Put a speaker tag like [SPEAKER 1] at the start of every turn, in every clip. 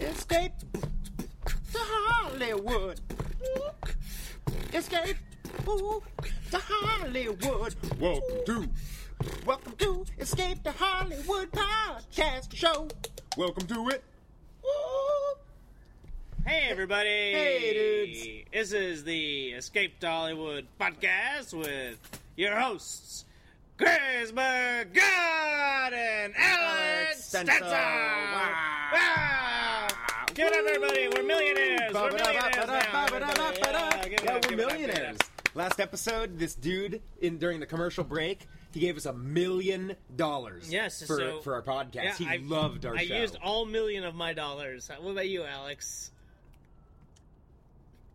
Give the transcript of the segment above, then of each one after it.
[SPEAKER 1] Escape to Hollywood. Escape ooh, to Hollywood. Welcome to. Welcome to Escape to Hollywood podcast show. Welcome to it. Ooh.
[SPEAKER 2] Hey everybody!
[SPEAKER 1] Hey,
[SPEAKER 2] This is the Escape to Hollywood podcast with your hosts, Chris McGodd and Alex
[SPEAKER 1] Alex
[SPEAKER 2] Stenzel!
[SPEAKER 1] Stenzel. Wow.
[SPEAKER 2] Wow. Give it up, everybody! We're millionaires! We're millionaires now! everybody. Yeah, give it
[SPEAKER 3] Yeah,
[SPEAKER 2] up,
[SPEAKER 3] we're
[SPEAKER 2] give it up, give it up.
[SPEAKER 3] millionaires. Last episode, this dude in during the commercial break, he gave us a million dollars.
[SPEAKER 2] Yes,
[SPEAKER 3] for,
[SPEAKER 2] so-
[SPEAKER 3] for our podcast.
[SPEAKER 2] Yeah,
[SPEAKER 3] he
[SPEAKER 2] I-
[SPEAKER 3] loved our
[SPEAKER 2] I
[SPEAKER 3] show.
[SPEAKER 2] used all million of my dollars. What about you, Alex?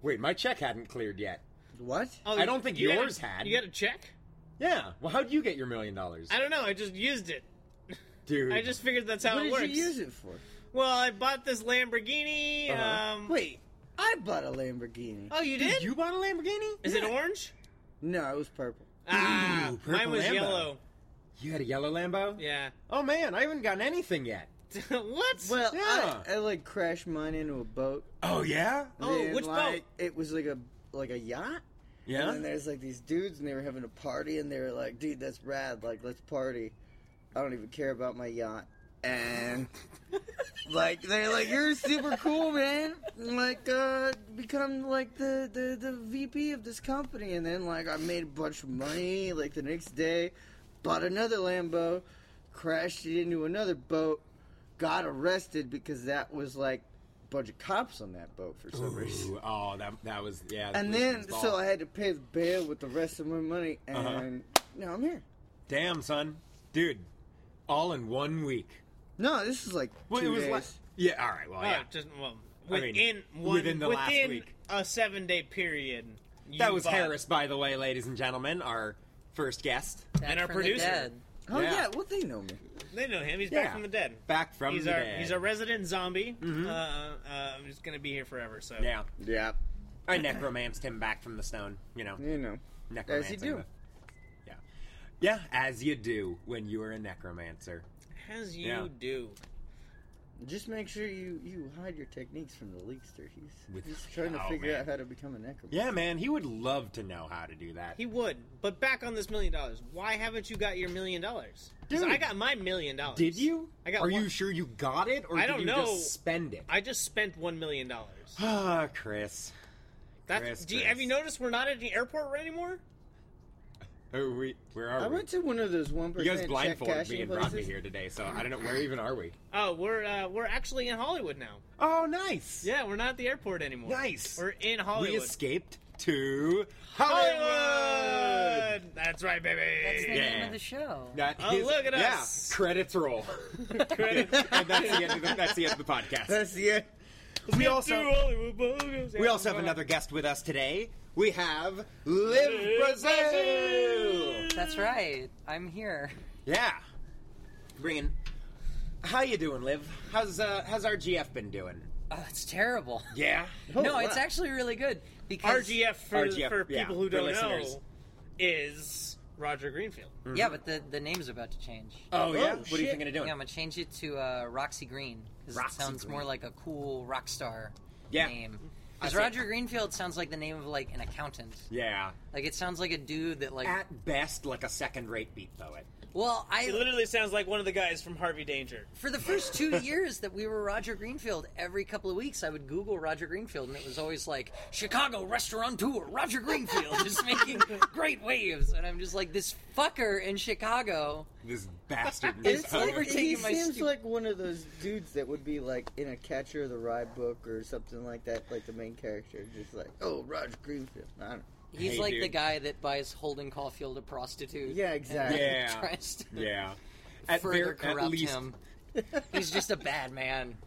[SPEAKER 3] Wait, my check hadn't cleared yet.
[SPEAKER 1] What?
[SPEAKER 2] Oh,
[SPEAKER 3] I don't think
[SPEAKER 2] you got a-
[SPEAKER 3] yours had.
[SPEAKER 2] You got a check?
[SPEAKER 3] Yeah. Well, how'd you get your million dollars,
[SPEAKER 2] I don't know. I just used it.
[SPEAKER 3] dude?
[SPEAKER 2] I just figured that's how
[SPEAKER 1] What
[SPEAKER 2] it
[SPEAKER 1] did
[SPEAKER 2] works.
[SPEAKER 1] you use it for?
[SPEAKER 2] Well, I bought this Lamborghini.
[SPEAKER 3] Uh-huh.
[SPEAKER 2] Um,
[SPEAKER 1] Wait, I bought a Lamborghini.
[SPEAKER 2] Oh, you
[SPEAKER 3] Dude,
[SPEAKER 2] did?
[SPEAKER 3] you bought a Lamborghini?
[SPEAKER 2] Is it orange?
[SPEAKER 1] No, it was purple.
[SPEAKER 2] Ah,
[SPEAKER 3] purple
[SPEAKER 2] mine was
[SPEAKER 3] Lambo.
[SPEAKER 2] yellow.
[SPEAKER 3] You had a yellow Lambo?
[SPEAKER 2] Yeah.
[SPEAKER 3] Oh man, I haven't gotten anything yet.
[SPEAKER 2] what?
[SPEAKER 1] Well,
[SPEAKER 3] Yeah.
[SPEAKER 1] I, I like crashed mine into a boat.
[SPEAKER 3] Oh yeah?
[SPEAKER 2] Oh,
[SPEAKER 1] And,
[SPEAKER 2] which boat?
[SPEAKER 1] like, It was like a like a yacht. And then
[SPEAKER 3] Yeah.
[SPEAKER 1] there's like these dudes, and they were having a party, and they were like, "Dude, that's rad! Like, let's party." I don't even care about my yacht, and like they're like, "You're super cool, man! Like, uh, become like the, the the VP of this company." And then like I made a bunch of money. Like the next day, bought another Lambo, crashed it into another boat, got arrested because that was like a bunch of cops on that boat for some reason.
[SPEAKER 3] Ooh, oh, that that was yeah.
[SPEAKER 1] And
[SPEAKER 3] Lucian's
[SPEAKER 1] then,
[SPEAKER 3] ball.
[SPEAKER 1] so I had to pay the bail with the rest of my money, and
[SPEAKER 3] Uh-huh.
[SPEAKER 1] now I'm here.
[SPEAKER 3] damn son, dude, all in one week.
[SPEAKER 1] No, this is like
[SPEAKER 3] Well,
[SPEAKER 1] two
[SPEAKER 3] it was
[SPEAKER 1] days.
[SPEAKER 3] la- yeah. All right. Well,
[SPEAKER 2] Oh,
[SPEAKER 3] yeah.
[SPEAKER 2] just well,
[SPEAKER 3] I mean,
[SPEAKER 2] within one,
[SPEAKER 3] within the last
[SPEAKER 2] within
[SPEAKER 3] week.
[SPEAKER 2] a seven day period. you
[SPEAKER 3] That was
[SPEAKER 2] bought-
[SPEAKER 3] Harris, by the way, ladies and gentlemen, our first guest.
[SPEAKER 2] and our producer.
[SPEAKER 1] oh yeah.
[SPEAKER 3] yeah.
[SPEAKER 1] well they know me.
[SPEAKER 2] They know him. He's back
[SPEAKER 3] Yeah.
[SPEAKER 2] from the dead.
[SPEAKER 3] Back from
[SPEAKER 2] he's
[SPEAKER 3] the
[SPEAKER 2] our
[SPEAKER 3] dead. Mm-hmm.
[SPEAKER 2] he's our resident zombie. Uh, uh, I'm just gonna be here forever. So
[SPEAKER 3] yeah.
[SPEAKER 1] Yeah,
[SPEAKER 3] I necromanced him back from the stone. You know,
[SPEAKER 1] you know.
[SPEAKER 3] necromancing.
[SPEAKER 1] do.
[SPEAKER 3] the- Yeah, yeah, as you do when you are a necromancer.
[SPEAKER 2] as you
[SPEAKER 3] Yeah.
[SPEAKER 2] do.
[SPEAKER 1] Just make sure you you hide your techniques from the leakster. He's
[SPEAKER 3] With-
[SPEAKER 1] he's trying to
[SPEAKER 3] oh,
[SPEAKER 1] figure
[SPEAKER 3] man.
[SPEAKER 1] out how to become a necromancer.
[SPEAKER 3] Yeah, man, he would love to know how to do that.
[SPEAKER 2] He would, but back on this million dollars. Why haven't you got your million dollars? 'Cause
[SPEAKER 3] Dude.
[SPEAKER 2] I got my million dollars.
[SPEAKER 3] did you?
[SPEAKER 2] I got
[SPEAKER 3] Are
[SPEAKER 2] one-
[SPEAKER 3] you sure you got it, or did
[SPEAKER 2] I don't
[SPEAKER 3] you
[SPEAKER 2] know.
[SPEAKER 3] just spend it?
[SPEAKER 2] I just spent one million dollars.
[SPEAKER 3] Ah, Chris.
[SPEAKER 2] That's.
[SPEAKER 3] Chris,
[SPEAKER 2] do you,
[SPEAKER 3] Chris.
[SPEAKER 2] Have you noticed we're not at the airport anymore?
[SPEAKER 3] Oh, we, where are
[SPEAKER 1] I
[SPEAKER 3] we?
[SPEAKER 1] went to one of those one
[SPEAKER 3] you guys
[SPEAKER 1] percent check
[SPEAKER 3] blindfolded me
[SPEAKER 1] cashing
[SPEAKER 3] and brought me
[SPEAKER 1] places.
[SPEAKER 3] here today, so I don't know where even are we.
[SPEAKER 2] Oh, we're uh, we're actually in Hollywood now.
[SPEAKER 3] Oh, nice.
[SPEAKER 2] Yeah, we're not at the airport anymore.
[SPEAKER 3] Nice.
[SPEAKER 2] We're in
[SPEAKER 3] We
[SPEAKER 2] Hollywood.
[SPEAKER 3] escaped to Hollywood.
[SPEAKER 2] Hollywood. That's right, baby.
[SPEAKER 4] That's the name
[SPEAKER 3] Yeah.
[SPEAKER 4] of the show.
[SPEAKER 3] That
[SPEAKER 2] Oh,
[SPEAKER 3] is-
[SPEAKER 2] look at
[SPEAKER 3] yeah,
[SPEAKER 2] us.
[SPEAKER 3] Credits roll.
[SPEAKER 2] Credits.
[SPEAKER 3] and that's the end of the, that's the, end of the podcast.
[SPEAKER 1] That's the end.
[SPEAKER 3] We
[SPEAKER 2] To
[SPEAKER 3] also
[SPEAKER 2] Hollywood, bogus.
[SPEAKER 3] we also have another guest with us today. We have Liv Brazil.
[SPEAKER 4] That's right. I'm here.
[SPEAKER 3] Yeah, bringing. How you doing, Liv? How's uh, how's our GF been doing?
[SPEAKER 4] Oh, it's terrible.
[SPEAKER 3] Yeah.
[SPEAKER 4] no,
[SPEAKER 1] wow.
[SPEAKER 4] it's actually really good because
[SPEAKER 2] RGF for
[SPEAKER 3] RGF,
[SPEAKER 2] for
[SPEAKER 3] yeah,
[SPEAKER 2] people who
[SPEAKER 3] for
[SPEAKER 2] don't
[SPEAKER 3] listeners. Mm-hmm.
[SPEAKER 2] know is Roger Greenfield.
[SPEAKER 4] Yeah, but the the name's about to change.
[SPEAKER 3] Oh yeah. what
[SPEAKER 1] Oh,
[SPEAKER 3] are you
[SPEAKER 1] shit.
[SPEAKER 3] thinking of doing?
[SPEAKER 4] Yeah, I'm gonna change it to uh, Roxy Green because it
[SPEAKER 3] Roxy
[SPEAKER 4] sounds more
[SPEAKER 3] Green.
[SPEAKER 4] like a cool rock star
[SPEAKER 3] Yeah.
[SPEAKER 4] name. Because
[SPEAKER 3] see.
[SPEAKER 4] Roger Greenfield sounds like the name of like an accountant.
[SPEAKER 3] yeah.
[SPEAKER 4] Like it sounds like a dude that like.
[SPEAKER 3] At best, like a second-rate beat poet.
[SPEAKER 4] well,
[SPEAKER 2] It
[SPEAKER 4] I
[SPEAKER 2] literally sounds like one of the guys from Harvey Danger.
[SPEAKER 4] for the first two years that we were Roger Greenfield, every couple of weeks I would Google Roger Greenfield, and it was always like Chicago restaurateur Roger Greenfield, just making great waves, and I'm just like this fucker in Chicago.
[SPEAKER 3] This bastard. in
[SPEAKER 4] It's
[SPEAKER 3] Chicago.
[SPEAKER 4] over-
[SPEAKER 1] He
[SPEAKER 4] Taking my
[SPEAKER 1] seems
[SPEAKER 4] stu-
[SPEAKER 1] like one of those dudes that would be like in a Catcher in the Rye book or something like that, like the main character, just like, oh, Roger Greenfield. I don't know.
[SPEAKER 4] He's
[SPEAKER 3] Hey,
[SPEAKER 4] like the
[SPEAKER 3] dude.
[SPEAKER 4] guy that buys Holden Caulfield a prostitute.
[SPEAKER 1] Yeah,
[SPEAKER 4] and
[SPEAKER 1] exactly.
[SPEAKER 3] Yeah.
[SPEAKER 4] tries to
[SPEAKER 3] Yeah. At,
[SPEAKER 4] further
[SPEAKER 3] ver-
[SPEAKER 4] corrupt
[SPEAKER 3] at least
[SPEAKER 4] him. He's just a bad man.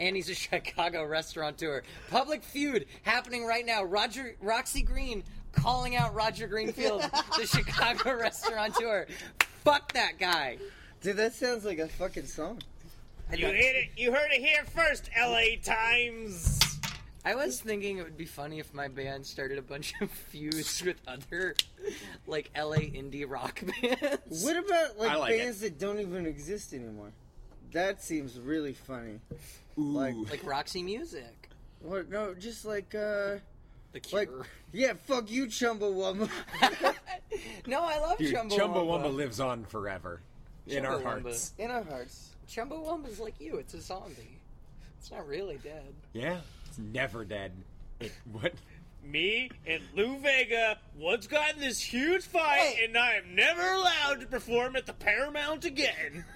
[SPEAKER 4] And he's a Chicago restaurateur. Public feud happening right now. Roger Roxy Green calling out Roger Greenfield, the Chicago restaurateur. Fuck that guy.
[SPEAKER 1] Dude, that sounds like a fucking song.
[SPEAKER 2] You heard it. You heard it here first. L.A. Times.
[SPEAKER 4] I was thinking it would be funny if my band started a bunch of feuds with other like LA indie rock bands.
[SPEAKER 1] What about like,
[SPEAKER 3] I like
[SPEAKER 1] bands that don't even exist anymore? That seems really funny. Like,
[SPEAKER 4] Like Roxy Music.
[SPEAKER 1] what? No, just like, uh,
[SPEAKER 4] The Cure.
[SPEAKER 1] like, yeah, fuck you, Chumbawamba.
[SPEAKER 4] no, I love
[SPEAKER 3] Dude,
[SPEAKER 4] Chumbawamba.
[SPEAKER 3] Chumbawamba lives on forever in our
[SPEAKER 4] Chumbawamba.
[SPEAKER 3] hearts.
[SPEAKER 1] In our hearts.
[SPEAKER 4] Chumbawamba's like you. It's a zombie. It's not really dead.
[SPEAKER 3] Yeah, it's never dead. It, what?
[SPEAKER 2] Me and Lou Vega once got in this huge fight,
[SPEAKER 1] Hey.
[SPEAKER 2] and I am never allowed to perform at the Paramount again.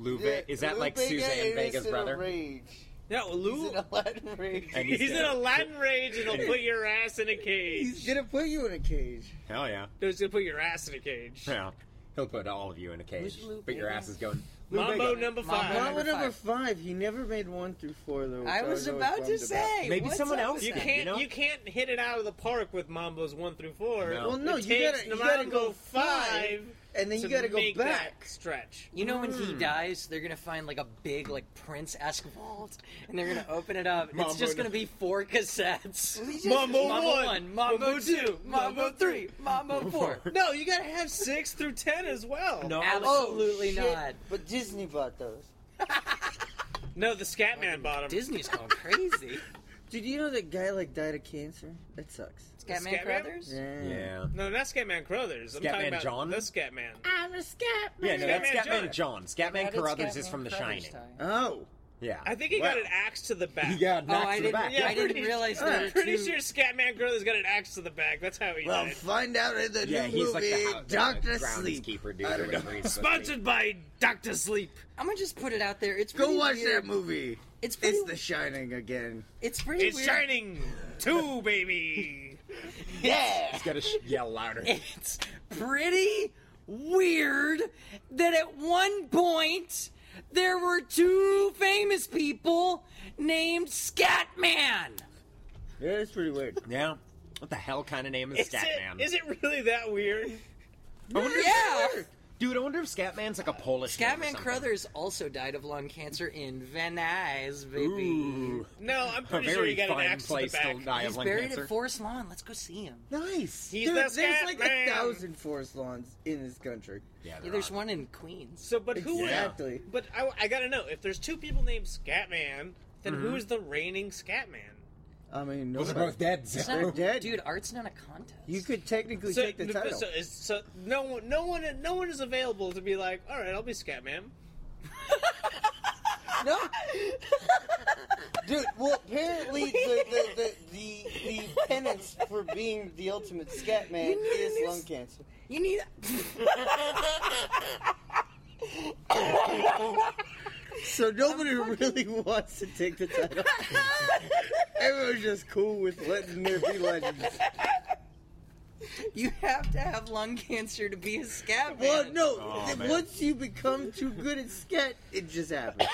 [SPEAKER 3] Luve? is
[SPEAKER 1] Yeah,
[SPEAKER 3] that like
[SPEAKER 1] Lupe
[SPEAKER 3] Suzanne
[SPEAKER 1] is
[SPEAKER 3] Vega's
[SPEAKER 1] in a
[SPEAKER 3] brother?
[SPEAKER 1] Rage.
[SPEAKER 2] No,
[SPEAKER 1] He's
[SPEAKER 2] Lou,
[SPEAKER 1] in a Latin rage.
[SPEAKER 3] And
[SPEAKER 2] he's in a Latin rage, and he'll put your ass in a
[SPEAKER 1] He's
[SPEAKER 2] cage.
[SPEAKER 1] gonna put you in a cage.
[SPEAKER 3] Hell yeah.
[SPEAKER 2] No, he's gonna put your ass in a cage.
[SPEAKER 3] Yeah. He'll put all of you in a cage.
[SPEAKER 4] Who's Lupe?
[SPEAKER 3] But your ass is going. Lou
[SPEAKER 2] Mambo
[SPEAKER 3] Vega.
[SPEAKER 2] number
[SPEAKER 4] Mambo
[SPEAKER 2] five.
[SPEAKER 4] number
[SPEAKER 1] Mama
[SPEAKER 4] Number
[SPEAKER 1] number
[SPEAKER 4] five.
[SPEAKER 1] five. He never made one through four though. which
[SPEAKER 4] I
[SPEAKER 1] always
[SPEAKER 4] was about
[SPEAKER 1] bummed
[SPEAKER 4] to say.
[SPEAKER 3] Maybe
[SPEAKER 4] what's
[SPEAKER 3] someone
[SPEAKER 4] up
[SPEAKER 3] else
[SPEAKER 4] with
[SPEAKER 2] You
[SPEAKER 3] Yeah,
[SPEAKER 4] that?
[SPEAKER 2] can't you,
[SPEAKER 3] you know?
[SPEAKER 2] can't hit it out of the park with Mambo's one through four.
[SPEAKER 3] No.
[SPEAKER 1] Well, no,
[SPEAKER 2] it
[SPEAKER 1] you
[SPEAKER 2] takes
[SPEAKER 1] gotta- you
[SPEAKER 2] Mambo
[SPEAKER 1] gotta go five, And then
[SPEAKER 2] to
[SPEAKER 1] you gotta go
[SPEAKER 2] make
[SPEAKER 1] back.
[SPEAKER 2] that stretch.
[SPEAKER 4] You know when he dies, they're gonna find like a big like Prince-esque vault, and they're gonna open it up. and
[SPEAKER 3] Mambo
[SPEAKER 4] it's just gonna
[SPEAKER 3] number-
[SPEAKER 4] be four cassettes.
[SPEAKER 2] Mambo
[SPEAKER 4] Mambo
[SPEAKER 2] one,
[SPEAKER 4] one, Mambo two, Mambo three, Mambo four.
[SPEAKER 2] No, you gotta have six through ten as well.
[SPEAKER 4] Oh,
[SPEAKER 3] No.
[SPEAKER 4] Absolutely
[SPEAKER 1] Shit,
[SPEAKER 4] not.
[SPEAKER 1] But Disney bought those.
[SPEAKER 2] no, the Scatman bottom.
[SPEAKER 4] Disney's going crazy.
[SPEAKER 1] Did you know that guy like died of cancer? That sucks.
[SPEAKER 4] Scatman
[SPEAKER 2] Scatman?
[SPEAKER 4] Crothers.
[SPEAKER 1] Hmm.
[SPEAKER 3] Yeah.
[SPEAKER 2] No, not Scatman Crothers. I'm talking
[SPEAKER 3] Scatman
[SPEAKER 2] about
[SPEAKER 3] John?
[SPEAKER 2] the Scatman.
[SPEAKER 1] Ah.
[SPEAKER 3] Yeah, no, that's
[SPEAKER 2] Scatman
[SPEAKER 3] Scatman
[SPEAKER 2] John.
[SPEAKER 3] John. Scatman Carruthers is from The Shining.
[SPEAKER 1] Oh.
[SPEAKER 3] Yeah.
[SPEAKER 2] I think he got
[SPEAKER 3] Wow.
[SPEAKER 2] an axe to the back.
[SPEAKER 3] He got
[SPEAKER 4] Oh,
[SPEAKER 3] knocked to
[SPEAKER 4] I
[SPEAKER 3] the
[SPEAKER 4] didn't.
[SPEAKER 3] back.
[SPEAKER 2] Yeah,
[SPEAKER 4] I didn't
[SPEAKER 2] pretty-
[SPEAKER 4] realize there were
[SPEAKER 2] I'm pretty
[SPEAKER 4] two.
[SPEAKER 2] sure Scatman Crothers got an axe to the back. That's how he
[SPEAKER 1] Well,
[SPEAKER 2] died.
[SPEAKER 1] find out in the
[SPEAKER 3] Yeah,
[SPEAKER 1] new
[SPEAKER 3] he's like
[SPEAKER 1] movie,
[SPEAKER 3] the, hou- the
[SPEAKER 1] Doctor
[SPEAKER 3] groundskeeper
[SPEAKER 1] Sleep.
[SPEAKER 3] dude
[SPEAKER 1] I
[SPEAKER 3] or
[SPEAKER 1] don't
[SPEAKER 3] whatever
[SPEAKER 1] know.
[SPEAKER 3] he's supposed to
[SPEAKER 2] Sponsored by Doctor Sleep.
[SPEAKER 4] I'm gonna just put it out there. It's
[SPEAKER 1] Go
[SPEAKER 4] pretty
[SPEAKER 1] watch
[SPEAKER 4] weird.
[SPEAKER 1] that movie.
[SPEAKER 4] It's pretty.
[SPEAKER 1] It's The Shining again.
[SPEAKER 4] it's pretty
[SPEAKER 2] It's
[SPEAKER 4] weird.
[SPEAKER 2] Shining Two, baby.
[SPEAKER 1] Yeah.
[SPEAKER 3] be. Gotta sh- yell louder.
[SPEAKER 4] It's pretty weird that at one point there were two famous people named Scatman.
[SPEAKER 1] Yeah, it's pretty weird.
[SPEAKER 3] Yeah. What the hell kind of name is,
[SPEAKER 2] Is
[SPEAKER 3] Scatman?
[SPEAKER 2] it, is it really that weird?
[SPEAKER 3] I wonder if-
[SPEAKER 4] Yeah.
[SPEAKER 3] Dude, I wonder if Scatman's like a Polish name or
[SPEAKER 4] Scatman
[SPEAKER 3] something.
[SPEAKER 4] Crothers also died of lung cancer in Venice, baby.
[SPEAKER 3] Ooh.
[SPEAKER 2] No, I'm
[SPEAKER 3] A
[SPEAKER 2] pretty sure
[SPEAKER 3] very
[SPEAKER 2] he got an
[SPEAKER 3] fine
[SPEAKER 2] axe to the
[SPEAKER 3] place
[SPEAKER 2] back.
[SPEAKER 3] to die
[SPEAKER 4] He's
[SPEAKER 3] of lung
[SPEAKER 4] buried
[SPEAKER 3] cancer.
[SPEAKER 4] at Forest Lawn. Let's go see him.
[SPEAKER 1] Nice.
[SPEAKER 2] He's
[SPEAKER 1] Dude,
[SPEAKER 2] the
[SPEAKER 1] there's like
[SPEAKER 2] Scatman.
[SPEAKER 1] a thousand forest lawns in this country.
[SPEAKER 3] Yeah,
[SPEAKER 4] Yeah,
[SPEAKER 3] there
[SPEAKER 4] there's
[SPEAKER 3] are.
[SPEAKER 4] one in Queens.
[SPEAKER 2] So, but who?
[SPEAKER 3] Yeah.
[SPEAKER 1] Exactly.
[SPEAKER 2] But I, I gotta know if there's two people named Scatman, then
[SPEAKER 3] Mm-hmm.
[SPEAKER 2] who is the reigning Scatman?
[SPEAKER 1] I mean,
[SPEAKER 3] Those are
[SPEAKER 1] nobody-
[SPEAKER 3] both dead.
[SPEAKER 4] It's
[SPEAKER 3] so-
[SPEAKER 4] not-
[SPEAKER 1] dead.
[SPEAKER 4] Dude, art's not a contest.
[SPEAKER 1] You could technically
[SPEAKER 2] So,
[SPEAKER 1] take the title.
[SPEAKER 2] so, is, so no one, no one, no one is available to be like, all right, I'll be Scatman.
[SPEAKER 1] No, dude. Well, apparently the the, the, the the penance for being the ultimate scat man
[SPEAKER 4] You need a
[SPEAKER 1] is
[SPEAKER 4] new
[SPEAKER 1] lung
[SPEAKER 4] s-
[SPEAKER 1] cancer.
[SPEAKER 4] You need.
[SPEAKER 1] So nobody really wants to take the title. Everyone's just cool with letting there be legends.
[SPEAKER 4] you have to have lung cancer to be a Scatman.
[SPEAKER 1] Well, no.
[SPEAKER 3] Aw,
[SPEAKER 1] th-
[SPEAKER 3] man.
[SPEAKER 1] once you become too good at scat, it just happens.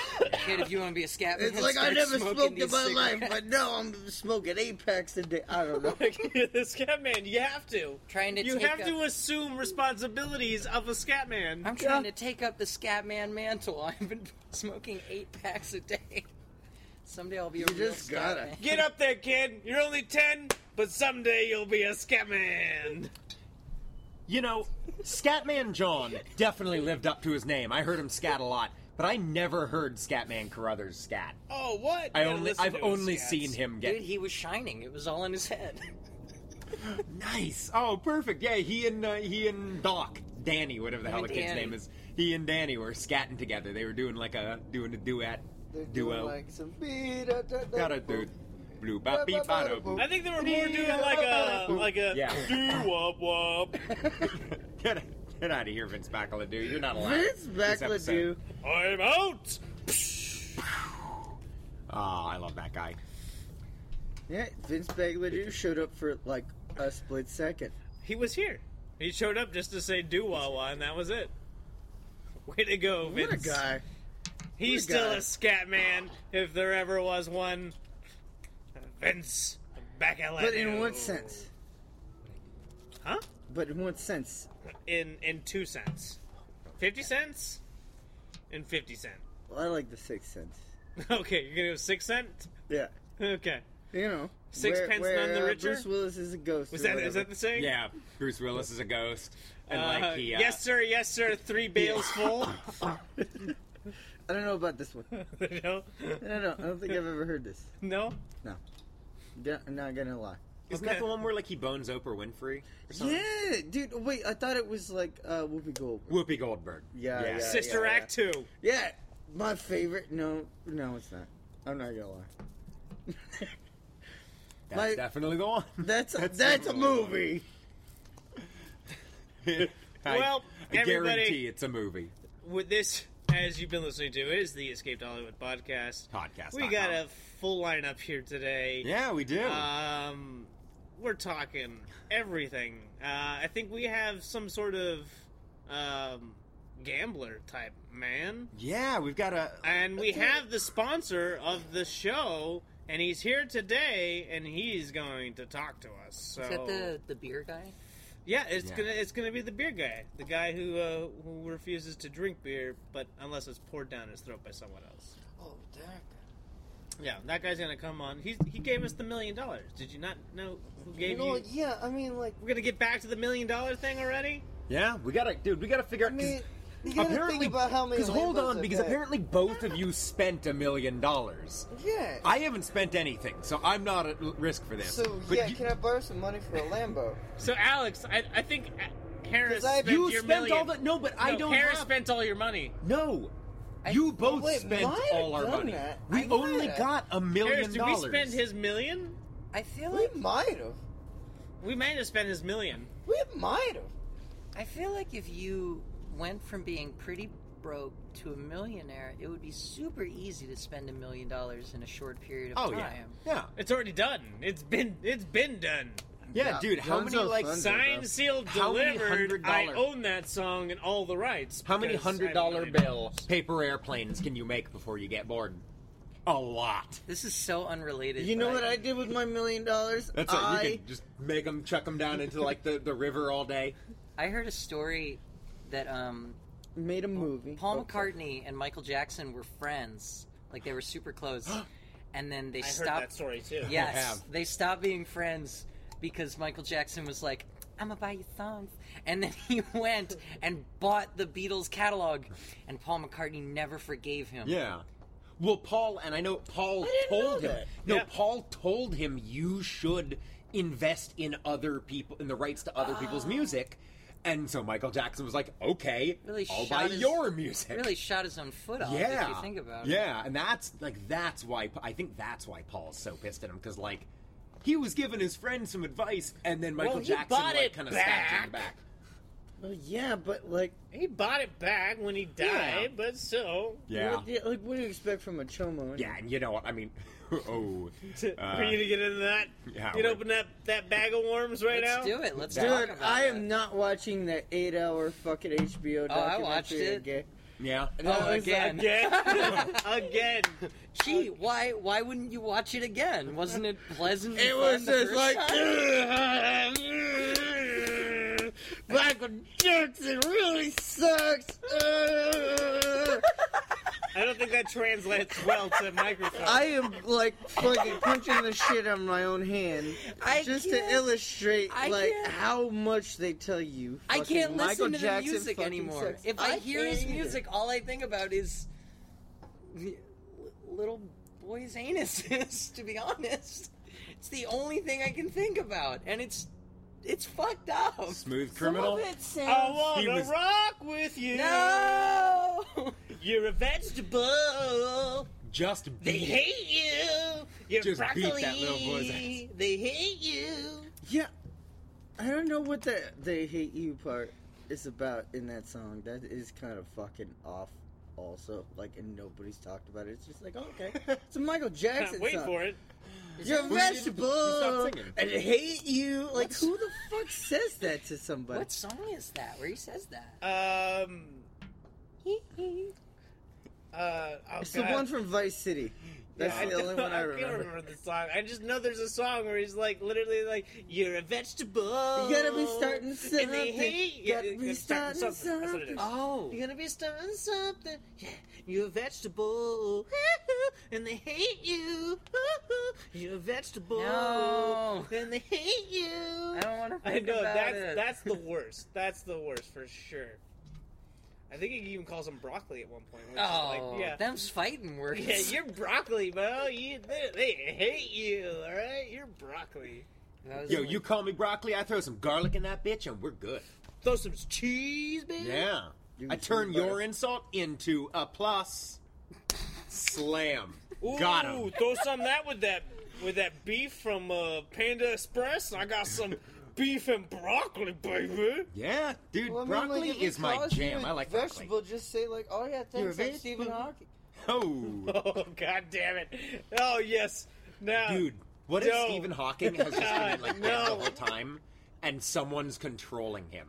[SPEAKER 4] Kid, if you want to be a Scatman,
[SPEAKER 1] It's like I
[SPEAKER 4] start
[SPEAKER 1] never
[SPEAKER 4] smoking
[SPEAKER 1] smoked in
[SPEAKER 4] these
[SPEAKER 1] my
[SPEAKER 4] cigarettes.
[SPEAKER 1] life, but now I'm smoking eight packs a day. I don't know.
[SPEAKER 2] Like, you're the Scatman, you have to.
[SPEAKER 4] Trying to
[SPEAKER 2] You
[SPEAKER 4] take
[SPEAKER 2] have
[SPEAKER 4] up-
[SPEAKER 2] to assume responsibilities of a Scatman.
[SPEAKER 4] I'm trying to take up the Scatman mantle. I've been smoking eight packs a day. Someday I'll be a
[SPEAKER 1] You
[SPEAKER 4] real
[SPEAKER 1] just gotta.
[SPEAKER 4] Scatman.
[SPEAKER 2] Get up there, kid. You're only ten, but someday you'll be a Scatman.
[SPEAKER 3] You know, Scatman John definitely lived up to his name. I heard him scat a lot, but I never heard Scatman Carruthers scat.
[SPEAKER 2] Oh, what?
[SPEAKER 3] I
[SPEAKER 2] You gotta
[SPEAKER 3] only
[SPEAKER 2] listen
[SPEAKER 3] I've
[SPEAKER 2] to his
[SPEAKER 3] only
[SPEAKER 2] scats.
[SPEAKER 3] seen him get
[SPEAKER 4] Dude, he was shining. It was all in his head.
[SPEAKER 3] nice. Oh, perfect. Yeah, he and uh, he and Doc Danny, whatever the hell the
[SPEAKER 4] and
[SPEAKER 3] kid's
[SPEAKER 4] Danny.
[SPEAKER 3] name is. He and Danny were scatting together. They were doing like a doing a duet.
[SPEAKER 1] They're
[SPEAKER 3] duo.
[SPEAKER 1] doing like some.
[SPEAKER 3] Got a dude. Blue bop beep bada boop.
[SPEAKER 2] I think they were more doing like a like a
[SPEAKER 3] Yeah.
[SPEAKER 2] doo wop wop.
[SPEAKER 3] Get, get out of here, Vince Bacala, dude. You're not allowed.
[SPEAKER 1] Vince
[SPEAKER 3] this episode.
[SPEAKER 1] McAdoo.
[SPEAKER 2] I'm out.
[SPEAKER 3] Oh, I love that guy.
[SPEAKER 1] Yeah, Vince Bagladoo showed up for like a split second.
[SPEAKER 2] He was here. He showed up just to say doo wah wah, and that was it. Way to go, Vince.
[SPEAKER 1] What a guy!
[SPEAKER 2] He's
[SPEAKER 1] what a
[SPEAKER 2] still
[SPEAKER 1] guy.
[SPEAKER 2] a scat man, if there ever was one. Vince, back at
[SPEAKER 1] But in what sense?
[SPEAKER 2] Huh?
[SPEAKER 1] But in what sense?
[SPEAKER 2] In in two cents, fifty cents, and fifty cent.
[SPEAKER 1] Well, I like the sixth sense.
[SPEAKER 2] Okay, you're gonna go six cent.
[SPEAKER 1] Yeah,
[SPEAKER 2] Okay,
[SPEAKER 1] you know,
[SPEAKER 2] Six pence none the
[SPEAKER 1] uh,
[SPEAKER 2] richer?
[SPEAKER 1] Bruce Willis is a ghost.
[SPEAKER 2] was
[SPEAKER 1] or
[SPEAKER 2] that is that
[SPEAKER 1] whatever.
[SPEAKER 2] the saying?
[SPEAKER 3] Yeah, Bruce Willis is a ghost, and
[SPEAKER 2] Uh,
[SPEAKER 3] like he. Uh,
[SPEAKER 2] yes sir, yes sir, three bales full.
[SPEAKER 1] I don't know about this one. I
[SPEAKER 2] no,
[SPEAKER 1] don't know. I don't think I've ever heard this.
[SPEAKER 2] no.
[SPEAKER 1] No. Yeah, I'm not gonna lie.
[SPEAKER 3] Isn't
[SPEAKER 2] Okay.
[SPEAKER 3] that the one where like he bones Oprah Winfrey? Or something?
[SPEAKER 1] Yeah, dude. Wait, I thought it was like uh, Whoopi Goldberg.
[SPEAKER 3] Whoopi Goldberg.
[SPEAKER 1] Yeah, yeah.
[SPEAKER 2] Sister
[SPEAKER 1] yeah,
[SPEAKER 2] Act Two.
[SPEAKER 1] Yeah, my favorite. No, no, it's not. I'm not gonna lie.
[SPEAKER 3] That's
[SPEAKER 1] Like-
[SPEAKER 3] definitely the one.
[SPEAKER 1] That's a, that's, a
[SPEAKER 3] definitely the one.
[SPEAKER 1] movie.
[SPEAKER 3] I,
[SPEAKER 2] Well,
[SPEAKER 3] I
[SPEAKER 2] everybody-
[SPEAKER 3] guarantee it's a movie
[SPEAKER 2] With this, as you've been listening to, is the Escaped Hollywood podcast.
[SPEAKER 3] podcast.
[SPEAKER 2] We got a full lineup here today.
[SPEAKER 3] Yeah, we do.
[SPEAKER 1] Uh,
[SPEAKER 2] Um, we're talking everything. Uh, I think we have some sort of um, gambler type man,
[SPEAKER 3] yeah, we've got a.
[SPEAKER 2] and we have the sponsor of the show, and he's here today, and he's going to talk to us. So
[SPEAKER 4] Is that the the beer guy?
[SPEAKER 2] yeah, it's
[SPEAKER 3] Yeah.
[SPEAKER 2] gonna it's gonna be the beer guy, the guy who uh, who refuses to drink beer, but unless it's poured down his throat by someone else.
[SPEAKER 4] Oh, that.
[SPEAKER 2] Yeah, that guy's gonna come on. He's, he gave us the million dollars. Did you not know who gave
[SPEAKER 1] Well,
[SPEAKER 2] you?
[SPEAKER 1] yeah. I mean, like,
[SPEAKER 2] We're gonna get back to the million dollar thing already?
[SPEAKER 3] Yeah, we gotta, dude. We gotta figure out.
[SPEAKER 1] I
[SPEAKER 3] 'cause
[SPEAKER 1] mean, you gotta think about how many.
[SPEAKER 3] Because hold
[SPEAKER 1] Lambos
[SPEAKER 3] on,
[SPEAKER 1] I've
[SPEAKER 3] because
[SPEAKER 1] had.
[SPEAKER 3] apparently both of you spent a million dollars.
[SPEAKER 1] yeah.
[SPEAKER 3] I haven't spent anything, so I'm not at l- risk for this.
[SPEAKER 1] so
[SPEAKER 3] But
[SPEAKER 1] yeah,
[SPEAKER 3] you,
[SPEAKER 1] can I borrow some money for a Lambo?
[SPEAKER 2] So Alex, I, I think uh, Harris
[SPEAKER 1] 'Cause I-
[SPEAKER 2] spent
[SPEAKER 3] you
[SPEAKER 2] your
[SPEAKER 3] spent
[SPEAKER 2] million.
[SPEAKER 3] all the. No, but I
[SPEAKER 2] No,
[SPEAKER 3] don't.
[SPEAKER 2] Harris
[SPEAKER 3] have,
[SPEAKER 2] spent all your money.
[SPEAKER 3] no, you both
[SPEAKER 1] wait,
[SPEAKER 3] spent
[SPEAKER 1] might have
[SPEAKER 3] all our
[SPEAKER 1] done
[SPEAKER 3] money.
[SPEAKER 1] that.
[SPEAKER 3] We
[SPEAKER 1] I might
[SPEAKER 3] only
[SPEAKER 1] have.
[SPEAKER 3] got a
[SPEAKER 2] Harris,
[SPEAKER 3] million
[SPEAKER 2] did we
[SPEAKER 3] dollars.
[SPEAKER 2] spend his million?
[SPEAKER 4] I feel
[SPEAKER 1] we
[SPEAKER 4] like
[SPEAKER 1] might have.
[SPEAKER 2] We might have spent his million.
[SPEAKER 1] We might have.
[SPEAKER 4] I feel like if you went from being pretty broke to a millionaire, it would be super easy to spend a million dollars in a short period of
[SPEAKER 3] Oh
[SPEAKER 4] time.
[SPEAKER 3] yeah, yeah,
[SPEAKER 2] It's already done. It's been it's been done.
[SPEAKER 3] yeah,
[SPEAKER 1] Yeah,
[SPEAKER 3] dude. How
[SPEAKER 1] Gonzo
[SPEAKER 3] many like
[SPEAKER 1] Thunder.
[SPEAKER 2] Signed,
[SPEAKER 1] bro.
[SPEAKER 2] sealed,
[SPEAKER 3] How many
[SPEAKER 2] delivered.
[SPEAKER 3] hundred
[SPEAKER 2] I
[SPEAKER 3] dollar-
[SPEAKER 2] own that song and all the rights.
[SPEAKER 3] How many
[SPEAKER 2] because I
[SPEAKER 3] hundred
[SPEAKER 2] have
[SPEAKER 3] dollar
[SPEAKER 2] $1
[SPEAKER 3] bill paper airplanes can you make before you get bored? A lot.
[SPEAKER 4] This is so unrelated.
[SPEAKER 1] You know
[SPEAKER 4] but
[SPEAKER 1] what I did with my million dollars?
[SPEAKER 3] That's it.
[SPEAKER 1] I,
[SPEAKER 3] You can just make them, chuck them down into like the, the river all day.
[SPEAKER 4] I heard a story that um,
[SPEAKER 1] made a movie.
[SPEAKER 3] Oh,
[SPEAKER 4] Paul
[SPEAKER 1] Okay.
[SPEAKER 4] McCartney and Michael Jackson were friends, like they were super close, and then they
[SPEAKER 2] I heard
[SPEAKER 4] stopped.
[SPEAKER 2] that story too.
[SPEAKER 4] Yes,
[SPEAKER 3] have.
[SPEAKER 4] they stopped being friends because Michael Jackson was like, "I'm gonna buy you songs," and then he went and bought the Beatles catalog, and Paul McCartney never forgave him.
[SPEAKER 3] Yeah. Well, Paul, and I know Paul
[SPEAKER 1] didn't know
[SPEAKER 3] told him.
[SPEAKER 1] that.
[SPEAKER 3] No,
[SPEAKER 2] Yeah.
[SPEAKER 3] Paul told him you should invest in other people, in the rights to other people's music. And so Michael Jackson was like, okay,
[SPEAKER 4] Really
[SPEAKER 3] I'll
[SPEAKER 4] shot
[SPEAKER 3] buy
[SPEAKER 4] his-
[SPEAKER 3] your music.
[SPEAKER 4] really shot his own foot off.
[SPEAKER 3] yeah.
[SPEAKER 4] if you Oh, think about it.
[SPEAKER 3] Yeah, and that's like that's why I think that's why Paul's so pissed at him because like he was giving his friend some advice, and then Michael
[SPEAKER 2] Well, he
[SPEAKER 3] Jackson
[SPEAKER 2] bought
[SPEAKER 3] like
[SPEAKER 2] it
[SPEAKER 3] kind of stabbed him in the
[SPEAKER 2] back.
[SPEAKER 3] back.
[SPEAKER 1] Well, Oh, yeah, but like,
[SPEAKER 2] He bought it back when he died,
[SPEAKER 3] Yeah.
[SPEAKER 2] but so
[SPEAKER 3] Yeah.
[SPEAKER 1] What, yeah, like what do you expect from a chomo?
[SPEAKER 3] Yeah, and you know what? I mean, oh,
[SPEAKER 2] Are you gonna get into that?
[SPEAKER 3] yeah,
[SPEAKER 2] you gonna
[SPEAKER 3] we're-
[SPEAKER 2] open up that bag of worms right now.
[SPEAKER 4] Let's do it. Let's
[SPEAKER 3] Dude,
[SPEAKER 4] talk
[SPEAKER 1] Dude,
[SPEAKER 4] about
[SPEAKER 1] I
[SPEAKER 4] it.
[SPEAKER 1] am not watching that eight-hour fucking HBO documentary
[SPEAKER 4] Oh, I watched it.
[SPEAKER 1] again.
[SPEAKER 3] yeah.
[SPEAKER 4] Oh,
[SPEAKER 1] That was
[SPEAKER 4] again.
[SPEAKER 2] Again, again.
[SPEAKER 4] Gee, why why wouldn't you watch it again? Wasn't it pleasant? and
[SPEAKER 1] It
[SPEAKER 4] fun
[SPEAKER 1] was
[SPEAKER 4] the
[SPEAKER 1] just
[SPEAKER 4] first
[SPEAKER 1] like
[SPEAKER 4] time?
[SPEAKER 1] Michael Jackson really sucks. Ugh.
[SPEAKER 2] I don't think that translates well to microphone.
[SPEAKER 1] I am like fucking punching the shit on my own hand
[SPEAKER 4] I
[SPEAKER 1] just
[SPEAKER 4] can't-
[SPEAKER 1] to illustrate
[SPEAKER 4] I
[SPEAKER 1] like
[SPEAKER 4] can't-
[SPEAKER 1] how much they tell you.
[SPEAKER 4] I
[SPEAKER 1] fucking
[SPEAKER 4] can't listen
[SPEAKER 1] Michael
[SPEAKER 4] to the
[SPEAKER 1] Jackson
[SPEAKER 4] music
[SPEAKER 1] fucking
[SPEAKER 4] anymore.
[SPEAKER 1] sucks.
[SPEAKER 4] If I, hear
[SPEAKER 1] can't
[SPEAKER 4] his
[SPEAKER 1] either.
[SPEAKER 4] music, all I think about is the little boys' anuses. To be honest, it's the only thing I can think about, and it's it's fucked up.
[SPEAKER 3] Smooth
[SPEAKER 1] Some of
[SPEAKER 3] criminal.
[SPEAKER 1] it sounds-
[SPEAKER 2] I wanna
[SPEAKER 3] was-
[SPEAKER 2] rock with you.
[SPEAKER 4] No,
[SPEAKER 2] You're a vegetable.
[SPEAKER 3] Just
[SPEAKER 2] They
[SPEAKER 3] beat it.
[SPEAKER 2] hate you. You're
[SPEAKER 3] Just beat
[SPEAKER 2] broccoli.
[SPEAKER 3] that little boy's ass.
[SPEAKER 2] They hate you.
[SPEAKER 1] Yeah, I don't know what the "they hate you" part is about in that song. That is kind of fucking off. Also, like, and nobody's talked about it. It's just like, oh, okay, it's a Michael Jackson
[SPEAKER 2] Wait
[SPEAKER 1] song.
[SPEAKER 2] for it.
[SPEAKER 1] You're a
[SPEAKER 3] Who did- who
[SPEAKER 1] vegetable,
[SPEAKER 3] stopped singing?
[SPEAKER 1] and I hate you. Like, who the fuck says that to somebody?
[SPEAKER 4] what song is that? Where he says that?
[SPEAKER 2] Um. Uh, oh,
[SPEAKER 1] it's
[SPEAKER 2] God.
[SPEAKER 1] the one from Vice City. That's
[SPEAKER 2] I
[SPEAKER 1] the only
[SPEAKER 2] don't-
[SPEAKER 1] one I
[SPEAKER 2] can't
[SPEAKER 1] remember.
[SPEAKER 2] remember the song. I just know there's a song where he's like, literally, like, "You're a vegetable."
[SPEAKER 1] You gotta be starting
[SPEAKER 2] And they
[SPEAKER 1] something.
[SPEAKER 2] hate you.
[SPEAKER 1] Gotta be starting
[SPEAKER 2] That's what it is.
[SPEAKER 1] something.
[SPEAKER 4] Oh,
[SPEAKER 2] You're gonna be starting something. Yeah, you're a vegetable, and they hate you. You're a vegetable,
[SPEAKER 4] No.
[SPEAKER 2] and they hate you.
[SPEAKER 4] I don't want to
[SPEAKER 2] I
[SPEAKER 4] think
[SPEAKER 2] know
[SPEAKER 4] about
[SPEAKER 2] that's
[SPEAKER 4] it.
[SPEAKER 2] that's the worst. That's the worst for sure. I I think he even calls him broccoli at one point. Which
[SPEAKER 4] Oh,
[SPEAKER 2] is like, yeah.
[SPEAKER 4] them's fighting words.
[SPEAKER 2] yeah, you're broccoli, bro. You, they, they hate you, all right? You're broccoli.
[SPEAKER 4] That was
[SPEAKER 3] Yo,
[SPEAKER 4] like-
[SPEAKER 3] you call me broccoli, I throw some garlic in that bitch, and we're good.
[SPEAKER 2] Throw some cheese, man.
[SPEAKER 3] Yeah.
[SPEAKER 1] You
[SPEAKER 3] I
[SPEAKER 1] can
[SPEAKER 3] turn
[SPEAKER 1] see
[SPEAKER 3] your
[SPEAKER 1] better.
[SPEAKER 3] insult into a plus. Slam.
[SPEAKER 2] Ooh,
[SPEAKER 3] Got him.
[SPEAKER 2] throw some of that with that with that beef from uh, Panda Express. I got some beef and broccoli, baby.
[SPEAKER 3] Yeah, dude,
[SPEAKER 1] Well, I mean, like,
[SPEAKER 3] broccoli
[SPEAKER 1] if he
[SPEAKER 3] is my
[SPEAKER 1] calls
[SPEAKER 3] jam.
[SPEAKER 1] you a
[SPEAKER 3] I like
[SPEAKER 1] vegetable. Just say like, oh yeah,
[SPEAKER 3] You're a
[SPEAKER 1] thanks, I'm
[SPEAKER 3] vegetable.
[SPEAKER 1] Stephen Hawking.
[SPEAKER 3] broccoli. Oh,
[SPEAKER 2] Oh God damn it! Oh yes, now
[SPEAKER 3] dude, what
[SPEAKER 2] No.
[SPEAKER 3] if Stephen Hawking has just been in, like that
[SPEAKER 2] No.
[SPEAKER 3] the whole time, and someone's controlling him?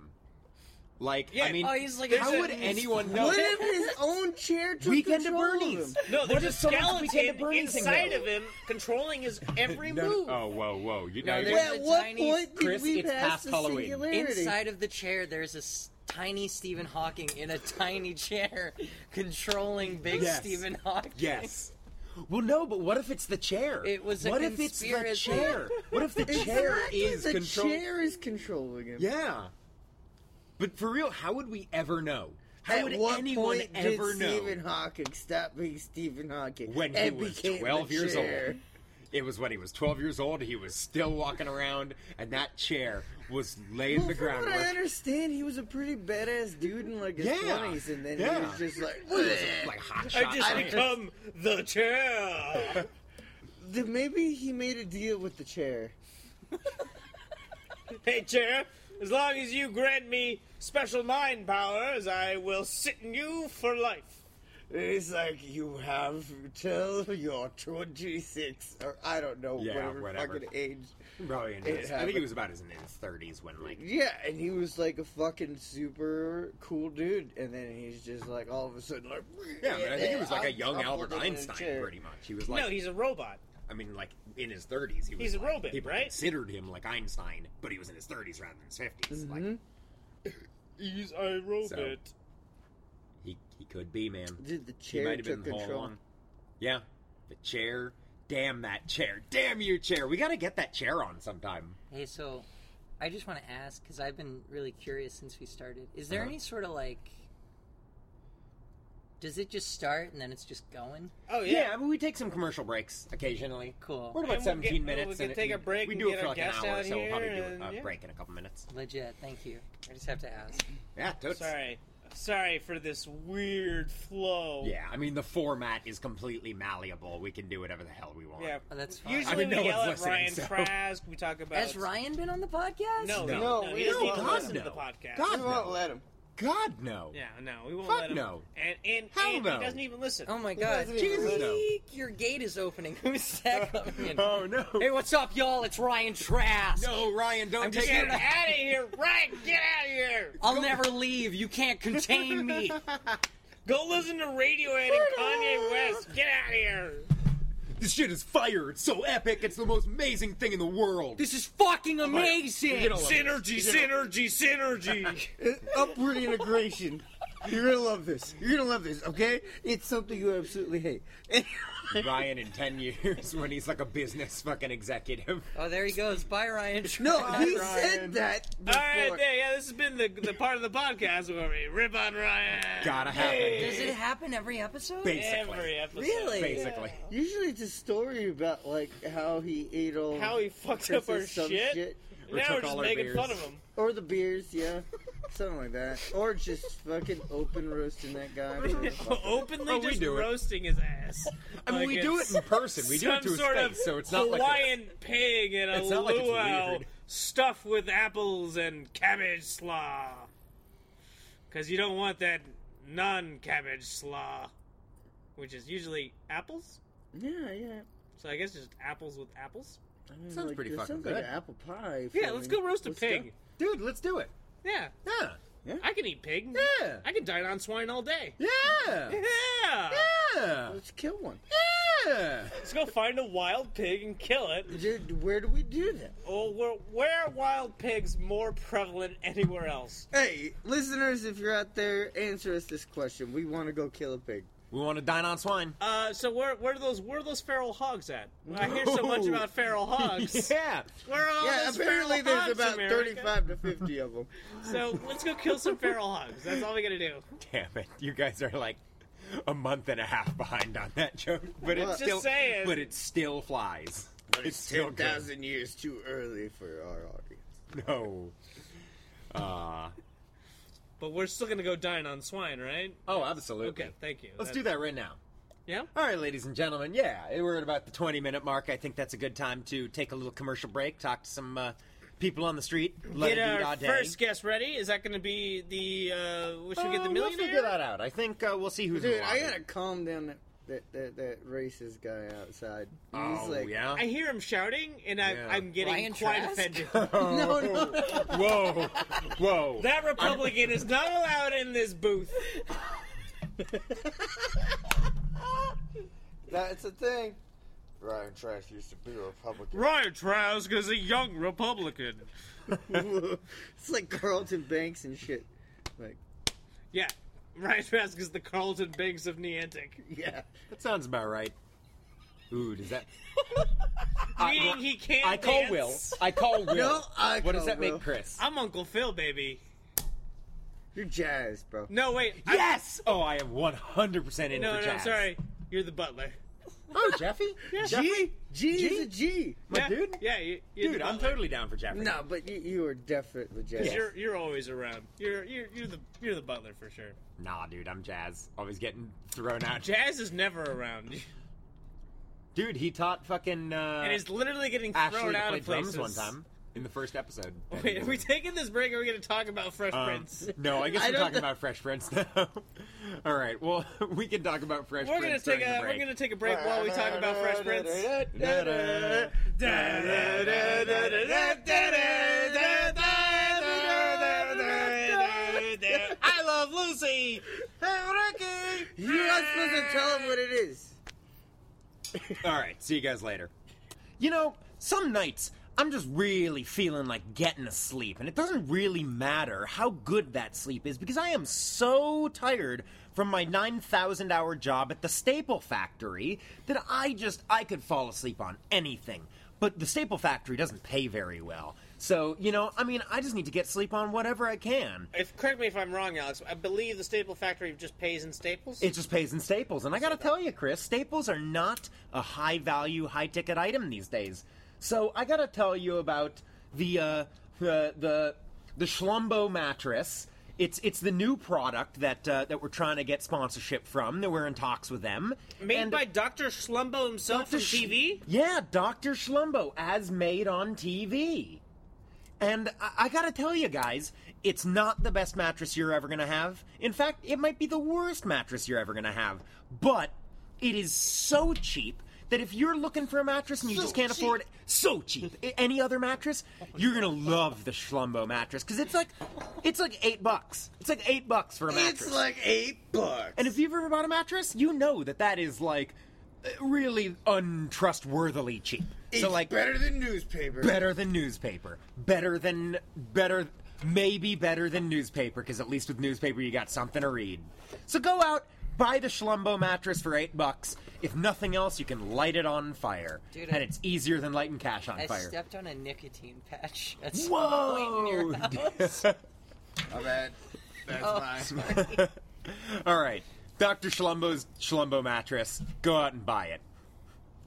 [SPEAKER 3] Like,
[SPEAKER 2] Yeah,
[SPEAKER 3] I mean,
[SPEAKER 4] Oh, he's like,
[SPEAKER 2] There's
[SPEAKER 3] how
[SPEAKER 2] a-
[SPEAKER 3] would anyone know?
[SPEAKER 1] What if his own chair took
[SPEAKER 3] Weekend at
[SPEAKER 1] control of
[SPEAKER 3] Bernie's.
[SPEAKER 1] him?
[SPEAKER 2] No, there's
[SPEAKER 3] if
[SPEAKER 2] a
[SPEAKER 3] someone's
[SPEAKER 2] skeleton
[SPEAKER 3] Weekend at Bernie's thing
[SPEAKER 2] inside
[SPEAKER 3] though?
[SPEAKER 2] of him controlling his every
[SPEAKER 3] No, no-
[SPEAKER 2] move.
[SPEAKER 3] oh, whoa, whoa! You know,
[SPEAKER 4] No,
[SPEAKER 3] you're-
[SPEAKER 4] there's
[SPEAKER 1] At
[SPEAKER 4] a
[SPEAKER 1] what
[SPEAKER 4] tiny-
[SPEAKER 1] point did
[SPEAKER 3] Chris,
[SPEAKER 1] we
[SPEAKER 3] it's
[SPEAKER 1] pass
[SPEAKER 3] past
[SPEAKER 1] the
[SPEAKER 3] Halloween.
[SPEAKER 1] singularity?
[SPEAKER 4] Inside of the chair, there's this tiny Stephen Hawking in a tiny chair controlling big
[SPEAKER 3] Yes.
[SPEAKER 4] Stephen Hawking.
[SPEAKER 3] yes. Well, no, but what if it's the chair?
[SPEAKER 4] It was a
[SPEAKER 3] What if it's the
[SPEAKER 4] conspiracy.
[SPEAKER 3] chair? What if the chair
[SPEAKER 1] Exactly,
[SPEAKER 3] is
[SPEAKER 1] the
[SPEAKER 3] controlling?
[SPEAKER 1] chair is controlling him.
[SPEAKER 3] Yeah. But for real, how would we ever know? How
[SPEAKER 1] At
[SPEAKER 3] would
[SPEAKER 1] what
[SPEAKER 3] anyone
[SPEAKER 1] point
[SPEAKER 3] ever
[SPEAKER 1] did
[SPEAKER 3] know?
[SPEAKER 1] Stephen Hawking stop being Stephen Hawking
[SPEAKER 3] When he
[SPEAKER 1] and
[SPEAKER 3] was
[SPEAKER 1] became the
[SPEAKER 3] 12 years
[SPEAKER 1] chair?
[SPEAKER 3] old. It was when he was 12 years old, he was still walking around, and that chair was laying
[SPEAKER 1] Well,
[SPEAKER 3] the
[SPEAKER 1] from what
[SPEAKER 3] groundwork.
[SPEAKER 1] I understand, he was a pretty badass dude in like his
[SPEAKER 3] Yeah,
[SPEAKER 1] twenties, and then
[SPEAKER 3] yeah.
[SPEAKER 1] he was just like,
[SPEAKER 3] He was a, like hot shot.
[SPEAKER 2] I just
[SPEAKER 3] man.
[SPEAKER 2] become the chair.
[SPEAKER 1] Then maybe he made a deal with the chair.
[SPEAKER 2] hey, chair. As long as you grant me special mind powers, I will sit in you for life.
[SPEAKER 1] It's like you have till you're 26, or I don't know,
[SPEAKER 3] Yeah,
[SPEAKER 1] whatever,
[SPEAKER 3] whatever.
[SPEAKER 1] fucking age.
[SPEAKER 3] Probably in
[SPEAKER 1] It
[SPEAKER 3] his, I think he
[SPEAKER 1] happened.
[SPEAKER 3] was about as in his 30s when like
[SPEAKER 1] Yeah, and he was like a fucking super cool dude, and then he's just like all of a sudden like.
[SPEAKER 3] yeah, but I think he was like a
[SPEAKER 1] I'm
[SPEAKER 3] young
[SPEAKER 1] toppled
[SPEAKER 3] Albert
[SPEAKER 1] into a
[SPEAKER 3] Einstein,
[SPEAKER 1] chair.
[SPEAKER 3] pretty much. He was like,
[SPEAKER 2] no, he's a robot.
[SPEAKER 3] I mean, like in his 30s. He was
[SPEAKER 2] He's a
[SPEAKER 3] like-
[SPEAKER 2] robot,
[SPEAKER 3] people
[SPEAKER 2] right?
[SPEAKER 3] Considered him like Einstein, but he was in his 30s rather than his 50s. Like
[SPEAKER 1] Mhm.
[SPEAKER 2] He's a robot.
[SPEAKER 3] he, he could be, man.
[SPEAKER 1] Dude, the
[SPEAKER 3] He
[SPEAKER 1] chair
[SPEAKER 3] might have been
[SPEAKER 1] took
[SPEAKER 3] the whole
[SPEAKER 1] control.
[SPEAKER 3] along. Yeah, the chair. Damn that chair. Damn your chair. We gotta get that chair on sometime.
[SPEAKER 4] Hey, so I just want to ask because I've been really curious since we started. Is there
[SPEAKER 3] Uh-huh.
[SPEAKER 4] any sort of like? Does it just start and then it's just going?
[SPEAKER 2] Oh
[SPEAKER 3] Yeah,
[SPEAKER 2] yeah.
[SPEAKER 3] I mean, we take some commercial breaks occasionally.
[SPEAKER 4] Cool.
[SPEAKER 3] We're at about
[SPEAKER 2] And we'll
[SPEAKER 3] 17
[SPEAKER 2] get-
[SPEAKER 3] minutes.
[SPEAKER 2] we can
[SPEAKER 3] and
[SPEAKER 2] take a break
[SPEAKER 3] We
[SPEAKER 2] and
[SPEAKER 3] do
[SPEAKER 2] get
[SPEAKER 3] it for
[SPEAKER 2] our
[SPEAKER 3] like an
[SPEAKER 2] guest
[SPEAKER 3] hour,
[SPEAKER 2] out
[SPEAKER 3] so we'll probably do
[SPEAKER 2] here
[SPEAKER 3] a, a
[SPEAKER 2] and- yeah.
[SPEAKER 3] break in a couple minutes.
[SPEAKER 4] Legit. Thank you. I just have to ask.
[SPEAKER 3] Yeah, totes.
[SPEAKER 2] Sorry. Sorry for this weird flow.
[SPEAKER 3] Yeah, I mean, the format is completely malleable. We can do whatever the hell we want.
[SPEAKER 2] Yeah.
[SPEAKER 4] Oh, that's fine.
[SPEAKER 2] Usually
[SPEAKER 3] I mean,
[SPEAKER 2] we
[SPEAKER 3] no
[SPEAKER 2] yell
[SPEAKER 3] one's
[SPEAKER 2] at Ryan
[SPEAKER 3] listening, so-
[SPEAKER 2] Frask. We talk about
[SPEAKER 4] Has Ryan been on the podcast?
[SPEAKER 2] No,
[SPEAKER 3] No.
[SPEAKER 2] no,
[SPEAKER 1] No,
[SPEAKER 2] he
[SPEAKER 1] we
[SPEAKER 2] doesn't
[SPEAKER 1] don't
[SPEAKER 2] even
[SPEAKER 1] want
[SPEAKER 2] listen
[SPEAKER 3] him.
[SPEAKER 2] to the podcast.
[SPEAKER 3] God.
[SPEAKER 1] We won't let him.
[SPEAKER 3] God, no.
[SPEAKER 2] Yeah, no, we won't
[SPEAKER 3] Fuck
[SPEAKER 2] let him.
[SPEAKER 3] no.
[SPEAKER 2] And and,
[SPEAKER 3] Hell
[SPEAKER 2] and
[SPEAKER 3] no.
[SPEAKER 2] he doesn't even listen.
[SPEAKER 4] Oh my God!
[SPEAKER 1] doesn't even
[SPEAKER 4] Jesus,
[SPEAKER 3] listen.
[SPEAKER 4] Eek, your gate is opening. Who's that coming in?
[SPEAKER 3] Oh, no.
[SPEAKER 4] Hey, what's up, y'all? It's Ryan Trask.
[SPEAKER 3] No, Ryan, don't
[SPEAKER 4] I'm
[SPEAKER 3] take
[SPEAKER 4] just
[SPEAKER 2] Get
[SPEAKER 3] it.
[SPEAKER 4] here
[SPEAKER 2] out of here, Ryan! Get out of here!
[SPEAKER 4] I'll never leave. You can't contain me.
[SPEAKER 2] Go listen to Radiohead and Kanye West. Get out of here!
[SPEAKER 3] This shit is fire. It's so epic. It's the most amazing thing in the world.
[SPEAKER 4] This is fucking amazing.
[SPEAKER 3] You know, like-
[SPEAKER 2] Synergy, synergy, synergy.
[SPEAKER 1] Upward integration. You're gonna love this. You're gonna love this, okay? It's something you absolutely hate.
[SPEAKER 3] Ryan in 10 years when he's like a business fucking executive.
[SPEAKER 4] oh, there he goes. Bye, Ryan. Trask.
[SPEAKER 1] No, he
[SPEAKER 3] Ryan.
[SPEAKER 1] said that
[SPEAKER 2] All
[SPEAKER 1] before.
[SPEAKER 2] right, there, yeah, this has been the, the part of the podcast where we rip on Ryan.
[SPEAKER 3] Gotta happen.
[SPEAKER 4] Does it happen every episode?
[SPEAKER 3] Basically.
[SPEAKER 2] Every episode.
[SPEAKER 4] Really?
[SPEAKER 3] Basically.
[SPEAKER 1] Usually it's a story about like how he ate all
[SPEAKER 2] How he fucked
[SPEAKER 1] Chris's
[SPEAKER 2] up our
[SPEAKER 1] some
[SPEAKER 2] shit.
[SPEAKER 3] Or
[SPEAKER 2] now
[SPEAKER 3] took
[SPEAKER 2] we're
[SPEAKER 3] all
[SPEAKER 2] just
[SPEAKER 3] our
[SPEAKER 2] making
[SPEAKER 3] beers.
[SPEAKER 2] fun of him.
[SPEAKER 1] Or the beers, yeah. Something like that. Or just fucking open roasting that guy. for a fucking-
[SPEAKER 2] Openly
[SPEAKER 3] Oh, we
[SPEAKER 2] just
[SPEAKER 3] do it.
[SPEAKER 2] roasting his ass.
[SPEAKER 3] I mean, we do it in person. We do it to
[SPEAKER 2] Some
[SPEAKER 3] his
[SPEAKER 2] sort
[SPEAKER 3] face,
[SPEAKER 2] of
[SPEAKER 3] so it's not like a-
[SPEAKER 2] Hawaiian pig and a
[SPEAKER 3] It's not like it's
[SPEAKER 2] luau
[SPEAKER 3] weird.
[SPEAKER 2] stuffed with apples and cabbage slaw. Because you don't want that non-cabbage slaw, which is usually apples.
[SPEAKER 1] yeah, yeah.
[SPEAKER 2] So I guess just apples with apples.
[SPEAKER 1] I mean,
[SPEAKER 3] Sounds pretty
[SPEAKER 1] that
[SPEAKER 3] fucking
[SPEAKER 1] sounds like
[SPEAKER 3] good.
[SPEAKER 1] an apple pie.
[SPEAKER 2] Yeah, let's go
[SPEAKER 1] filling.
[SPEAKER 2] roast a
[SPEAKER 1] Let's
[SPEAKER 2] pig.
[SPEAKER 1] go.
[SPEAKER 3] Dude, let's do it.
[SPEAKER 2] Yeah,
[SPEAKER 3] Yeah.
[SPEAKER 2] I can eat pig.
[SPEAKER 3] Yeah.
[SPEAKER 2] I can dine on swine all day.
[SPEAKER 3] Yeah.
[SPEAKER 2] Yeah.
[SPEAKER 3] Yeah.
[SPEAKER 1] Let's kill one.
[SPEAKER 3] Yeah.
[SPEAKER 2] Let's go find a wild pig and kill it.
[SPEAKER 1] Dude, where do we do that?
[SPEAKER 2] Well, where, where are wild pigs more prevalent anywhere else?
[SPEAKER 1] Hey, listeners, if you're out there, answer us this question. We want to go kill a pig.
[SPEAKER 3] We want to dine on swine.
[SPEAKER 2] Uh, so where where are those where are those feral hogs at? I hear so much
[SPEAKER 3] Ooh.
[SPEAKER 2] about feral hogs.
[SPEAKER 3] yeah.
[SPEAKER 2] Where are all
[SPEAKER 1] Yeah,
[SPEAKER 2] those
[SPEAKER 1] apparently
[SPEAKER 2] feral
[SPEAKER 1] there's
[SPEAKER 2] hogs,
[SPEAKER 1] about
[SPEAKER 2] America?
[SPEAKER 1] 35 to 50 of them.
[SPEAKER 2] So let's go kill some feral hogs. That's all we gotta do.
[SPEAKER 3] Damn it. You guys are like a month and a half behind on that joke. But
[SPEAKER 1] Well,
[SPEAKER 3] it's
[SPEAKER 1] Just
[SPEAKER 3] still
[SPEAKER 2] saying.
[SPEAKER 3] but it still flies.
[SPEAKER 1] But it's
[SPEAKER 3] still good.
[SPEAKER 1] 10,000 years too early for our audience.
[SPEAKER 3] No. Uh,
[SPEAKER 2] But we're still gonna go dine on swine, right?
[SPEAKER 3] oh, absolutely.
[SPEAKER 2] Okay, thank you.
[SPEAKER 3] Let's do that right now.
[SPEAKER 2] Yeah.
[SPEAKER 3] All right, ladies and gentlemen. Yeah, we're at about the 20 minute mark. I think that's a good time to take a little commercial break, talk to some uh, people on the street. Let
[SPEAKER 2] Get
[SPEAKER 3] it be da
[SPEAKER 2] our
[SPEAKER 3] day.
[SPEAKER 2] first guest ready. Is that gonna be the? Uh, we should we get the
[SPEAKER 3] Uh, We'll
[SPEAKER 2] millionaire.
[SPEAKER 3] figure that out. I think uh, we'll see who's in
[SPEAKER 1] Dude, I
[SPEAKER 3] line.
[SPEAKER 1] gotta calm down that, that, that, that racist guy outside. He's
[SPEAKER 3] Oh
[SPEAKER 1] like,
[SPEAKER 3] yeah.
[SPEAKER 2] I hear him shouting, and I,
[SPEAKER 3] Yeah. Oh.
[SPEAKER 2] I'm getting
[SPEAKER 4] Ryan
[SPEAKER 2] quite
[SPEAKER 4] Trask?
[SPEAKER 2] offended.
[SPEAKER 1] No, no.
[SPEAKER 3] Whoa, whoa.
[SPEAKER 2] That Republican is not allowed in this booth.
[SPEAKER 1] That's the thing. Ryan Trash used to be a Republican.
[SPEAKER 2] Ryan Trask is a young Republican.
[SPEAKER 1] it's like Carlton Banks and shit. Like,
[SPEAKER 2] Yeah, Ryan Trask is the Carlton Banks of Niantic.
[SPEAKER 1] yeah.
[SPEAKER 3] that sounds about right. Ooh, does that?
[SPEAKER 2] Meaning he can't.
[SPEAKER 3] I call
[SPEAKER 2] dance.
[SPEAKER 3] Will. I call Will.
[SPEAKER 1] No, I
[SPEAKER 3] what does
[SPEAKER 1] call
[SPEAKER 3] that
[SPEAKER 1] Will.
[SPEAKER 3] make, Chris?
[SPEAKER 2] Oh, I'm Uncle Phil, baby.
[SPEAKER 1] You're jazz, bro.
[SPEAKER 2] No, wait. I-
[SPEAKER 3] yes. Oh, I am 100 percent in
[SPEAKER 2] no,
[SPEAKER 3] for
[SPEAKER 2] no,
[SPEAKER 3] jazz.
[SPEAKER 2] sorry. You're the butler.
[SPEAKER 3] Oh, Jeffy. Jeffy.
[SPEAKER 1] G? G
[SPEAKER 3] G?
[SPEAKER 1] is a G.
[SPEAKER 3] My
[SPEAKER 2] yeah,
[SPEAKER 3] dude.
[SPEAKER 2] Yeah, you, you're
[SPEAKER 3] Dude,
[SPEAKER 2] the
[SPEAKER 3] I'm
[SPEAKER 2] butler.
[SPEAKER 3] totally down for Jeffy.
[SPEAKER 1] No, but you, you are definitely jazz.
[SPEAKER 2] You're you're always around. You're you're you're the you're the butler for sure.
[SPEAKER 3] Nah, dude, I'm Jazz. Always getting thrown out.
[SPEAKER 2] Jazz is never around,
[SPEAKER 3] dude, he taught fucking uh,
[SPEAKER 2] and is literally getting
[SPEAKER 3] Ashley
[SPEAKER 2] thrown
[SPEAKER 3] to
[SPEAKER 2] out
[SPEAKER 3] play
[SPEAKER 2] of places.
[SPEAKER 3] drums one time in the first episode.
[SPEAKER 2] Wait, are we taking this break? Or are we going to talk about Fresh
[SPEAKER 3] Um,
[SPEAKER 2] Prince?
[SPEAKER 3] No, I guess
[SPEAKER 1] I
[SPEAKER 3] we're
[SPEAKER 1] don't
[SPEAKER 3] talking
[SPEAKER 1] know.
[SPEAKER 3] about Fresh Prince now. All right, well, we can talk about Fresh
[SPEAKER 2] We're gonna
[SPEAKER 3] Prince
[SPEAKER 2] take
[SPEAKER 3] during
[SPEAKER 2] a
[SPEAKER 3] the
[SPEAKER 2] we're
[SPEAKER 3] break.
[SPEAKER 2] gonna take a break while we talk about Fresh Prince.
[SPEAKER 3] Da-da.
[SPEAKER 2] I love Lucy.
[SPEAKER 1] You're not supposed to tell him what it is.
[SPEAKER 3] All right, see you guys later. You know, some nights I'm just really feeling like getting a sleep, and it doesn't really matter how good that sleep is because I am so tired from my 9,000 hour job at the staple factory that I just I could fall asleep on anything. But the staple factory doesn't pay very well. So, you know, I mean, I just need to get sleep on whatever I can.
[SPEAKER 2] If correct me if I'm wrong, Alex. I believe the Staple Factory just pays in staples.
[SPEAKER 3] It just pays in staples. And I got to tell you, Chris, staples are not a high value, high ticket item these days. So I got to tell you about the, uh, the, the, the Schlumbo mattress. It's, it's the new product that, uh, that we're trying to get sponsorship from, that we're in talks with them.
[SPEAKER 2] Made
[SPEAKER 3] And-
[SPEAKER 2] by Doctor Schlumbo himself
[SPEAKER 3] Dr.
[SPEAKER 2] from
[SPEAKER 3] Sch-
[SPEAKER 2] TV.
[SPEAKER 3] yeah, Dr. Schlumbo, as made on TV. And I, I gotta tell you guys, it's not the best mattress you're ever gonna have. In fact, it might be the worst mattress you're ever gonna have. But it is so cheap that if you're looking for a mattress and you just can't afford it, so cheap, a- any other mattress, you're gonna love the Schlumbo mattress because it's like, it's like eight bucks. It's like eight bucks for a mattress.
[SPEAKER 1] It's like eight bucks.
[SPEAKER 3] And if you've ever bought a mattress, you know that that is like really untrustworthily cheap.
[SPEAKER 1] it's
[SPEAKER 3] so like
[SPEAKER 1] better than newspaper.
[SPEAKER 3] better than newspaper, better than better maybe better than newspaper because at least with newspaper you got something to read. So go out, buy the Schlumbo mattress for 8 bucks. If nothing else, you can light it on fire.
[SPEAKER 4] Dude,
[SPEAKER 3] and
[SPEAKER 4] I-
[SPEAKER 3] it's easier than lighting cash on
[SPEAKER 4] I
[SPEAKER 3] fire.
[SPEAKER 4] stepped on a nicotine patch at some point in
[SPEAKER 3] Whoa!
[SPEAKER 4] your house.
[SPEAKER 1] My bad. That's mine.
[SPEAKER 3] All right. Dr. Schlumbo's Schlumbo mattress. Go out and buy it.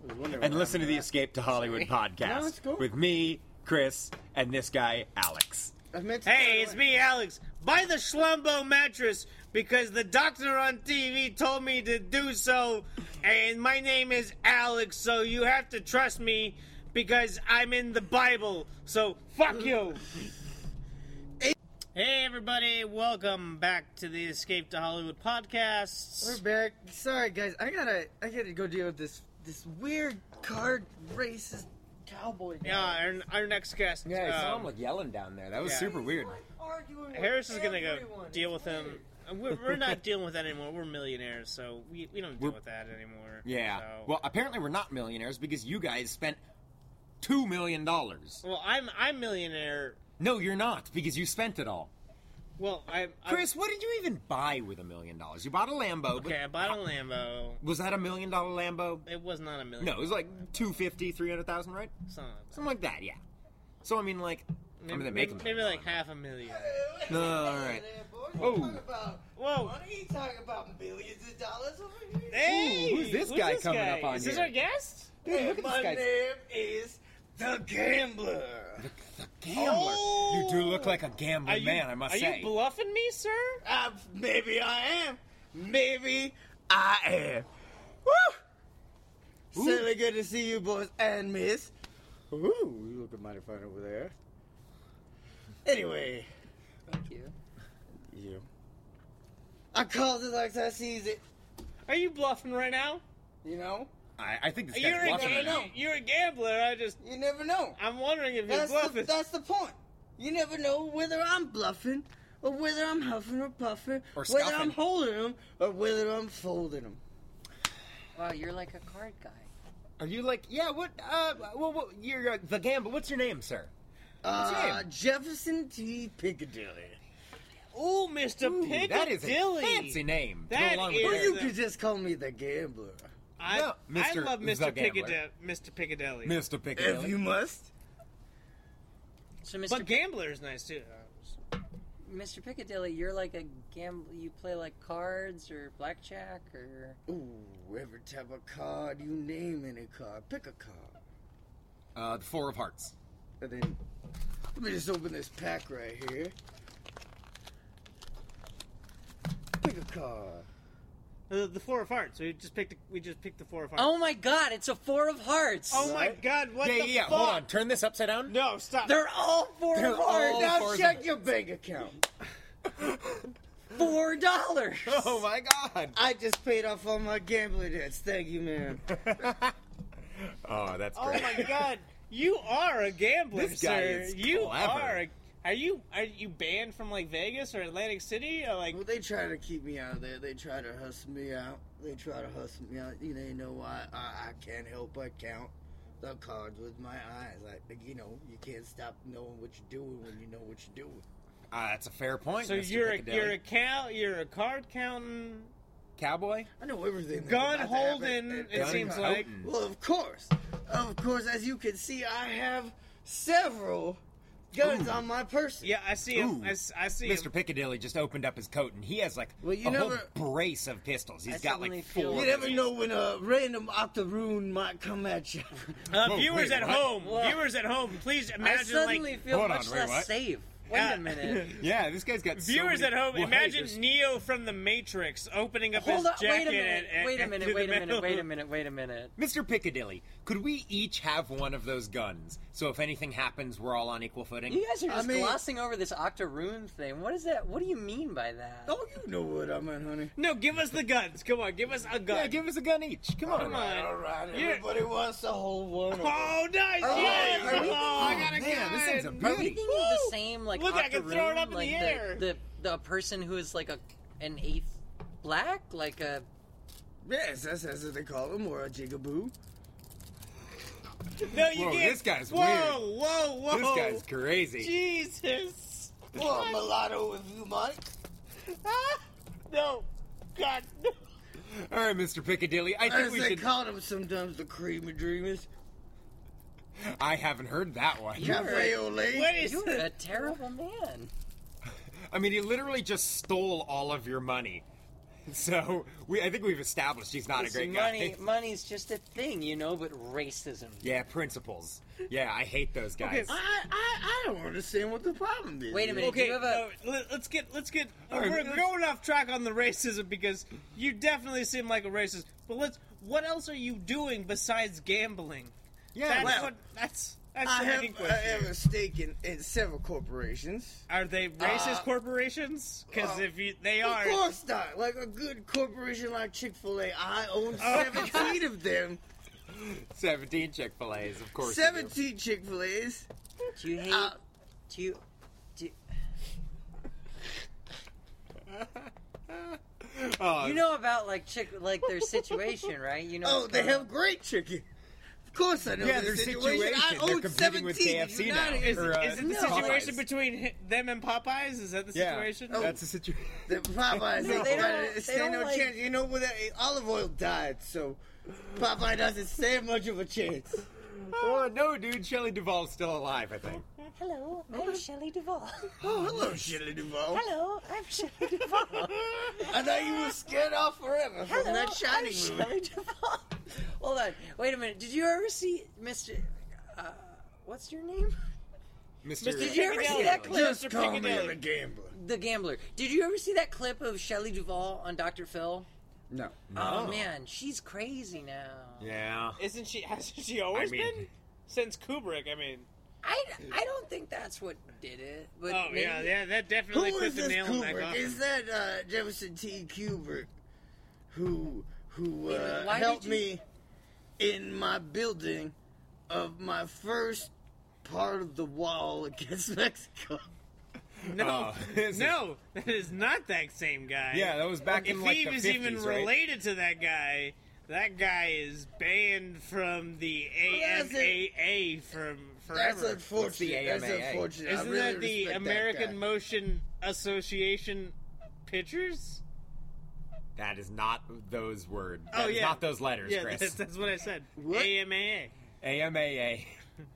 [SPEAKER 1] I wonder what
[SPEAKER 3] and listen to
[SPEAKER 1] happened
[SPEAKER 3] the Escape to Hollywood
[SPEAKER 1] No,
[SPEAKER 3] podcast
[SPEAKER 1] it's cool.
[SPEAKER 3] with me, Chris, and this guy, Alex.
[SPEAKER 1] that. I meant to
[SPEAKER 2] Hey,
[SPEAKER 1] throw
[SPEAKER 2] it's
[SPEAKER 1] it
[SPEAKER 2] me, Alex. Buy the Schlumbo mattress because the doctor on TV told me to do so, and my name is Alex, so you have to trust me because I'm in the Bible. So fuck you. Hey, everybody, welcome back to the Escape to Hollywood
[SPEAKER 1] We're
[SPEAKER 2] podcast.
[SPEAKER 1] back. Sorry, guys. I gotta, I gotta go deal with this, this weird card racist cowboy. Guy.
[SPEAKER 2] Yeah, our, our next guest. um,
[SPEAKER 3] yelling down there. That was
[SPEAKER 2] yeah. super
[SPEAKER 3] weird.
[SPEAKER 1] Arguing with
[SPEAKER 2] Harris is gonna go
[SPEAKER 1] everyone.
[SPEAKER 2] deal with him. We're, we're not dealing with that anymore. We're millionaires, so we, we don't deal
[SPEAKER 3] We're-
[SPEAKER 2] with that anymore.
[SPEAKER 3] Yeah.
[SPEAKER 2] So-
[SPEAKER 3] Well, apparently we're not millionaires because you guys spent two million dollars.
[SPEAKER 2] Well, I'm I'm millionaire.
[SPEAKER 3] No, you're not because you spent it all.
[SPEAKER 2] Well, I, I
[SPEAKER 3] Chris, what did you even buy with a million dollars? You bought a Lambo. but-
[SPEAKER 2] Okay, I bought a Lambo.
[SPEAKER 3] Was that a million dollar Lambo?
[SPEAKER 2] It was not a million.
[SPEAKER 3] No, it was like 250, 300,000, right?
[SPEAKER 2] something like that.
[SPEAKER 3] Something like that, yeah. So, I mean, like, I mean,
[SPEAKER 2] Maybe,
[SPEAKER 3] they make
[SPEAKER 2] maybe-
[SPEAKER 3] them.
[SPEAKER 2] maybe like half a million.
[SPEAKER 3] No, all right.
[SPEAKER 1] Oh.
[SPEAKER 3] Oh.
[SPEAKER 1] Talking about
[SPEAKER 2] Whoa!
[SPEAKER 1] money, talking about millions of dollars over here.
[SPEAKER 2] Oh. Hey,
[SPEAKER 3] who's this guy coming up on
[SPEAKER 2] Is this
[SPEAKER 3] here?
[SPEAKER 2] our guest?
[SPEAKER 3] Dude, look at this
[SPEAKER 1] My
[SPEAKER 3] guy's
[SPEAKER 1] name is the Gambler.
[SPEAKER 3] gambler. You do look like a gambler
[SPEAKER 2] Are you,
[SPEAKER 3] Oh, man, I must
[SPEAKER 2] are
[SPEAKER 3] say.
[SPEAKER 2] you bluffing me, sir?
[SPEAKER 1] Uh, maybe I am. Maybe I am. Woo!
[SPEAKER 3] Ooh.
[SPEAKER 1] Certainly good to see you, boys and miss. Ooh, you looking mighty fine over there. Anyway,
[SPEAKER 4] Thank you.
[SPEAKER 1] you. I called it like I sees it.
[SPEAKER 2] Are you bluffing right now?
[SPEAKER 1] You know,
[SPEAKER 3] I, I think this
[SPEAKER 2] You're
[SPEAKER 3] guy's
[SPEAKER 2] a,
[SPEAKER 3] bluffing.
[SPEAKER 1] I
[SPEAKER 3] right now.
[SPEAKER 1] know.
[SPEAKER 2] gam- you're a gambler. I just
[SPEAKER 1] you never know.
[SPEAKER 2] I'm wondering if you're
[SPEAKER 1] That's the,
[SPEAKER 2] bluffing.
[SPEAKER 1] that's the point. You never know whether I'm bluffing or whether I'm huffing or puffing,
[SPEAKER 3] Or
[SPEAKER 1] whether
[SPEAKER 3] scuffing.
[SPEAKER 1] I'm holding them or whether I'm folding them.
[SPEAKER 4] Wow, you're like a card guy.
[SPEAKER 3] Are you like, yeah, what, uh, well, what, you're uh, the gambler. What's your name, sir? your
[SPEAKER 1] Uh,
[SPEAKER 3] name?
[SPEAKER 1] Jefferson T. Piccadilly.
[SPEAKER 2] Ooh, Mr.
[SPEAKER 3] Ooh,
[SPEAKER 2] Piccadilly.
[SPEAKER 3] that is a fancy name. to go
[SPEAKER 2] That
[SPEAKER 3] along with
[SPEAKER 1] Or
[SPEAKER 2] is-
[SPEAKER 1] you could just call me the Gambler.
[SPEAKER 2] I,
[SPEAKER 3] No,
[SPEAKER 2] I
[SPEAKER 3] Mr.
[SPEAKER 2] love
[SPEAKER 3] the
[SPEAKER 2] Mr. Piccadilly.
[SPEAKER 3] Gambler.
[SPEAKER 2] Mr. Piccadilly.
[SPEAKER 3] Mr. Piccadilly.
[SPEAKER 1] must.
[SPEAKER 4] So, Mr.
[SPEAKER 2] But gambler is nice too.
[SPEAKER 4] Mr. Piccadilly, you're like a gamble. You play like cards or blackjack or.
[SPEAKER 1] Ooh, every type of card you name any card, pick a card.
[SPEAKER 3] Uh, the Four of Hearts.
[SPEAKER 1] And then let me just open this pack right here. Pick a card.
[SPEAKER 2] The, Uh, the four of hearts. We just picked. We just picked the four of hearts.
[SPEAKER 4] Oh my God! It's a four of hearts.
[SPEAKER 2] Oh my
[SPEAKER 1] Right?
[SPEAKER 2] God! What
[SPEAKER 3] Yeah, yeah,
[SPEAKER 2] the
[SPEAKER 3] yeah.
[SPEAKER 2] fuck?
[SPEAKER 3] Hold on. Turn this upside down.
[SPEAKER 2] No, stop.
[SPEAKER 4] They're all 4
[SPEAKER 3] They're
[SPEAKER 4] of hearts.
[SPEAKER 3] all-
[SPEAKER 1] now
[SPEAKER 3] fours
[SPEAKER 1] check your bank account.
[SPEAKER 4] Four dollars.
[SPEAKER 3] Oh, my God.
[SPEAKER 1] I just paid off all my gambling debts. Thank you, man.
[SPEAKER 3] Oh, that's
[SPEAKER 2] Oh my god, you are a gambler,
[SPEAKER 3] This guy
[SPEAKER 2] sir.
[SPEAKER 3] is
[SPEAKER 2] you
[SPEAKER 3] clever.
[SPEAKER 2] are. A, are you are you banned from like Vegas or Atlantic City? Or, like
[SPEAKER 1] Well, they try to keep me out of there. They try to hustle me out. They try to hustle me out. You know, you know why? I, I can't help but count the cards with my eyes. Like, like, you know, you can't stop knowing what you're doing when you know what you're doing.
[SPEAKER 3] Uh, that's a fair point.
[SPEAKER 2] so
[SPEAKER 3] Mr.
[SPEAKER 2] you're a,
[SPEAKER 3] Piccadilly.
[SPEAKER 2] you're a cow you're a card counting
[SPEAKER 3] cowboy.
[SPEAKER 1] I know everything. that's
[SPEAKER 2] gun
[SPEAKER 1] about to happen
[SPEAKER 2] holding.
[SPEAKER 1] at-
[SPEAKER 2] It
[SPEAKER 1] at-
[SPEAKER 3] Gun
[SPEAKER 2] seems
[SPEAKER 3] ho-
[SPEAKER 2] like
[SPEAKER 3] holding.
[SPEAKER 1] Well, of course, of course. As you can see, I have several guns on my person.
[SPEAKER 2] yeah. I see him.
[SPEAKER 3] Ooh.
[SPEAKER 2] I, s- I see
[SPEAKER 3] Mr.
[SPEAKER 2] him.
[SPEAKER 3] Piccadilly just opened up his coat and he has like
[SPEAKER 1] Well, you
[SPEAKER 3] a
[SPEAKER 1] never-
[SPEAKER 3] whole brace of pistols. He's
[SPEAKER 4] I
[SPEAKER 3] got like
[SPEAKER 4] suddenly
[SPEAKER 3] four.
[SPEAKER 4] feel-
[SPEAKER 1] You never know when a random octoroon might come at you.
[SPEAKER 2] Uh,
[SPEAKER 3] Whoa,
[SPEAKER 2] viewers
[SPEAKER 3] wait,
[SPEAKER 2] at
[SPEAKER 3] what?
[SPEAKER 2] home,
[SPEAKER 4] Whoa.
[SPEAKER 2] viewers at home, please
[SPEAKER 4] I
[SPEAKER 2] imagine
[SPEAKER 4] suddenly
[SPEAKER 2] like.
[SPEAKER 4] feel
[SPEAKER 3] Hold
[SPEAKER 4] much
[SPEAKER 3] on, wait,
[SPEAKER 4] less
[SPEAKER 3] what?
[SPEAKER 4] safe. Wait
[SPEAKER 2] Yeah.
[SPEAKER 4] a minute.
[SPEAKER 3] Yeah, this guy's got
[SPEAKER 2] Viewers
[SPEAKER 3] so
[SPEAKER 2] at
[SPEAKER 3] many...
[SPEAKER 2] home,
[SPEAKER 3] Well, hey,
[SPEAKER 2] imagine
[SPEAKER 3] there's-
[SPEAKER 2] Neo from The Matrix opening up his
[SPEAKER 4] Hold on. Wait
[SPEAKER 2] jacket.
[SPEAKER 4] a minute.
[SPEAKER 2] and-
[SPEAKER 4] Wait a
[SPEAKER 2] and-
[SPEAKER 4] minute.
[SPEAKER 2] to the
[SPEAKER 4] Wait a
[SPEAKER 2] middle.
[SPEAKER 4] minute. Wait a minute. Wait a minute.
[SPEAKER 3] Mr. Piccadilly, could we each have one of those guns? So if anything happens, we're all on equal footing.
[SPEAKER 4] You guys are
[SPEAKER 1] I
[SPEAKER 4] just
[SPEAKER 1] mean-
[SPEAKER 4] glossing over this octoroon thing. What is that? What do you mean by that?
[SPEAKER 1] Oh, you know what I mean, honey.
[SPEAKER 2] No, give us the guns. Come on, give us a gun.
[SPEAKER 3] Yeah, give us a gun each. Come on.
[SPEAKER 2] Come on.
[SPEAKER 1] All right,
[SPEAKER 2] You're-
[SPEAKER 1] everybody wants to hold one. of them.
[SPEAKER 2] Oh, nice!
[SPEAKER 1] Oh,
[SPEAKER 2] yes!
[SPEAKER 1] are we-
[SPEAKER 2] Oh, I got a
[SPEAKER 3] Man, this thing's a
[SPEAKER 2] gun.
[SPEAKER 4] Are we
[SPEAKER 3] beauty.
[SPEAKER 4] thinking
[SPEAKER 2] Woo!
[SPEAKER 4] the same like
[SPEAKER 2] Look,
[SPEAKER 4] octoroon?
[SPEAKER 2] I can throw it up in the
[SPEAKER 4] like
[SPEAKER 2] air.
[SPEAKER 4] The, the the person who is like a an eighth black, like a
[SPEAKER 1] Yes, that's, that's what they call them, or a jigaboo.
[SPEAKER 2] No, you
[SPEAKER 3] Whoa,
[SPEAKER 2] can't.
[SPEAKER 3] this guy's
[SPEAKER 2] whoa,
[SPEAKER 3] weird.
[SPEAKER 2] Whoa, whoa,
[SPEAKER 3] This guy's crazy.
[SPEAKER 2] Jesus.
[SPEAKER 1] Well, a mulatto, if you might.
[SPEAKER 2] Ah, no. God, no.
[SPEAKER 3] All right, Mr. Piccadilly, I think
[SPEAKER 1] As
[SPEAKER 3] we
[SPEAKER 1] they
[SPEAKER 3] should.
[SPEAKER 1] call them sometimes, the cream of dreamers.
[SPEAKER 3] I haven't heard that one.
[SPEAKER 1] Cafe au lait.
[SPEAKER 2] What is
[SPEAKER 4] you're
[SPEAKER 2] this?
[SPEAKER 4] a terrible man.
[SPEAKER 3] I mean, he literally just stole all of your money. So we, I think we've established he's not
[SPEAKER 4] It's
[SPEAKER 3] a great
[SPEAKER 4] money,
[SPEAKER 3] guy.
[SPEAKER 4] money's just a thing, you know. But racism.
[SPEAKER 3] Yeah, principles. Yeah, I hate those guys.
[SPEAKER 2] Okay.
[SPEAKER 1] I, I, I don't understand what the problem is.
[SPEAKER 4] Wait a minute. Do
[SPEAKER 2] Okay,
[SPEAKER 4] you have a-
[SPEAKER 2] no, let, us get let's get
[SPEAKER 3] All right,
[SPEAKER 2] we're
[SPEAKER 3] let's-
[SPEAKER 2] going off track on the racism because you definitely seem like a racist. But let's what else are you doing besides gambling?
[SPEAKER 3] yeah,
[SPEAKER 2] That's
[SPEAKER 1] well,
[SPEAKER 2] what that's that's
[SPEAKER 1] I
[SPEAKER 2] the
[SPEAKER 1] have,
[SPEAKER 2] main
[SPEAKER 1] I
[SPEAKER 2] question.
[SPEAKER 1] have a stake in, in several corporations.
[SPEAKER 2] Are they racist
[SPEAKER 1] Uh,
[SPEAKER 2] corporations? Because
[SPEAKER 1] uh,
[SPEAKER 2] if you, they
[SPEAKER 1] Of
[SPEAKER 2] are,
[SPEAKER 1] course not. Like a good corporation like Chick fil A, I own
[SPEAKER 3] Oh,
[SPEAKER 1] 17 of them.
[SPEAKER 3] seventeen Chick Fil A's, of course. you do.
[SPEAKER 1] 17 Chick fil A's.
[SPEAKER 4] Do you hate?
[SPEAKER 1] Uh,
[SPEAKER 4] do you? Do,
[SPEAKER 3] Oh,
[SPEAKER 2] Oh,
[SPEAKER 4] you know about like chick like their situation, right? You know.
[SPEAKER 1] Oh,
[SPEAKER 4] what's
[SPEAKER 1] they
[SPEAKER 3] Oh,
[SPEAKER 4] going on.
[SPEAKER 1] have great chicken. Of course I know
[SPEAKER 3] Yeah,
[SPEAKER 1] this
[SPEAKER 3] their
[SPEAKER 1] situation. I
[SPEAKER 3] situation. They're
[SPEAKER 1] owned
[SPEAKER 3] competing
[SPEAKER 1] 17.
[SPEAKER 3] with
[SPEAKER 1] Did
[SPEAKER 3] KFC
[SPEAKER 1] you not?
[SPEAKER 3] now.
[SPEAKER 1] Is-
[SPEAKER 3] Or, uh,
[SPEAKER 1] is
[SPEAKER 2] Is it the
[SPEAKER 1] No.
[SPEAKER 2] situation between hi- them and Popeyes? Is that the
[SPEAKER 3] Yeah,
[SPEAKER 2] situation?
[SPEAKER 1] Oh,
[SPEAKER 3] that's the situation.
[SPEAKER 1] The Popeyes,
[SPEAKER 5] No,
[SPEAKER 1] they
[SPEAKER 5] they
[SPEAKER 1] don't,
[SPEAKER 5] don't-
[SPEAKER 1] they
[SPEAKER 5] they
[SPEAKER 1] stand
[SPEAKER 5] don't
[SPEAKER 1] no
[SPEAKER 5] like-
[SPEAKER 1] chance. You know, with that, olive oil died, so Popeye doesn't stand much of a chance.
[SPEAKER 3] Oh no, dude, Shelley Duvall's still alive, I think.
[SPEAKER 5] Hello, I'm Shelley Duvall.
[SPEAKER 1] Oh, hello, Shelley Duvall.
[SPEAKER 5] Hello, I'm Shelley Duvall.
[SPEAKER 1] I thought you were scared off forever from
[SPEAKER 5] Hello,
[SPEAKER 1] that Shining
[SPEAKER 5] I'm
[SPEAKER 1] movie.
[SPEAKER 5] Shelley Duvall.
[SPEAKER 4] Hold on. Wait a minute. Did you ever see Mr. Uh, what's your name?
[SPEAKER 3] Mr.
[SPEAKER 4] Did you ever see that clip?
[SPEAKER 1] Just call me the gambler.
[SPEAKER 4] The Gambler. Did you ever see that clip of Shelley Duvall on Dr. Phil?
[SPEAKER 1] No.
[SPEAKER 4] Oh, man, she's crazy now.
[SPEAKER 3] Yeah.
[SPEAKER 2] Isn't she? Hasn't she always
[SPEAKER 3] I mean-
[SPEAKER 2] been? Since Kubrick, I mean.
[SPEAKER 4] I, I don't think that's what did it. But
[SPEAKER 2] Oh
[SPEAKER 4] maybe-
[SPEAKER 2] yeah, yeah, that
[SPEAKER 1] Who
[SPEAKER 2] definitely
[SPEAKER 1] is
[SPEAKER 2] put the
[SPEAKER 1] this
[SPEAKER 2] nail in that
[SPEAKER 1] Kubrick? Is
[SPEAKER 2] coffin.
[SPEAKER 1] that uh, Jefferson T. Kubrick who who
[SPEAKER 4] minute,
[SPEAKER 1] uh,
[SPEAKER 4] why did
[SPEAKER 1] helped
[SPEAKER 4] you-
[SPEAKER 1] me in my building of my first part of the wall against Mexico?
[SPEAKER 2] No,
[SPEAKER 3] Oh, this is-
[SPEAKER 2] no, that is not that same guy.
[SPEAKER 3] Yeah, that was back
[SPEAKER 2] If
[SPEAKER 3] in like
[SPEAKER 2] he
[SPEAKER 3] the
[SPEAKER 2] was
[SPEAKER 3] 50s,
[SPEAKER 2] even
[SPEAKER 3] right?
[SPEAKER 2] related to that guy, that guy is banned from the
[SPEAKER 1] Well, that's it.
[SPEAKER 2] AMAA from
[SPEAKER 1] That's
[SPEAKER 2] forever.
[SPEAKER 1] unfortunate. That's
[SPEAKER 3] AMAA?
[SPEAKER 1] unfortunate. I
[SPEAKER 2] Isn't
[SPEAKER 1] really
[SPEAKER 2] that the
[SPEAKER 1] respect
[SPEAKER 2] American
[SPEAKER 1] guy.
[SPEAKER 2] Motion Association pictures?
[SPEAKER 3] That is not those words.
[SPEAKER 2] Oh,
[SPEAKER 3] That is
[SPEAKER 2] yeah.
[SPEAKER 3] not those letters,
[SPEAKER 2] yeah,
[SPEAKER 3] Chris.
[SPEAKER 2] That's, that's what I said.
[SPEAKER 1] What?
[SPEAKER 2] AMAA.
[SPEAKER 3] AMAA.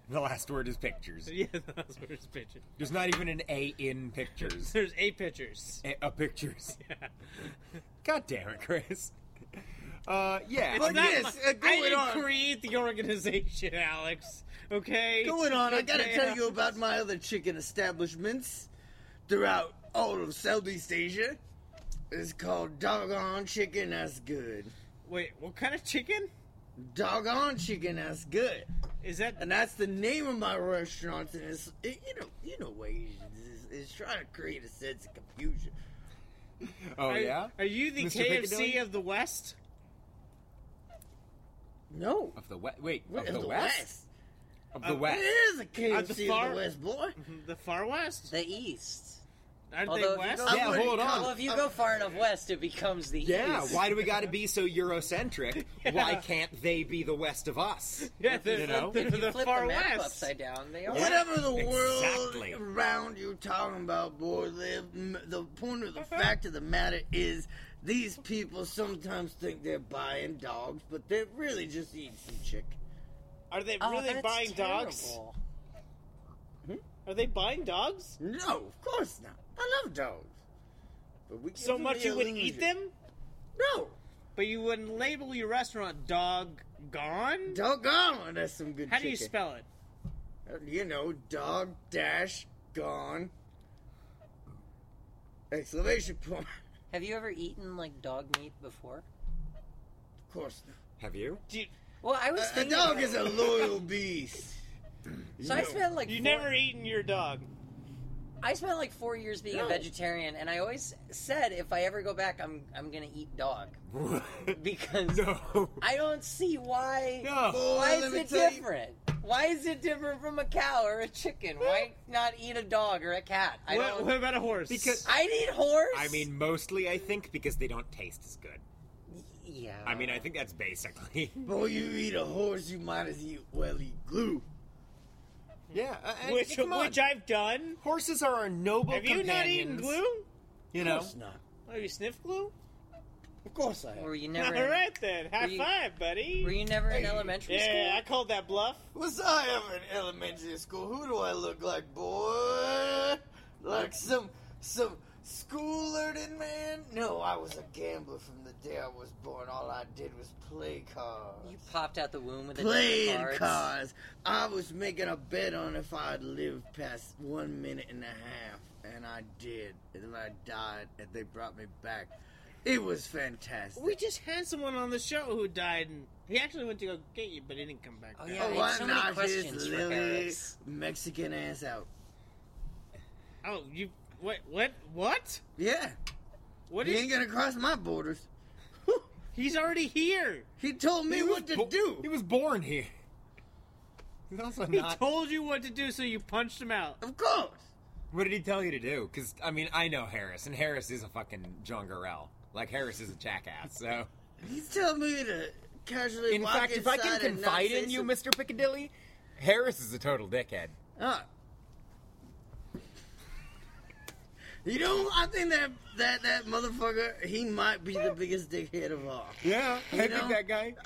[SPEAKER 3] The last word is pictures.
[SPEAKER 2] Yeah, that's where it's pictures.
[SPEAKER 3] There's not even an A in pictures.
[SPEAKER 2] There's eight pictures.
[SPEAKER 3] A, a pictures. God damn it, Chris. Uh, yeah.
[SPEAKER 2] It's
[SPEAKER 1] But
[SPEAKER 2] not
[SPEAKER 1] yes,
[SPEAKER 2] my-
[SPEAKER 1] uh,
[SPEAKER 2] I
[SPEAKER 1] going
[SPEAKER 2] didn't
[SPEAKER 1] on.
[SPEAKER 2] create the organization, Alex. Okay.
[SPEAKER 1] Going on, I gotta
[SPEAKER 2] Okay. uh,
[SPEAKER 1] tell you about my other chicken establishments throughout all of Southeast Asia. It's called Doggone Chicken That's Good.
[SPEAKER 2] Wait, what kind of chicken?
[SPEAKER 1] Doggone Chicken That's Good.
[SPEAKER 2] Is that?
[SPEAKER 1] And that's the name of my restaurant. And it's, it, you know, you know what it is, is trying to create a sense of confusion.
[SPEAKER 3] oh,
[SPEAKER 2] are,
[SPEAKER 3] yeah?
[SPEAKER 2] Are you the
[SPEAKER 3] Mr.
[SPEAKER 2] KFC
[SPEAKER 3] Piccadilly?
[SPEAKER 2] of the West?
[SPEAKER 1] No.
[SPEAKER 3] Of the West. Wait,
[SPEAKER 1] We're
[SPEAKER 3] of the, West? Of the
[SPEAKER 2] Of-
[SPEAKER 1] It
[SPEAKER 3] West.
[SPEAKER 1] is a
[SPEAKER 2] Of the
[SPEAKER 1] KFC of
[SPEAKER 2] far-
[SPEAKER 1] the West, boy.
[SPEAKER 3] Mm-hmm.
[SPEAKER 2] The Far West?
[SPEAKER 4] The East.
[SPEAKER 2] Aren't
[SPEAKER 4] Although
[SPEAKER 2] they
[SPEAKER 4] if you
[SPEAKER 2] West?
[SPEAKER 4] go-
[SPEAKER 3] Yeah,
[SPEAKER 1] I wouldn't
[SPEAKER 3] hold on.
[SPEAKER 1] call
[SPEAKER 4] Well,
[SPEAKER 1] it-
[SPEAKER 4] if you go far enough west, it becomes the
[SPEAKER 3] Yeah,
[SPEAKER 2] Uh,
[SPEAKER 4] East.
[SPEAKER 3] why do we gotta be so Eurocentric? Why can't they be the West of us?
[SPEAKER 2] yeah, the,
[SPEAKER 3] You know?
[SPEAKER 2] the,
[SPEAKER 4] If you
[SPEAKER 2] the
[SPEAKER 4] flip
[SPEAKER 2] Far
[SPEAKER 4] the map
[SPEAKER 2] West.
[SPEAKER 4] upside down, they are.
[SPEAKER 1] Whatever the
[SPEAKER 3] Exactly.
[SPEAKER 1] world around you talking about, boy, the, the point of the
[SPEAKER 2] Mm-hmm.
[SPEAKER 1] fact of the matter is these people sometimes think they're buying dogs, but they're really just eating some chicken.
[SPEAKER 2] Are they
[SPEAKER 4] Oh,
[SPEAKER 2] really
[SPEAKER 4] that's
[SPEAKER 2] buying dogs?
[SPEAKER 4] terrible.
[SPEAKER 2] Are they buying dogs?
[SPEAKER 1] No, of course not. I love dogs. But we give
[SPEAKER 2] So
[SPEAKER 1] them
[SPEAKER 2] much
[SPEAKER 1] the
[SPEAKER 2] you would eat
[SPEAKER 1] illusion.
[SPEAKER 2] them,
[SPEAKER 1] No.
[SPEAKER 2] but you wouldn't label your restaurant dog gone?
[SPEAKER 1] Doggone, that's some good
[SPEAKER 2] How do
[SPEAKER 1] chicken.
[SPEAKER 2] you spell it?
[SPEAKER 1] Uh, You know, dog dash gone. Exclamation point.
[SPEAKER 4] Have you ever eaten like dog meat before?
[SPEAKER 1] Of course not.
[SPEAKER 3] Have you?
[SPEAKER 2] Do you,
[SPEAKER 4] Well, I was
[SPEAKER 1] A- A
[SPEAKER 4] thinking.
[SPEAKER 1] dog is a loyal beast.
[SPEAKER 4] so I spent like
[SPEAKER 2] you
[SPEAKER 4] four-
[SPEAKER 2] never eaten your dog.
[SPEAKER 4] I spent like four years being
[SPEAKER 1] No.
[SPEAKER 4] a vegetarian, and I always said if I ever go back, I'm I'm gonna eat dog because
[SPEAKER 3] no.
[SPEAKER 4] I don't see why.
[SPEAKER 3] No.
[SPEAKER 1] Boy,
[SPEAKER 4] Why
[SPEAKER 1] let
[SPEAKER 4] is
[SPEAKER 1] me
[SPEAKER 4] it
[SPEAKER 1] tell you-
[SPEAKER 4] different? Why is it different from a cow or a chicken? Why not eat a dog or a cat? I
[SPEAKER 2] What,
[SPEAKER 4] don't.
[SPEAKER 2] what about a horse?
[SPEAKER 3] Because-
[SPEAKER 4] I'd eat horse.
[SPEAKER 3] I mean, mostly I think because they don't taste as good.
[SPEAKER 4] yeah.
[SPEAKER 3] I mean, I think that's basically.
[SPEAKER 1] Boy, you eat a horse, you might as eat, well eat glue.
[SPEAKER 3] Yeah, uh, and
[SPEAKER 2] which
[SPEAKER 3] come on.
[SPEAKER 2] which I've done.
[SPEAKER 3] horses are our noble
[SPEAKER 2] Have you not eaten
[SPEAKER 3] companions,
[SPEAKER 2] glue?
[SPEAKER 3] You
[SPEAKER 1] Of
[SPEAKER 3] know,
[SPEAKER 1] course not.
[SPEAKER 2] Oh, you sniff glue?
[SPEAKER 1] Of course I
[SPEAKER 4] Were
[SPEAKER 1] have.
[SPEAKER 4] you never?
[SPEAKER 2] All right then, high
[SPEAKER 4] you-
[SPEAKER 2] five, buddy.
[SPEAKER 4] Were you never in
[SPEAKER 1] Hey.
[SPEAKER 4] elementary school?
[SPEAKER 2] yeah, I called that bluff.
[SPEAKER 1] Was I ever in elementary school? Who do I look like, boy? Like some some school learning man? No, I was a gambler from the day I was born. All I did was play cards.
[SPEAKER 4] You popped out the womb with a deck of
[SPEAKER 1] playing
[SPEAKER 4] cards.
[SPEAKER 1] cards. I was making a bet on if I'd live past one minute and a half, and I did. And then I died, and they brought me back. It was fantastic.
[SPEAKER 2] We just had someone on the show who died, and he actually went to go get you, but he didn't come back.
[SPEAKER 4] Oh,
[SPEAKER 2] down.
[SPEAKER 4] yeah. I had so many questions for Alex.
[SPEAKER 1] Mexican ass out?
[SPEAKER 2] Oh, you what? What? What?
[SPEAKER 1] Yeah,
[SPEAKER 2] What
[SPEAKER 1] he
[SPEAKER 2] is?
[SPEAKER 1] ain't gonna cross my borders.
[SPEAKER 2] He's already here.
[SPEAKER 1] He told me
[SPEAKER 3] He was
[SPEAKER 1] what to
[SPEAKER 3] bo- He
[SPEAKER 1] do.
[SPEAKER 3] was born here. He's also
[SPEAKER 2] He
[SPEAKER 3] not.
[SPEAKER 2] told you what to do, so you punched him out.
[SPEAKER 1] Of course.
[SPEAKER 3] what did he tell you to do? Because I mean, I know Harris, and Harris is a fucking John Garel. Like Harris is a jackass. So
[SPEAKER 1] He's telling me to casually
[SPEAKER 3] In
[SPEAKER 1] walk
[SPEAKER 3] fact, if I can
[SPEAKER 1] inside and not
[SPEAKER 3] confide
[SPEAKER 1] say
[SPEAKER 3] in you,
[SPEAKER 1] some-
[SPEAKER 3] Mr. Piccadilly, Harris is a total dickhead.
[SPEAKER 1] Ah. You know, I think that that that motherfucker, he might be the biggest dickhead of all.
[SPEAKER 3] Yeah, I
[SPEAKER 1] You know,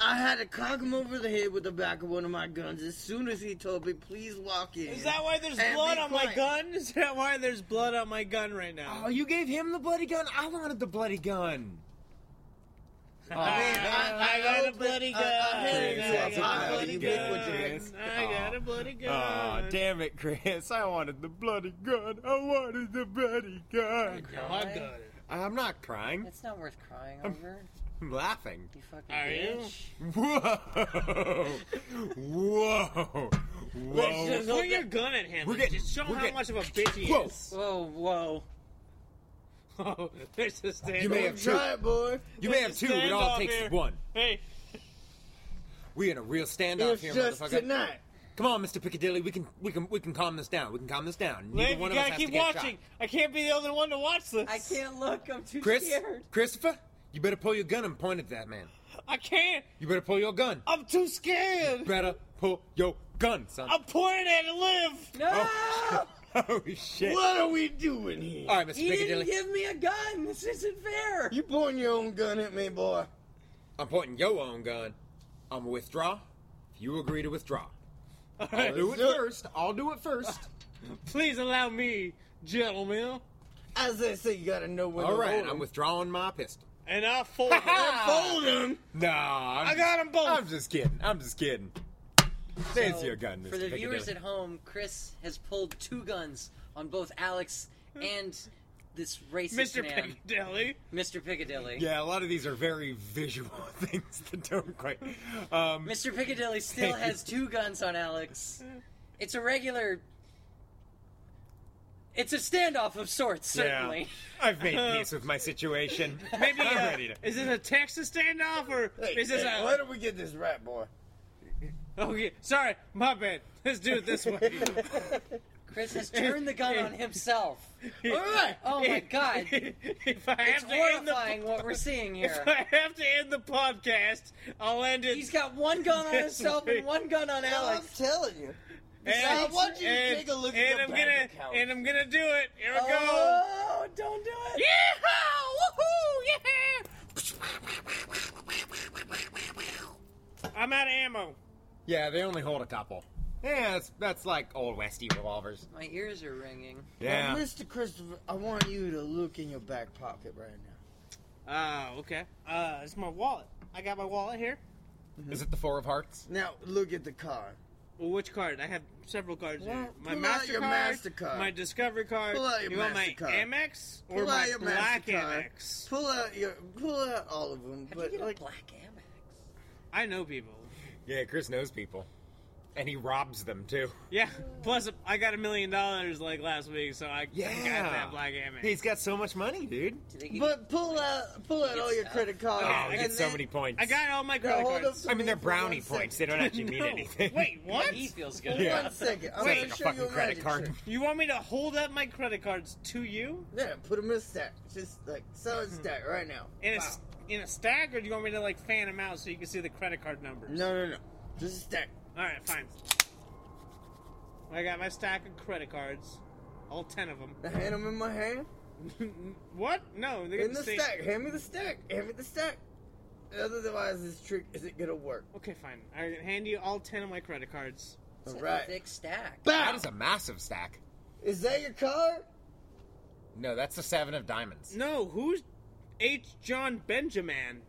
[SPEAKER 1] I had to cock him over the head with the back of one of my guns as soon as he told me, "Please walk in."
[SPEAKER 2] Is that why there's
[SPEAKER 1] And
[SPEAKER 2] blood
[SPEAKER 1] be
[SPEAKER 2] on my
[SPEAKER 1] quiet.
[SPEAKER 2] gun? Is that why there's blood on my gun right now?
[SPEAKER 3] Oh, you gave him the bloody gun. I wanted the bloody gun.
[SPEAKER 1] I mean, I, I,
[SPEAKER 2] I got a
[SPEAKER 1] opened-
[SPEAKER 2] bloody
[SPEAKER 3] uh,
[SPEAKER 1] I-
[SPEAKER 2] gun.
[SPEAKER 1] I hit him
[SPEAKER 2] I
[SPEAKER 1] in the
[SPEAKER 2] got a
[SPEAKER 1] eye,
[SPEAKER 2] bloody
[SPEAKER 1] you
[SPEAKER 2] gun.
[SPEAKER 1] ubiquitous.
[SPEAKER 2] I got a bloody gun.
[SPEAKER 3] Aw, Oh. damn it, Chris. I wanted the bloody gun. I wanted the bloody gun.
[SPEAKER 2] No, I got it.
[SPEAKER 3] I'm not crying.
[SPEAKER 4] It's not worth crying over.
[SPEAKER 3] I'm laughing.
[SPEAKER 4] You fucking
[SPEAKER 2] Are you?
[SPEAKER 4] bitch.
[SPEAKER 3] Whoa. Whoa. Whoa.
[SPEAKER 2] Just point your gun at him.
[SPEAKER 3] We're
[SPEAKER 2] and
[SPEAKER 3] getting-
[SPEAKER 2] just show him
[SPEAKER 3] we're
[SPEAKER 2] how
[SPEAKER 3] getting-
[SPEAKER 2] much of a bitch he
[SPEAKER 3] Whoa.
[SPEAKER 2] is.
[SPEAKER 4] Whoa, whoa.
[SPEAKER 2] Oh, there's a stand.
[SPEAKER 3] You may
[SPEAKER 2] off.
[SPEAKER 3] have two.
[SPEAKER 1] Try it, boy.
[SPEAKER 3] You may have two. It all
[SPEAKER 2] Standoff
[SPEAKER 3] takes
[SPEAKER 2] here.
[SPEAKER 3] is one.
[SPEAKER 2] Hey,
[SPEAKER 3] We in a real standoff
[SPEAKER 1] It's
[SPEAKER 3] here,
[SPEAKER 1] just
[SPEAKER 3] motherfucker.
[SPEAKER 1] tonight.
[SPEAKER 3] Come on, Mr. Piccadilly. We can we can we can calm this down. We can calm this down. Neither
[SPEAKER 2] Lane, you
[SPEAKER 3] one of us
[SPEAKER 2] gotta
[SPEAKER 3] has
[SPEAKER 2] keep
[SPEAKER 3] to get
[SPEAKER 2] watching.
[SPEAKER 3] shot.
[SPEAKER 2] I can't be the only one to watch this.
[SPEAKER 4] I can't look. I'm too
[SPEAKER 3] Chris,
[SPEAKER 4] scared.
[SPEAKER 3] Christopher, you better pull your gun and point at that man.
[SPEAKER 2] I can't.
[SPEAKER 3] You better pull your gun.
[SPEAKER 2] I'm too scared.
[SPEAKER 3] Better pull your gun, son.
[SPEAKER 2] I'm pointing at live.
[SPEAKER 4] No!
[SPEAKER 3] Oh shit!
[SPEAKER 1] What are we doing here?
[SPEAKER 3] All right, Mr.
[SPEAKER 4] He
[SPEAKER 3] Piccadilly,
[SPEAKER 4] didn't give me a gun. This isn't fair.
[SPEAKER 1] You pointing your own gun at me, boy.
[SPEAKER 3] I'm pointing your own gun. I'm gonna withdraw. If you agree to withdraw, I'll do it
[SPEAKER 1] Let's do it.
[SPEAKER 3] first. I'll do it first.
[SPEAKER 2] Please allow me, gentlemen.
[SPEAKER 1] As they say, you gotta know when
[SPEAKER 3] All
[SPEAKER 1] to
[SPEAKER 3] right,
[SPEAKER 1] hold 'em.
[SPEAKER 3] I'm withdrawing my pistol.
[SPEAKER 2] And I'll fold it.
[SPEAKER 1] Fold 'em.
[SPEAKER 3] No, I'm
[SPEAKER 2] I got 'em both.
[SPEAKER 3] I'm just kidding. I'm just kidding. There's
[SPEAKER 4] So,
[SPEAKER 3] your gun, Mr.
[SPEAKER 4] For the
[SPEAKER 3] Piccadilly.
[SPEAKER 4] viewers at home, Chris has pulled two guns on both Alex and this racist
[SPEAKER 2] Mr.
[SPEAKER 4] man,
[SPEAKER 2] Piccadilly.
[SPEAKER 4] Mr. Piccadilly.
[SPEAKER 3] Yeah, a lot of these are very visual things that don't quite. Um,
[SPEAKER 4] Mr. Piccadilly still
[SPEAKER 3] Thank
[SPEAKER 4] has two guns on Alex. It's a regular. It's a standoff of sorts, certainly.
[SPEAKER 3] yeah, I've made peace with my situation.
[SPEAKER 2] Maybe
[SPEAKER 3] I'm
[SPEAKER 2] uh,
[SPEAKER 3] ready to.
[SPEAKER 2] is this a Texas standoff or
[SPEAKER 1] Hey,
[SPEAKER 2] is this
[SPEAKER 1] hey,
[SPEAKER 2] a?
[SPEAKER 1] where did we get this right, boy?
[SPEAKER 2] Okay, sorry, my bad. Let's do it this way.
[SPEAKER 4] Chris has turned the gun on himself.
[SPEAKER 2] All
[SPEAKER 1] right.
[SPEAKER 4] Oh my god.
[SPEAKER 2] if I
[SPEAKER 4] It's
[SPEAKER 2] have to end the
[SPEAKER 4] horrifying what we're seeing here.
[SPEAKER 2] if I have to end the podcast, I'll end it.
[SPEAKER 4] He's got one gun on himself and one gun on Alex.
[SPEAKER 1] I'm telling you.
[SPEAKER 2] and,
[SPEAKER 1] I want you to
[SPEAKER 2] and-
[SPEAKER 1] take a look at
[SPEAKER 2] and
[SPEAKER 1] the
[SPEAKER 2] I'm
[SPEAKER 1] bank
[SPEAKER 2] gonna
[SPEAKER 1] account. Uh-huh.
[SPEAKER 2] and I'm gonna do it. Here we go.
[SPEAKER 4] Oh, don't do it.
[SPEAKER 2] I'm out of ammo.
[SPEAKER 3] Yeah, they only hold a couple. Yeah, that's, that's like old Westy revolvers.
[SPEAKER 4] My ears are ringing.
[SPEAKER 1] Now, Mr. Christopher, I want you to look in your back pocket right now.
[SPEAKER 2] Oh, okay. Uh, it's my wallet. I got my wallet here.
[SPEAKER 3] Is it the Four of Hearts?
[SPEAKER 1] Now look at the car.
[SPEAKER 2] Well, which card? I have several cards here.
[SPEAKER 1] Well,
[SPEAKER 2] My
[SPEAKER 1] pull
[SPEAKER 2] Mastercard,
[SPEAKER 1] out your Mastercard.
[SPEAKER 2] my Discovery card.
[SPEAKER 1] Pull out your
[SPEAKER 2] you want my
[SPEAKER 1] Mastercard.
[SPEAKER 2] Amex or
[SPEAKER 1] Pull
[SPEAKER 2] my
[SPEAKER 1] out your
[SPEAKER 2] Black
[SPEAKER 1] Mastercard.
[SPEAKER 2] Amex?
[SPEAKER 1] Pull out your, pull out all of them.
[SPEAKER 4] How'd
[SPEAKER 1] but
[SPEAKER 4] you get
[SPEAKER 1] like,
[SPEAKER 4] a black Amex?
[SPEAKER 2] I know people.
[SPEAKER 3] Yeah, Chris knows people. And he robs them too.
[SPEAKER 2] Yeah. Plus, I got a million dollars like last week, so I
[SPEAKER 3] Yeah.
[SPEAKER 2] got that Black Amex.
[SPEAKER 3] He's got so much money, dude.
[SPEAKER 4] Do they give you-
[SPEAKER 1] but pull out, pull out all your
[SPEAKER 4] stuff.
[SPEAKER 1] credit cards.
[SPEAKER 3] Oh, he
[SPEAKER 1] and
[SPEAKER 3] gets so
[SPEAKER 1] then-
[SPEAKER 3] many points.
[SPEAKER 2] I got all my
[SPEAKER 1] Now,
[SPEAKER 2] credit
[SPEAKER 1] hold
[SPEAKER 2] cards.
[SPEAKER 1] up
[SPEAKER 3] I mean, they're
[SPEAKER 1] for one
[SPEAKER 3] brownie
[SPEAKER 1] second.
[SPEAKER 3] points. They don't actually mean
[SPEAKER 2] No.
[SPEAKER 3] anything.
[SPEAKER 2] Wait, what?
[SPEAKER 4] he feels
[SPEAKER 1] For
[SPEAKER 4] good.
[SPEAKER 3] Yeah.
[SPEAKER 1] One second.
[SPEAKER 3] It's
[SPEAKER 1] I'm gonna
[SPEAKER 3] like a
[SPEAKER 1] show
[SPEAKER 3] fucking
[SPEAKER 1] you a
[SPEAKER 3] credit
[SPEAKER 1] magic
[SPEAKER 3] card.
[SPEAKER 1] trick.
[SPEAKER 2] You want me to hold up my credit cards to you
[SPEAKER 1] Yeah, put them in a stack. Just like solid stack right now.
[SPEAKER 2] in a
[SPEAKER 1] Wow.
[SPEAKER 2] s in a stack, or do you want me to like fan them out so you can see the credit card numbers?
[SPEAKER 1] No, no, no. Just a stack.
[SPEAKER 2] All right, fine. I got my stack of credit cards, all ten of them.
[SPEAKER 1] I hand them in my hand.
[SPEAKER 2] What? No, they're
[SPEAKER 1] In
[SPEAKER 2] gonna
[SPEAKER 1] the
[SPEAKER 2] stay-
[SPEAKER 1] stack. Hand me the stack. Hand me the stack. Otherwise, this trick isn't gonna work.
[SPEAKER 2] Okay, fine. I can hand you all ten of my credit cards.
[SPEAKER 1] All
[SPEAKER 4] It's a
[SPEAKER 1] right.
[SPEAKER 4] thick stack.
[SPEAKER 3] That
[SPEAKER 1] Bow.
[SPEAKER 3] is a massive stack.
[SPEAKER 1] Is that your card?
[SPEAKER 3] No, that's the Seven of Diamonds.
[SPEAKER 2] No, who's H. John Benjamin?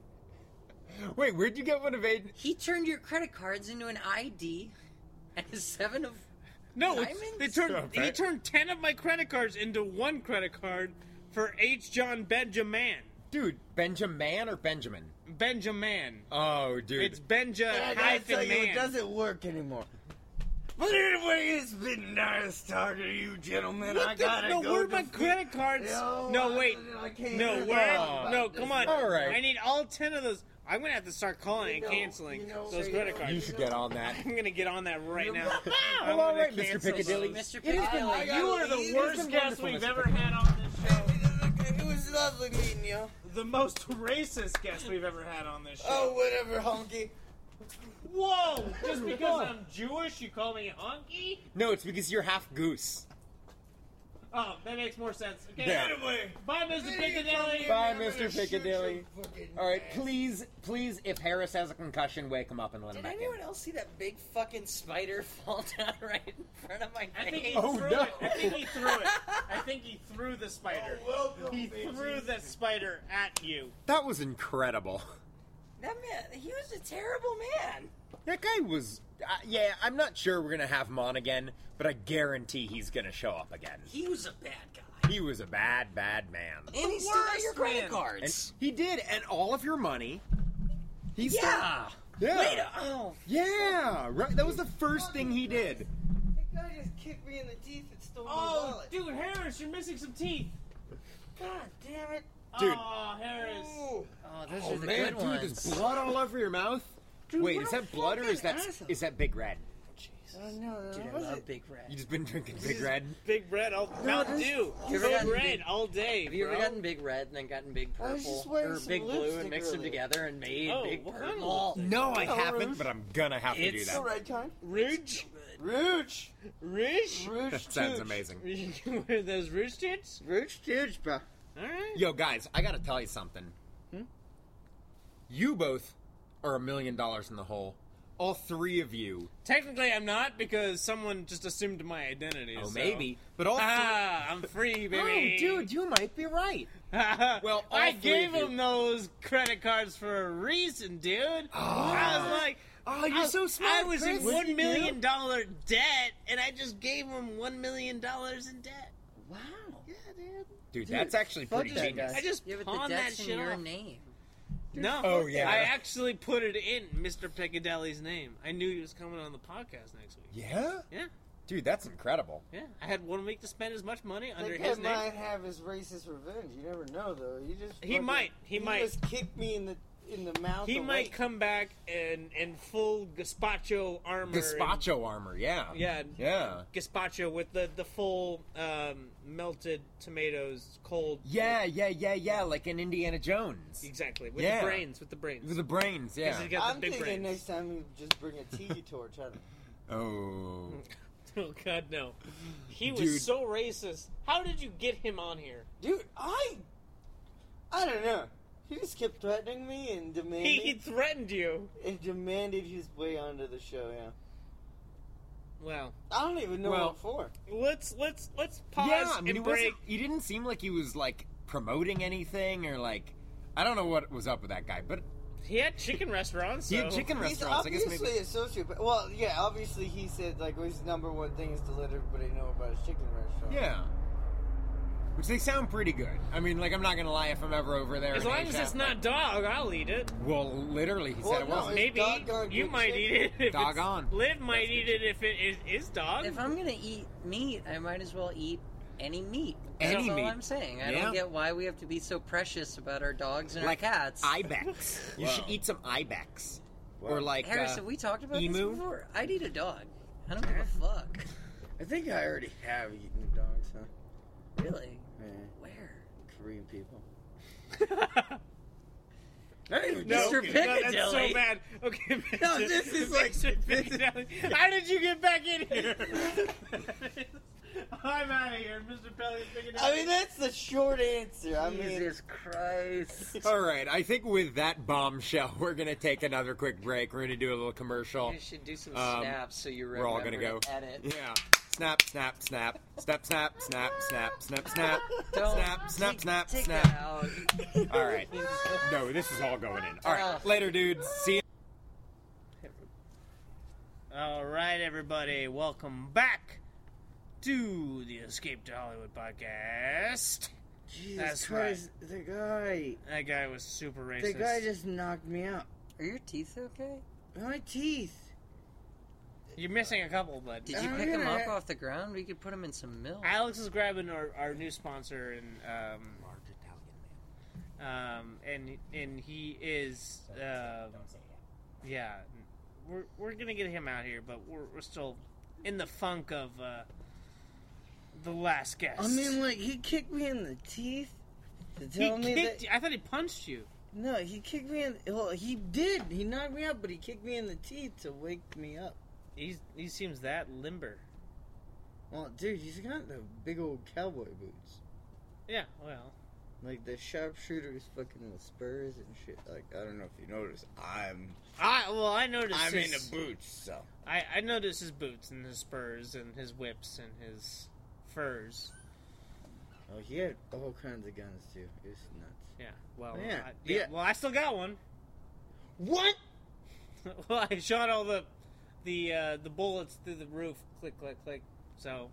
[SPEAKER 3] Wait, where'd you get one of Aiden?
[SPEAKER 4] He turned your credit cards into an ID and a seven of.
[SPEAKER 2] No, it's-
[SPEAKER 4] Diamonds?
[SPEAKER 2] they turned
[SPEAKER 3] Oh,
[SPEAKER 2] he
[SPEAKER 3] right.
[SPEAKER 2] turned ten of my credit cards into one credit card for H. John Benjamin.
[SPEAKER 3] Dude, Benjamin or Benjamin?
[SPEAKER 2] Benjamin.
[SPEAKER 3] Oh, dude.
[SPEAKER 2] It's Benja
[SPEAKER 1] I gotta tell
[SPEAKER 2] hyphen
[SPEAKER 1] you, it
[SPEAKER 2] man.
[SPEAKER 1] doesn't work anymore. But anyway, it's been nice talking to you, gentlemen. I
[SPEAKER 2] What the-
[SPEAKER 1] gotta
[SPEAKER 2] no,
[SPEAKER 1] go.
[SPEAKER 2] where are
[SPEAKER 1] to
[SPEAKER 2] my
[SPEAKER 1] sleep.
[SPEAKER 2] credit cards?
[SPEAKER 1] Yo,
[SPEAKER 2] no,
[SPEAKER 1] I-
[SPEAKER 2] wait.
[SPEAKER 1] I can't
[SPEAKER 2] no,
[SPEAKER 1] even
[SPEAKER 2] where?
[SPEAKER 1] talk about
[SPEAKER 2] no,
[SPEAKER 1] this
[SPEAKER 2] come on.
[SPEAKER 1] right
[SPEAKER 3] All right.
[SPEAKER 2] I need all ten of those. I'm gonna have to start calling
[SPEAKER 1] You know,
[SPEAKER 2] and canceling
[SPEAKER 1] you know,
[SPEAKER 2] those
[SPEAKER 1] you
[SPEAKER 2] credit
[SPEAKER 1] know.
[SPEAKER 2] cards.
[SPEAKER 3] you should get on that.
[SPEAKER 2] I'm gonna get on that right now. I
[SPEAKER 3] Well, all
[SPEAKER 2] wanna
[SPEAKER 3] right, Mr.
[SPEAKER 2] cancel
[SPEAKER 3] Piccadilly.
[SPEAKER 2] those.
[SPEAKER 4] Mr. Piccadilly,
[SPEAKER 1] I got-
[SPEAKER 2] You are
[SPEAKER 1] It
[SPEAKER 2] the
[SPEAKER 1] has
[SPEAKER 2] worst
[SPEAKER 3] been
[SPEAKER 2] guest
[SPEAKER 3] wonderful,
[SPEAKER 2] we've
[SPEAKER 3] Mr.
[SPEAKER 2] ever had on this show.
[SPEAKER 1] It was lovely meeting you.
[SPEAKER 2] The most racist guest we've ever had on this show.
[SPEAKER 1] Oh, whatever, honky.
[SPEAKER 2] Whoa! Just because I'm Jewish, you call me honky?
[SPEAKER 4] No, it's because you're half goose.
[SPEAKER 2] Oh, that makes more sense. Okay,
[SPEAKER 3] Yeah.
[SPEAKER 2] anyway. Bye, Mr. Piccadilly.
[SPEAKER 4] Bye,
[SPEAKER 1] I'm gonna
[SPEAKER 4] Mr.
[SPEAKER 1] shoot your
[SPEAKER 4] Piccadilly.
[SPEAKER 1] fucking
[SPEAKER 4] All right,
[SPEAKER 1] ass.
[SPEAKER 4] please, please, if Harris has a concussion, wake him up and let him
[SPEAKER 1] Did
[SPEAKER 4] back
[SPEAKER 1] anyone
[SPEAKER 4] in.
[SPEAKER 1] else see that big?
[SPEAKER 4] Fucking spider fall down right in front of my
[SPEAKER 2] I think he
[SPEAKER 4] face.
[SPEAKER 2] threw
[SPEAKER 3] no.
[SPEAKER 2] it. I think he threw it. I think he threw the spider.
[SPEAKER 1] Welcome.
[SPEAKER 2] He threw the spider at you.
[SPEAKER 3] That was incredible.
[SPEAKER 5] That man, he was a terrible man.
[SPEAKER 3] That guy was. Uh, yeah, I'm not sure we're gonna have him on again, but I guarantee he's gonna show up again.
[SPEAKER 2] He was a bad guy.
[SPEAKER 3] He was a bad, bad man.
[SPEAKER 4] And he still got your
[SPEAKER 2] worst
[SPEAKER 4] credit
[SPEAKER 2] man.
[SPEAKER 3] And
[SPEAKER 4] cards.
[SPEAKER 3] he did, and all of your money. He still-
[SPEAKER 4] yeah.
[SPEAKER 3] yeah.
[SPEAKER 4] Wait. a- Oh.
[SPEAKER 3] Yeah, right. That was the first thing he did.
[SPEAKER 1] That guy just kicked me in the teeth and stole my
[SPEAKER 2] Oh,
[SPEAKER 1] wallet.
[SPEAKER 2] dude, Harris, you're missing some teeth.
[SPEAKER 1] God damn it.
[SPEAKER 3] Dude.
[SPEAKER 2] Oh, Harris.
[SPEAKER 1] Ooh.
[SPEAKER 4] Oh, those
[SPEAKER 3] Oh
[SPEAKER 4] are the
[SPEAKER 3] man,
[SPEAKER 4] good
[SPEAKER 3] dude,
[SPEAKER 4] ones.
[SPEAKER 3] there's blood all over your mouth. Wait,
[SPEAKER 1] what
[SPEAKER 3] is
[SPEAKER 1] a
[SPEAKER 3] that blood or is
[SPEAKER 1] fucking
[SPEAKER 3] that
[SPEAKER 1] asshole.
[SPEAKER 3] is that Big Red?
[SPEAKER 1] Oh, no, that
[SPEAKER 4] Dude, I
[SPEAKER 1] was
[SPEAKER 4] love
[SPEAKER 1] it.
[SPEAKER 4] Big Red.
[SPEAKER 3] You just been drinking Big Red?
[SPEAKER 2] Big Red, all Mountain Dew.
[SPEAKER 4] You ever
[SPEAKER 2] Big
[SPEAKER 4] gotten
[SPEAKER 2] Red
[SPEAKER 4] big-
[SPEAKER 2] all day.
[SPEAKER 4] Have you ever
[SPEAKER 2] bro.
[SPEAKER 4] gotten Big Red and then gotten Big
[SPEAKER 1] I was
[SPEAKER 4] Purple
[SPEAKER 1] just wearing
[SPEAKER 4] or
[SPEAKER 1] some
[SPEAKER 4] Big Blue and
[SPEAKER 1] lipstick
[SPEAKER 4] mixed them
[SPEAKER 1] earlier.
[SPEAKER 4] together and made
[SPEAKER 2] Oh,
[SPEAKER 4] Big
[SPEAKER 2] what kind of
[SPEAKER 4] Purple?
[SPEAKER 3] No, I
[SPEAKER 1] Oh,
[SPEAKER 3] haven't,
[SPEAKER 1] Rouge.
[SPEAKER 3] but I'm gonna have to do
[SPEAKER 4] It's-
[SPEAKER 1] The
[SPEAKER 3] that.
[SPEAKER 1] right kind.
[SPEAKER 2] Ridge?
[SPEAKER 1] Rouge.
[SPEAKER 2] Ridge?
[SPEAKER 1] Rouge.
[SPEAKER 3] That sounds
[SPEAKER 1] tooge.
[SPEAKER 3] amazing.
[SPEAKER 2] You can wear those ridge tits?
[SPEAKER 1] Rouge tooge, bro.
[SPEAKER 2] Alright.
[SPEAKER 3] Yo, guys, I gotta tell you something.
[SPEAKER 1] Hmm?
[SPEAKER 3] You both are a million dollars in the hole. All three of you.
[SPEAKER 2] Technically, I'm not because someone just assumed my identity.
[SPEAKER 3] Oh,
[SPEAKER 2] so-
[SPEAKER 3] maybe. But all three.
[SPEAKER 2] Ah, I'm free,
[SPEAKER 3] Oh,
[SPEAKER 2] baby.
[SPEAKER 3] dude, you might be right.
[SPEAKER 2] well,
[SPEAKER 3] Well, all
[SPEAKER 2] I
[SPEAKER 3] three
[SPEAKER 2] gave
[SPEAKER 3] of you-
[SPEAKER 2] him those credit cards for a reason, dude. I was like,
[SPEAKER 3] Oh, you're
[SPEAKER 2] I-
[SPEAKER 3] so smart.
[SPEAKER 2] I was
[SPEAKER 3] Chris.
[SPEAKER 2] in one million dollar debt, and I just gave him one million dollars in debt.
[SPEAKER 1] Wow. Yeah, dude.
[SPEAKER 3] Dude, that's actually
[SPEAKER 1] fuck
[SPEAKER 3] pretty
[SPEAKER 1] that
[SPEAKER 3] genius.
[SPEAKER 1] guy.
[SPEAKER 2] I just
[SPEAKER 4] Yeah, but the
[SPEAKER 2] pawned that
[SPEAKER 4] debt's
[SPEAKER 2] shit
[SPEAKER 4] in your
[SPEAKER 2] off.
[SPEAKER 4] name.
[SPEAKER 2] No,
[SPEAKER 3] Oh, yeah.
[SPEAKER 2] I actually put it in Mr. Piccadilly's name. I knew he was coming on the podcast next week.
[SPEAKER 3] Yeah?
[SPEAKER 2] Yeah,
[SPEAKER 3] Dude, that's incredible.
[SPEAKER 2] yeah. I had one week to spend as much money under
[SPEAKER 1] That guy
[SPEAKER 2] his name.
[SPEAKER 1] might have his racist revenge. You never know, though. He just
[SPEAKER 2] He
[SPEAKER 1] fucking-
[SPEAKER 2] might. He might.
[SPEAKER 1] just kicked me in the in the mouth.
[SPEAKER 2] He
[SPEAKER 1] awake.
[SPEAKER 2] might come back in in full gazpacho armor. and-
[SPEAKER 3] Gazpacho armor, yeah.
[SPEAKER 2] yeah, and
[SPEAKER 3] Yeah.
[SPEAKER 2] gazpacho with the the full um, melted tomatoes, cold.
[SPEAKER 3] Yeah, yeah, yeah, yeah, like in Indiana Jones.
[SPEAKER 2] exactly. With
[SPEAKER 3] Yeah.
[SPEAKER 2] the brains, with the brains.
[SPEAKER 3] With the brains, yeah.
[SPEAKER 2] Because he got
[SPEAKER 1] I'm
[SPEAKER 2] the big
[SPEAKER 1] thinking
[SPEAKER 2] brains.
[SPEAKER 1] next time you just bring a tiki torch. Out of
[SPEAKER 3] Oh.
[SPEAKER 2] Oh God, no! He was
[SPEAKER 3] Dude.
[SPEAKER 2] so racist. How did you get him on here?
[SPEAKER 1] Dude, I, I don't know. He just kept threatening me and demanding
[SPEAKER 2] He threatened you.
[SPEAKER 1] and demanded his way onto the show. Yeah,
[SPEAKER 2] Well,
[SPEAKER 1] I don't even know
[SPEAKER 3] Well-
[SPEAKER 1] what for.
[SPEAKER 2] let's let's let's pause
[SPEAKER 3] yeah, I mean, he,
[SPEAKER 2] and
[SPEAKER 3] wasn't,
[SPEAKER 2] break.
[SPEAKER 3] he didn't seem like he was, like, promoting anything or, like, I don't know what was up with that guy, but
[SPEAKER 2] He had chicken restaurants.
[SPEAKER 3] he had
[SPEAKER 2] so-
[SPEAKER 3] chicken
[SPEAKER 1] He's
[SPEAKER 3] restaurants. I guess
[SPEAKER 1] obviously
[SPEAKER 3] maybe.
[SPEAKER 1] a sociopath. Well, yeah, obviously he said like well, his number one thing is to let everybody know about his chicken restaurant.
[SPEAKER 3] Yeah. Which they sound pretty good. I mean, like, I'm not gonna lie if I'm ever over there.
[SPEAKER 2] As
[SPEAKER 3] in
[SPEAKER 2] long as
[SPEAKER 3] Asia,
[SPEAKER 2] it's not
[SPEAKER 3] like-
[SPEAKER 2] dog, I'll eat it.
[SPEAKER 3] Well, literally, he
[SPEAKER 1] Well,
[SPEAKER 3] said it
[SPEAKER 1] no,
[SPEAKER 3] wasn't.
[SPEAKER 1] It's
[SPEAKER 2] Maybe
[SPEAKER 1] doggone
[SPEAKER 2] you
[SPEAKER 1] good
[SPEAKER 2] might
[SPEAKER 1] chicken.
[SPEAKER 2] eat it. If it's-
[SPEAKER 3] Doggone.
[SPEAKER 2] Liv might eat it if it is, is dog.
[SPEAKER 4] If I'm gonna eat meat, I might as well eat any meat.
[SPEAKER 3] Any
[SPEAKER 4] That's
[SPEAKER 3] meat.
[SPEAKER 4] all I'm saying. I
[SPEAKER 3] Yeah.
[SPEAKER 4] don't get why we have to be so precious about our dogs and
[SPEAKER 3] like
[SPEAKER 4] our cats.
[SPEAKER 3] Ibex. You
[SPEAKER 1] Wow.
[SPEAKER 3] should eat some Ibex.
[SPEAKER 1] Wow.
[SPEAKER 3] Or like
[SPEAKER 4] Harris,
[SPEAKER 3] uh,
[SPEAKER 4] have we talked about
[SPEAKER 3] emu?
[SPEAKER 4] this before? I'd eat a dog. I don't give a fuck.
[SPEAKER 1] I think I already have eaten dogs, huh?
[SPEAKER 4] Really?
[SPEAKER 1] Yeah,
[SPEAKER 4] Where?
[SPEAKER 1] Korean people.
[SPEAKER 2] no,
[SPEAKER 4] Mr.
[SPEAKER 2] no, that's
[SPEAKER 4] Piccadilly.
[SPEAKER 2] so bad. Okay,
[SPEAKER 1] No,
[SPEAKER 2] Mr.
[SPEAKER 1] this is like-
[SPEAKER 2] Mr. Piccadilly. How did you get back in here? I'm out of here, Mr. Pelly.
[SPEAKER 1] I mean, that's the short answer. I mean,
[SPEAKER 4] Jesus Christ.
[SPEAKER 3] All right, I think with that bombshell, we're gonna take another quick break. We're gonna do a little commercial.
[SPEAKER 4] You should do some
[SPEAKER 3] Um,
[SPEAKER 4] snaps so you
[SPEAKER 3] We're
[SPEAKER 4] remember
[SPEAKER 3] all gonna go.
[SPEAKER 4] to edit.
[SPEAKER 3] Yeah. Snap, snap, snap, snap, snap, snap, snap, snap, snap,
[SPEAKER 4] Don't
[SPEAKER 3] snap, snap,
[SPEAKER 4] take-
[SPEAKER 3] snap,
[SPEAKER 4] take
[SPEAKER 3] snap.
[SPEAKER 4] That out.
[SPEAKER 3] All right. No, this is all going in. All
[SPEAKER 4] Ugh.
[SPEAKER 3] right, later, dudes. See. ya.
[SPEAKER 2] All right, everybody, welcome back to the Escape to Hollywood podcast.
[SPEAKER 1] Jesus
[SPEAKER 2] That's right.
[SPEAKER 1] Christ, the guy,
[SPEAKER 2] That guy was super racist.
[SPEAKER 1] the guy just knocked me out.
[SPEAKER 4] Are your teeth okay?
[SPEAKER 1] My teeth.
[SPEAKER 2] You're missing a couple, but
[SPEAKER 3] Oh,
[SPEAKER 4] Did you
[SPEAKER 1] I'm
[SPEAKER 4] pick them
[SPEAKER 1] gonna-
[SPEAKER 4] up off the ground? We could put them in some milk.
[SPEAKER 2] Alex is grabbing our, our new sponsor and um, um and and he is um yeah we're we're gonna get him out here, but we're we're still in the funk of uh, the last guest.
[SPEAKER 1] I mean, like he kicked me in the teeth, To
[SPEAKER 2] He
[SPEAKER 1] tell me
[SPEAKER 2] kicked
[SPEAKER 1] that
[SPEAKER 2] you. I thought he punched you.
[SPEAKER 1] no, he kicked me in. Well, he did. He knocked me out, but he kicked me in the teeth to wake me up.
[SPEAKER 2] He's, he seems that limber.
[SPEAKER 1] Well, dude, he's got the big old cowboy boots.
[SPEAKER 2] Yeah, well.
[SPEAKER 1] Like the sharpshooter's fucking with spurs and shit. Like I don't know if you noticed, I'm
[SPEAKER 2] I well I noticed
[SPEAKER 1] I'm in
[SPEAKER 2] his,
[SPEAKER 1] the boots, so
[SPEAKER 2] I, I noticed his boots and his spurs and his whips and his furs.
[SPEAKER 1] Oh, he had all kinds of guns too. It was nuts.
[SPEAKER 2] Yeah. Well
[SPEAKER 1] Yeah,
[SPEAKER 2] I, yeah,
[SPEAKER 1] yeah.
[SPEAKER 2] Well I still got one.
[SPEAKER 1] What?
[SPEAKER 2] well I shot all the the uh, the bullets through the roof, click click click. So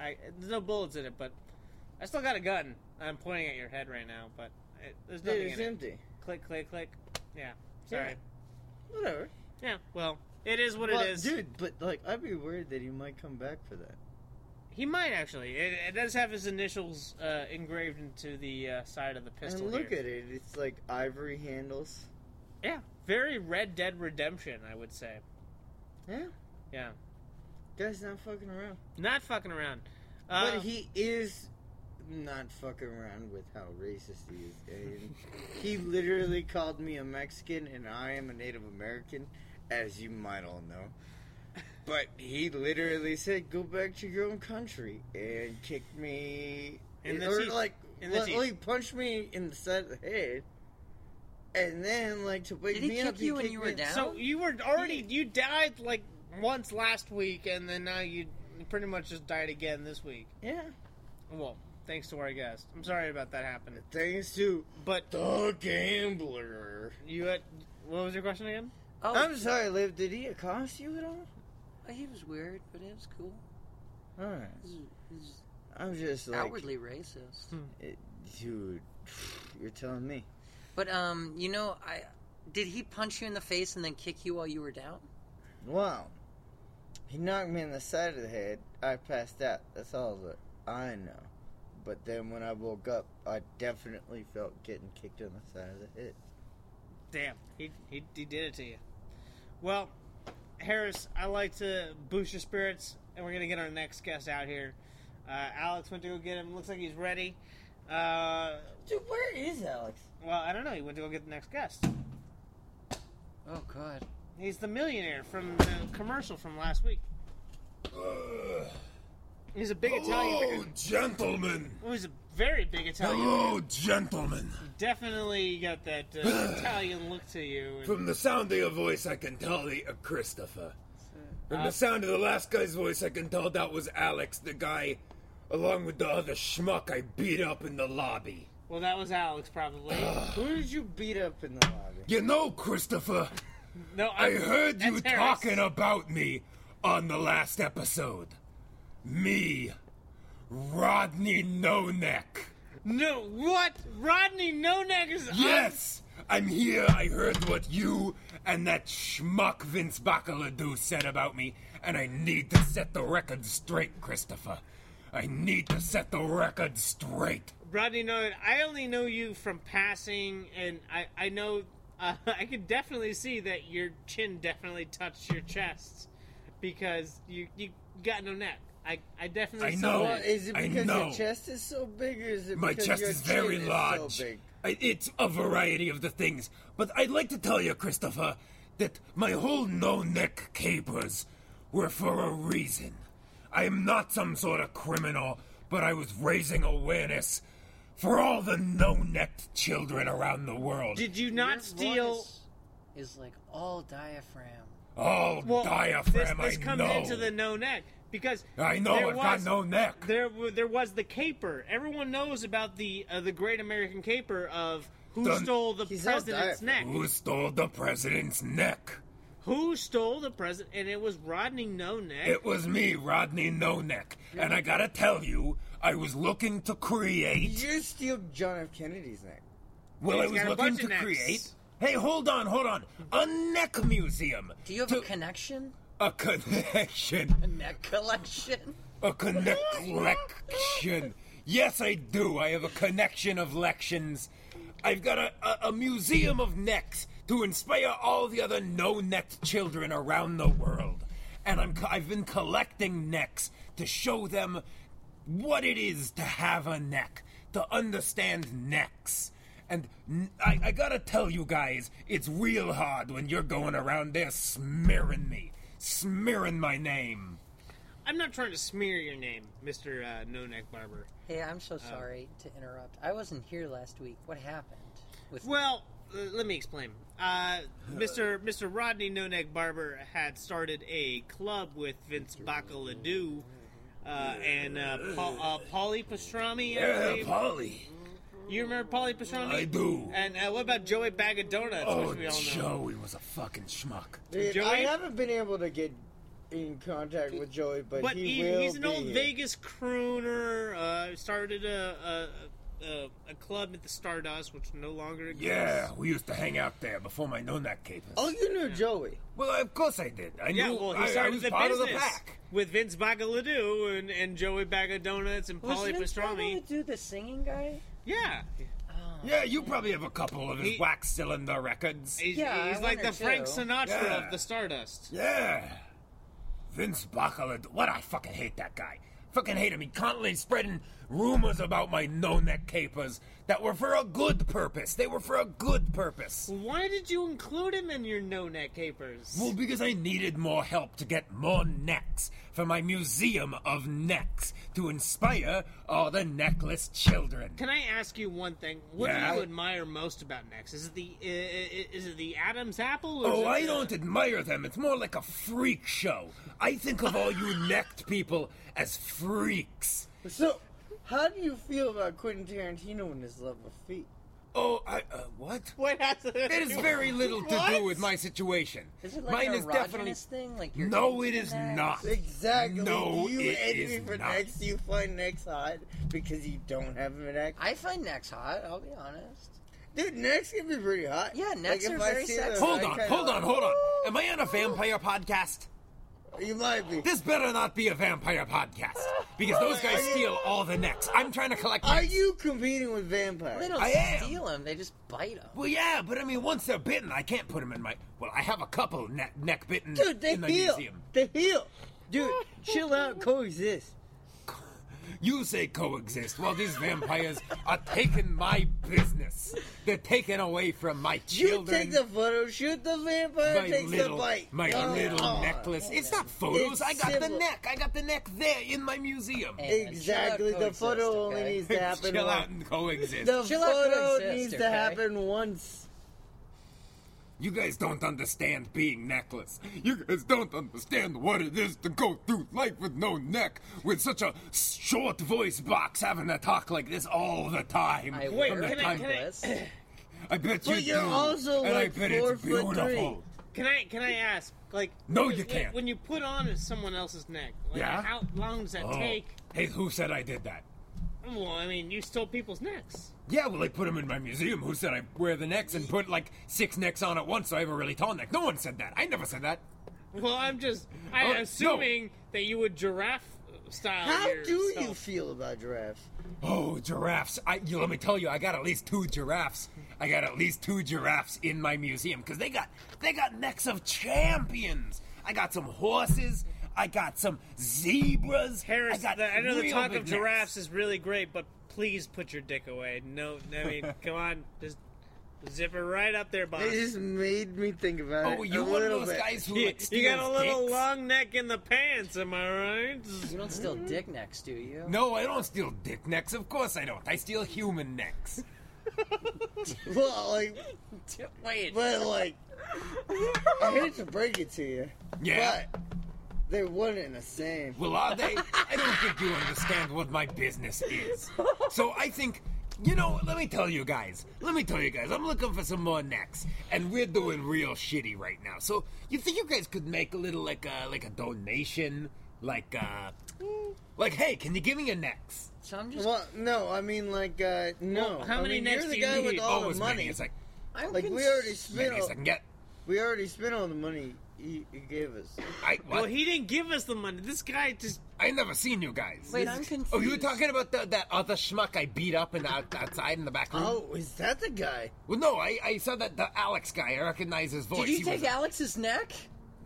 [SPEAKER 2] I there's no bullets in it, but I still got a gun. I'm pointing at your head right now, but it, there's
[SPEAKER 1] Dude,
[SPEAKER 2] nothing
[SPEAKER 1] it's
[SPEAKER 2] in it.
[SPEAKER 1] empty.
[SPEAKER 2] Click click click. Yeah. Sorry.
[SPEAKER 1] Yeah. Whatever.
[SPEAKER 2] Yeah. well, it is what
[SPEAKER 1] Well,
[SPEAKER 2] it is.
[SPEAKER 1] dude. But like, I'd be worried that he might come back for that.
[SPEAKER 2] He might actually. It, it does have his initials uh, engraved into the uh, side of the pistol.
[SPEAKER 1] and look
[SPEAKER 2] here.
[SPEAKER 1] at it. It's like ivory handles.
[SPEAKER 2] Yeah, very Red Dead Redemption, I would say.
[SPEAKER 1] Yeah.
[SPEAKER 2] Yeah,
[SPEAKER 1] Guy's not fucking around.
[SPEAKER 2] not fucking around. Uh,
[SPEAKER 1] but he is not fucking around with how racist he is. And he literally called me a Mexican, and I am a Native American, as you might all know. But he literally said, "Go back to your own country," and kicked me
[SPEAKER 2] In the
[SPEAKER 1] or
[SPEAKER 2] teeth.
[SPEAKER 1] like,
[SPEAKER 2] In the
[SPEAKER 1] well,
[SPEAKER 2] teeth.
[SPEAKER 1] he punched me in the side of the head, and then like to wake
[SPEAKER 4] Did he
[SPEAKER 1] me
[SPEAKER 4] kick
[SPEAKER 1] up.
[SPEAKER 4] you when
[SPEAKER 1] kicked
[SPEAKER 4] you
[SPEAKER 1] me
[SPEAKER 4] were
[SPEAKER 1] in-
[SPEAKER 4] down?
[SPEAKER 2] so you were already you died like once last week, and then now you pretty much just died again this week.
[SPEAKER 1] Yeah,
[SPEAKER 2] Well, thanks to our guest. I'm sorry about that happening,
[SPEAKER 1] thanks to
[SPEAKER 2] but
[SPEAKER 1] the gambler.
[SPEAKER 2] you had what was your question again?
[SPEAKER 4] Oh,
[SPEAKER 1] I'm sorry, Liv. Did he accost you at all?
[SPEAKER 4] he was weird, but it was cool.
[SPEAKER 1] All right.
[SPEAKER 4] He was, he was
[SPEAKER 1] I'm just like,
[SPEAKER 4] outwardly racist.
[SPEAKER 1] it- dude, you're telling me.
[SPEAKER 4] But um, you know, I did he punch you in the face and then kick you while you were down?
[SPEAKER 1] Wow. He knocked me in the side of the head. I passed out. That's all that I know. But then when I woke up, I definitely felt getting kicked in the side of the head.
[SPEAKER 2] Damn, he, he, he did it to you. Well, Harris, I like to boost your spirits, and we're going to get our next guest out here. Uh, Alex went to go get him. Looks like he's ready. Uh,
[SPEAKER 1] Dude, where is Alex?
[SPEAKER 2] well, I don't know. He went to go get the next guest.
[SPEAKER 4] Oh God.
[SPEAKER 2] He's the millionaire from the commercial from last week. He's a big Italian.
[SPEAKER 6] gentlemen!
[SPEAKER 2] He was a very big Italian.
[SPEAKER 6] Hello, gentlemen!
[SPEAKER 2] Definitely got that uh, Italian look to you. And,
[SPEAKER 6] From the sound of your voice, I can tell the uh, Christopher. From the sound of the last guy's voice, I can tell that was Alex, the guy, along with the other schmuck I beat up in the lobby.
[SPEAKER 2] well, that was Alex probably.
[SPEAKER 1] Who did you beat up in the lobby?
[SPEAKER 6] You know, Christopher,
[SPEAKER 2] No,
[SPEAKER 6] I heard you
[SPEAKER 2] that's Harris.
[SPEAKER 6] talking about me on the last episode. Me, Rodney No Neck.
[SPEAKER 2] No, what? Rodney No Neck is on-
[SPEAKER 6] Yes! I'm here. I heard what you and that schmuck Vince Bacaladu said about me, and I need to set the record straight, Christopher. I need to set the record straight.
[SPEAKER 2] Rodney No. I only know you from passing, and I I know uh, I could definitely see that your chin definitely touched your chest because you you got no neck. I I definitely
[SPEAKER 6] I
[SPEAKER 2] saw
[SPEAKER 6] know.
[SPEAKER 2] that.
[SPEAKER 1] Is it
[SPEAKER 6] I
[SPEAKER 1] because
[SPEAKER 6] know.
[SPEAKER 1] your chest is so big, or is it
[SPEAKER 6] My
[SPEAKER 1] because
[SPEAKER 6] chest
[SPEAKER 1] your
[SPEAKER 6] is very
[SPEAKER 1] chin so
[SPEAKER 6] large.
[SPEAKER 1] big?
[SPEAKER 6] I, it's a variety of the things, but I'd like to tell you, Christopher, that my whole no neck capers were for a reason. I am not some sort of criminal, but I was raising awareness for all the no necked children around the world.
[SPEAKER 2] Did you not
[SPEAKER 4] Your
[SPEAKER 2] steal?
[SPEAKER 4] voice Is like all diaphragm.
[SPEAKER 6] all
[SPEAKER 2] Well,
[SPEAKER 6] diaphragm
[SPEAKER 2] this, this
[SPEAKER 6] I
[SPEAKER 2] comes
[SPEAKER 6] know.
[SPEAKER 2] into the no neck because
[SPEAKER 6] I know,
[SPEAKER 2] there
[SPEAKER 6] I've got
[SPEAKER 2] was-
[SPEAKER 6] no neck.
[SPEAKER 2] There, w- there was the caper. Everyone knows about the uh, the Great American Caper of who
[SPEAKER 6] Done.
[SPEAKER 2] stole the
[SPEAKER 1] He's all
[SPEAKER 2] president's
[SPEAKER 1] diaphragm.
[SPEAKER 2] neck.
[SPEAKER 6] Who stole the president's neck?
[SPEAKER 2] Who stole the president? And it was Rodney No Neck.
[SPEAKER 6] It was me, Rodney No Neck, and I gotta tell you, I was looking to create.
[SPEAKER 1] Did you steal John F. Kennedy's neck?
[SPEAKER 6] Well, I
[SPEAKER 2] He's
[SPEAKER 6] was
[SPEAKER 2] got a
[SPEAKER 6] looking
[SPEAKER 2] bunch
[SPEAKER 6] to
[SPEAKER 2] of necks.
[SPEAKER 6] create. Hey, hold on, hold on. A neck museum.
[SPEAKER 4] Do you have
[SPEAKER 6] To-
[SPEAKER 4] a connection?
[SPEAKER 6] a connection.
[SPEAKER 4] A neck collection?
[SPEAKER 6] A connection. Yes, I do. I have a connection of lections. I've got a, a, a museum of necks to inspire all the other no-necked children around the world. And I'm, co- I've been collecting necks to show them what it is to have a neck, to understand necks. And n- I, I gotta tell you guys, it's real hard when you're going around there smearing me, smearing my name.
[SPEAKER 2] I'm not trying to smear your name, Mr. Uh, No Neck Barber.
[SPEAKER 4] Hey, I'm
[SPEAKER 6] Uh,
[SPEAKER 4] so sorry to interrupt. I wasn't here last week. What happened? With
[SPEAKER 2] Well, uh, let me explain. Uh, Mr. Mr. Rodney No Neck Barber had started a club with Vince Bacaladu uh, and uh, Paul, uh, Polly Pastrami. I
[SPEAKER 6] Yeah,
[SPEAKER 2] believe.
[SPEAKER 6] Polly,
[SPEAKER 2] you remember Polly Pastrami?
[SPEAKER 6] I do.
[SPEAKER 2] And uh, what about Joey Bag of Donuts,
[SPEAKER 6] Oh,
[SPEAKER 2] which we all know?
[SPEAKER 6] Joey was a fucking schmuck.
[SPEAKER 1] Dude, I
[SPEAKER 2] Joey?
[SPEAKER 1] haven't been able to get in contact with Joey, but,
[SPEAKER 2] But
[SPEAKER 1] he,
[SPEAKER 2] he,
[SPEAKER 1] will
[SPEAKER 2] he's an
[SPEAKER 1] be
[SPEAKER 2] old
[SPEAKER 1] here.
[SPEAKER 2] Vegas crooner. Uh, started a, a, a, a club at the Stardust, which no longer exists.
[SPEAKER 6] Yeah, we used to hang out there before my no neck capers.
[SPEAKER 1] Oh, you knew Joey.
[SPEAKER 6] Well, of course I did. I
[SPEAKER 2] Yeah,
[SPEAKER 6] knew
[SPEAKER 2] well,
[SPEAKER 6] I,
[SPEAKER 2] he
[SPEAKER 6] I
[SPEAKER 2] started
[SPEAKER 6] was
[SPEAKER 2] the
[SPEAKER 6] part
[SPEAKER 2] business
[SPEAKER 6] of the pack.
[SPEAKER 2] with Vince Bagaladu and, and Joey Bag of Donuts and
[SPEAKER 4] Was
[SPEAKER 2] Polly
[SPEAKER 4] Vince
[SPEAKER 2] Pastrami.
[SPEAKER 4] Vaughn the dude, the singing guy?
[SPEAKER 2] Yeah,
[SPEAKER 6] Yeah, you probably have a couple of his
[SPEAKER 2] He-
[SPEAKER 6] wax cylinder records.
[SPEAKER 2] he's,
[SPEAKER 4] Yeah,
[SPEAKER 2] he's
[SPEAKER 4] I
[SPEAKER 2] like the
[SPEAKER 4] wonder
[SPEAKER 2] Frank
[SPEAKER 4] too.
[SPEAKER 2] Sinatra
[SPEAKER 6] Yeah.
[SPEAKER 2] of the Stardust.
[SPEAKER 6] Yeah. Vince Bacalad. What? I fucking hate that guy. Fucking hate him. He constantly spreading rumors about my no neck capers that were for a good purpose. They were for a good purpose.
[SPEAKER 2] Why did you include him in your no neck capers?
[SPEAKER 6] Well, because I needed more help to get more necks for my museum of necks to inspire all the necklace children.
[SPEAKER 2] Can I ask you one thing? What
[SPEAKER 6] Yeah.
[SPEAKER 2] do you admire most about Nex? Is it the uh, is it the Adam's apple? Or is
[SPEAKER 6] Oh,
[SPEAKER 2] it
[SPEAKER 6] I
[SPEAKER 2] the-
[SPEAKER 6] don't admire them. It's more like a freak show. I think of all you necked people as freaks.
[SPEAKER 1] So, how do you feel about Quentin Tarantino and his love of feet?
[SPEAKER 6] Oh, I. Uh, what?
[SPEAKER 2] What has to
[SPEAKER 6] It has very little to
[SPEAKER 2] What?
[SPEAKER 6] do with my situation.
[SPEAKER 4] Is it like
[SPEAKER 6] Mine
[SPEAKER 4] an
[SPEAKER 6] is definitely.
[SPEAKER 4] erogenous thing? Like you're
[SPEAKER 6] No, it
[SPEAKER 4] into
[SPEAKER 6] is
[SPEAKER 4] that?
[SPEAKER 6] not.
[SPEAKER 1] Exactly.
[SPEAKER 6] No,
[SPEAKER 1] Do you
[SPEAKER 6] it
[SPEAKER 1] envy
[SPEAKER 6] is
[SPEAKER 1] for
[SPEAKER 6] not.
[SPEAKER 1] next? You find next hot because you don't have an ex.
[SPEAKER 4] I find necks hot. I'll be honest.
[SPEAKER 1] Dude, next can be pretty hot.
[SPEAKER 4] Yeah,
[SPEAKER 1] like,
[SPEAKER 4] necks
[SPEAKER 1] if
[SPEAKER 4] are
[SPEAKER 1] I
[SPEAKER 4] very
[SPEAKER 1] see them,
[SPEAKER 4] sexy.
[SPEAKER 6] Hold
[SPEAKER 1] I
[SPEAKER 6] on,
[SPEAKER 1] kinda
[SPEAKER 6] hold on,
[SPEAKER 1] like,
[SPEAKER 6] hold on. Am I on a vampire podcast?
[SPEAKER 1] You might be.
[SPEAKER 6] This better not be a vampire podcast because those guys steal all the necks. I'm trying to collect.
[SPEAKER 1] Are
[SPEAKER 6] necks.
[SPEAKER 1] you competing with vampires?
[SPEAKER 4] They don't
[SPEAKER 6] I am.
[SPEAKER 4] steal them. They just bite them.
[SPEAKER 6] Well, yeah, but I mean, once they're bitten, I can't put them in my. Well, I have a couple neck neck bitten
[SPEAKER 1] Dude, they
[SPEAKER 6] in the
[SPEAKER 1] heal.
[SPEAKER 6] museum.
[SPEAKER 1] They heal. Dude, chill out. Coexist.
[SPEAKER 6] You say coexist while these vampires are taking my business. They're taking away from my
[SPEAKER 1] You
[SPEAKER 6] children.
[SPEAKER 1] take the photo shoot. The vampire
[SPEAKER 6] my
[SPEAKER 1] takes
[SPEAKER 6] little,
[SPEAKER 1] the bite. Oh,
[SPEAKER 6] my
[SPEAKER 1] Come
[SPEAKER 6] little
[SPEAKER 1] on.
[SPEAKER 6] necklace. It's not photos.
[SPEAKER 1] oh. It's
[SPEAKER 6] I got the
[SPEAKER 1] simple.
[SPEAKER 6] neck. I got the neck there in my museum.
[SPEAKER 4] And chill out,
[SPEAKER 1] Exactly. The
[SPEAKER 4] coexist,
[SPEAKER 1] photo only
[SPEAKER 4] okay?
[SPEAKER 1] needs to happen
[SPEAKER 6] Chill
[SPEAKER 1] once.
[SPEAKER 6] out and coexist.
[SPEAKER 1] The
[SPEAKER 4] Chill out,
[SPEAKER 1] photo
[SPEAKER 4] coexist,
[SPEAKER 1] needs
[SPEAKER 4] okay?
[SPEAKER 1] to happen once.
[SPEAKER 6] You guys don't understand being necklace. You guys don't understand what it is to go through life with no neck, with such a short voice box, having to talk like this all the time.
[SPEAKER 4] I
[SPEAKER 2] Wait,
[SPEAKER 4] wear
[SPEAKER 2] can I- can I-
[SPEAKER 4] necklace.
[SPEAKER 6] I bet you
[SPEAKER 1] But you're
[SPEAKER 6] do.
[SPEAKER 1] also
[SPEAKER 6] and
[SPEAKER 1] like
[SPEAKER 6] I bet
[SPEAKER 1] four
[SPEAKER 6] it's
[SPEAKER 1] foot
[SPEAKER 6] beautiful.
[SPEAKER 2] Can I can I ask like
[SPEAKER 6] No,
[SPEAKER 2] when-
[SPEAKER 6] you can't.
[SPEAKER 2] when you put on someone else's neck like
[SPEAKER 6] Yeah?
[SPEAKER 2] how long does that
[SPEAKER 6] Oh.
[SPEAKER 2] take?
[SPEAKER 6] Hey, who said I did that?
[SPEAKER 2] Well, I mean you stole people's necks.
[SPEAKER 6] Yeah, well, I put them in my museum. Who said I wear the necks and put like six necks on at once so I have a really tall neck? No one said that. I never said that.
[SPEAKER 2] Well, I'm just I'm
[SPEAKER 6] Oh,
[SPEAKER 2] assuming that you would giraffe style.
[SPEAKER 1] How
[SPEAKER 2] your
[SPEAKER 1] do
[SPEAKER 2] stuff.
[SPEAKER 1] you feel about giraffes?
[SPEAKER 6] Oh, giraffes. I, you, let me tell you, I got at least two giraffes. I got at least two giraffes in my museum because they got they got necks of champions. I got some horses. I got some zebras.
[SPEAKER 2] Harris,
[SPEAKER 6] I, got
[SPEAKER 2] the, I know the
[SPEAKER 6] real
[SPEAKER 2] talk
[SPEAKER 6] big
[SPEAKER 2] of
[SPEAKER 6] necks.
[SPEAKER 2] giraffes is really great, but please put your dick away. No, I mean, come on, just zip it right up there, boss.
[SPEAKER 1] It just made me think about it.
[SPEAKER 6] Oh, you
[SPEAKER 1] a
[SPEAKER 6] one of
[SPEAKER 1] little
[SPEAKER 6] those
[SPEAKER 1] bit.
[SPEAKER 6] guys who
[SPEAKER 2] You,
[SPEAKER 6] like
[SPEAKER 2] you got a
[SPEAKER 6] steals
[SPEAKER 2] little
[SPEAKER 6] dicks?
[SPEAKER 2] long neck in the pants, am I right?
[SPEAKER 4] You don't steal
[SPEAKER 6] Mm-hmm.
[SPEAKER 4] dick necks, do you?
[SPEAKER 6] No, I don't steal dick necks. Of course I don't. I steal human necks.
[SPEAKER 1] Well, like,
[SPEAKER 4] Wait.
[SPEAKER 1] but like, I hate to break it to you,
[SPEAKER 6] Yeah.
[SPEAKER 1] but they wouldn't the same.
[SPEAKER 6] Well, are they? I don't think you understand what my business is. So I think, you know, let me tell you guys. Let me tell you guys. I'm looking for some more necks, and we're doing real shitty right now. So you think you guys could make a little like a like a donation, like uh, like hey, can you give me your necks?
[SPEAKER 4] So I'm just.
[SPEAKER 1] Well, no, I mean like, uh, no.
[SPEAKER 2] Well, how
[SPEAKER 1] I
[SPEAKER 2] many
[SPEAKER 1] mean,
[SPEAKER 2] necks
[SPEAKER 1] You're
[SPEAKER 2] do
[SPEAKER 1] the
[SPEAKER 2] you
[SPEAKER 1] guy
[SPEAKER 2] need?
[SPEAKER 1] with all
[SPEAKER 6] oh,
[SPEAKER 1] the
[SPEAKER 6] as
[SPEAKER 1] money.
[SPEAKER 6] many as I,
[SPEAKER 4] I'm
[SPEAKER 1] like we
[SPEAKER 4] cons-
[SPEAKER 1] already
[SPEAKER 6] many
[SPEAKER 1] spent
[SPEAKER 6] as
[SPEAKER 1] all,
[SPEAKER 6] I can get.
[SPEAKER 1] we already spent all the money you, you gave us.
[SPEAKER 6] I what?
[SPEAKER 2] Well, he didn't give us the money. This guy just.
[SPEAKER 6] I never seen you guys.
[SPEAKER 4] Wait, I'm confused.
[SPEAKER 6] Oh, you were talking about the, that other schmuck I beat up in the, out- outside in the back room?
[SPEAKER 1] Oh, is that the guy?
[SPEAKER 6] Well, no, I, I saw that the Alex guy. I recognize his voice.
[SPEAKER 4] Did you
[SPEAKER 6] He
[SPEAKER 4] take
[SPEAKER 6] was-
[SPEAKER 4] Alex's neck?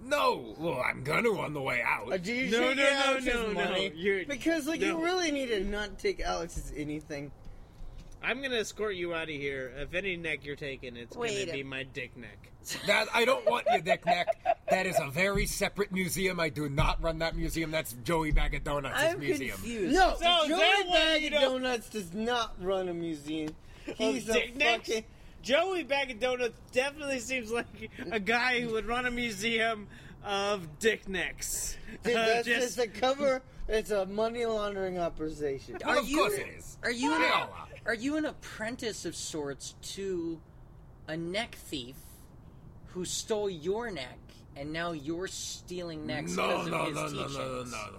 [SPEAKER 6] No. Well, I'm gonna on the way out.
[SPEAKER 1] Uh, do you
[SPEAKER 2] No,
[SPEAKER 1] take
[SPEAKER 2] no, no,
[SPEAKER 1] Alex's
[SPEAKER 2] no, no,
[SPEAKER 1] money?
[SPEAKER 2] you're-
[SPEAKER 1] because like
[SPEAKER 2] no.
[SPEAKER 1] you really need to not take Alex's anything.
[SPEAKER 2] I'm gonna escort you out of here. If any neck you're taking, it's
[SPEAKER 5] Wait
[SPEAKER 2] gonna be
[SPEAKER 5] a-
[SPEAKER 2] my dick neck.
[SPEAKER 6] That I don't want your dick neck. That is a very separate museum. I do not run that museum. That's Joey Bag of Donuts'
[SPEAKER 5] I'm
[SPEAKER 6] museum.
[SPEAKER 5] confused.
[SPEAKER 1] No,
[SPEAKER 2] So
[SPEAKER 1] Joey
[SPEAKER 2] that way
[SPEAKER 1] Bag
[SPEAKER 2] you
[SPEAKER 1] of
[SPEAKER 2] don't-
[SPEAKER 1] Donuts does not run a museum. He's
[SPEAKER 2] Of
[SPEAKER 1] a
[SPEAKER 2] dick necks?
[SPEAKER 1] fucking.
[SPEAKER 2] Joey Bag of Donuts definitely seems like a guy who would run a museum of dick necks.
[SPEAKER 1] Dude,
[SPEAKER 2] Uh,
[SPEAKER 1] that's
[SPEAKER 2] just-
[SPEAKER 1] just... a cover. It's a money laundering operation.
[SPEAKER 6] Well,
[SPEAKER 4] Are
[SPEAKER 6] of
[SPEAKER 4] you-
[SPEAKER 6] course it is.
[SPEAKER 4] Are you an,
[SPEAKER 6] They all are.
[SPEAKER 4] are you an apprentice of sorts to a neck thief who stole your neck and now you're stealing necks
[SPEAKER 6] No,
[SPEAKER 4] because
[SPEAKER 6] no,
[SPEAKER 4] of
[SPEAKER 6] no,
[SPEAKER 4] his
[SPEAKER 6] no, no,
[SPEAKER 4] teachings?
[SPEAKER 6] no, no, no, no,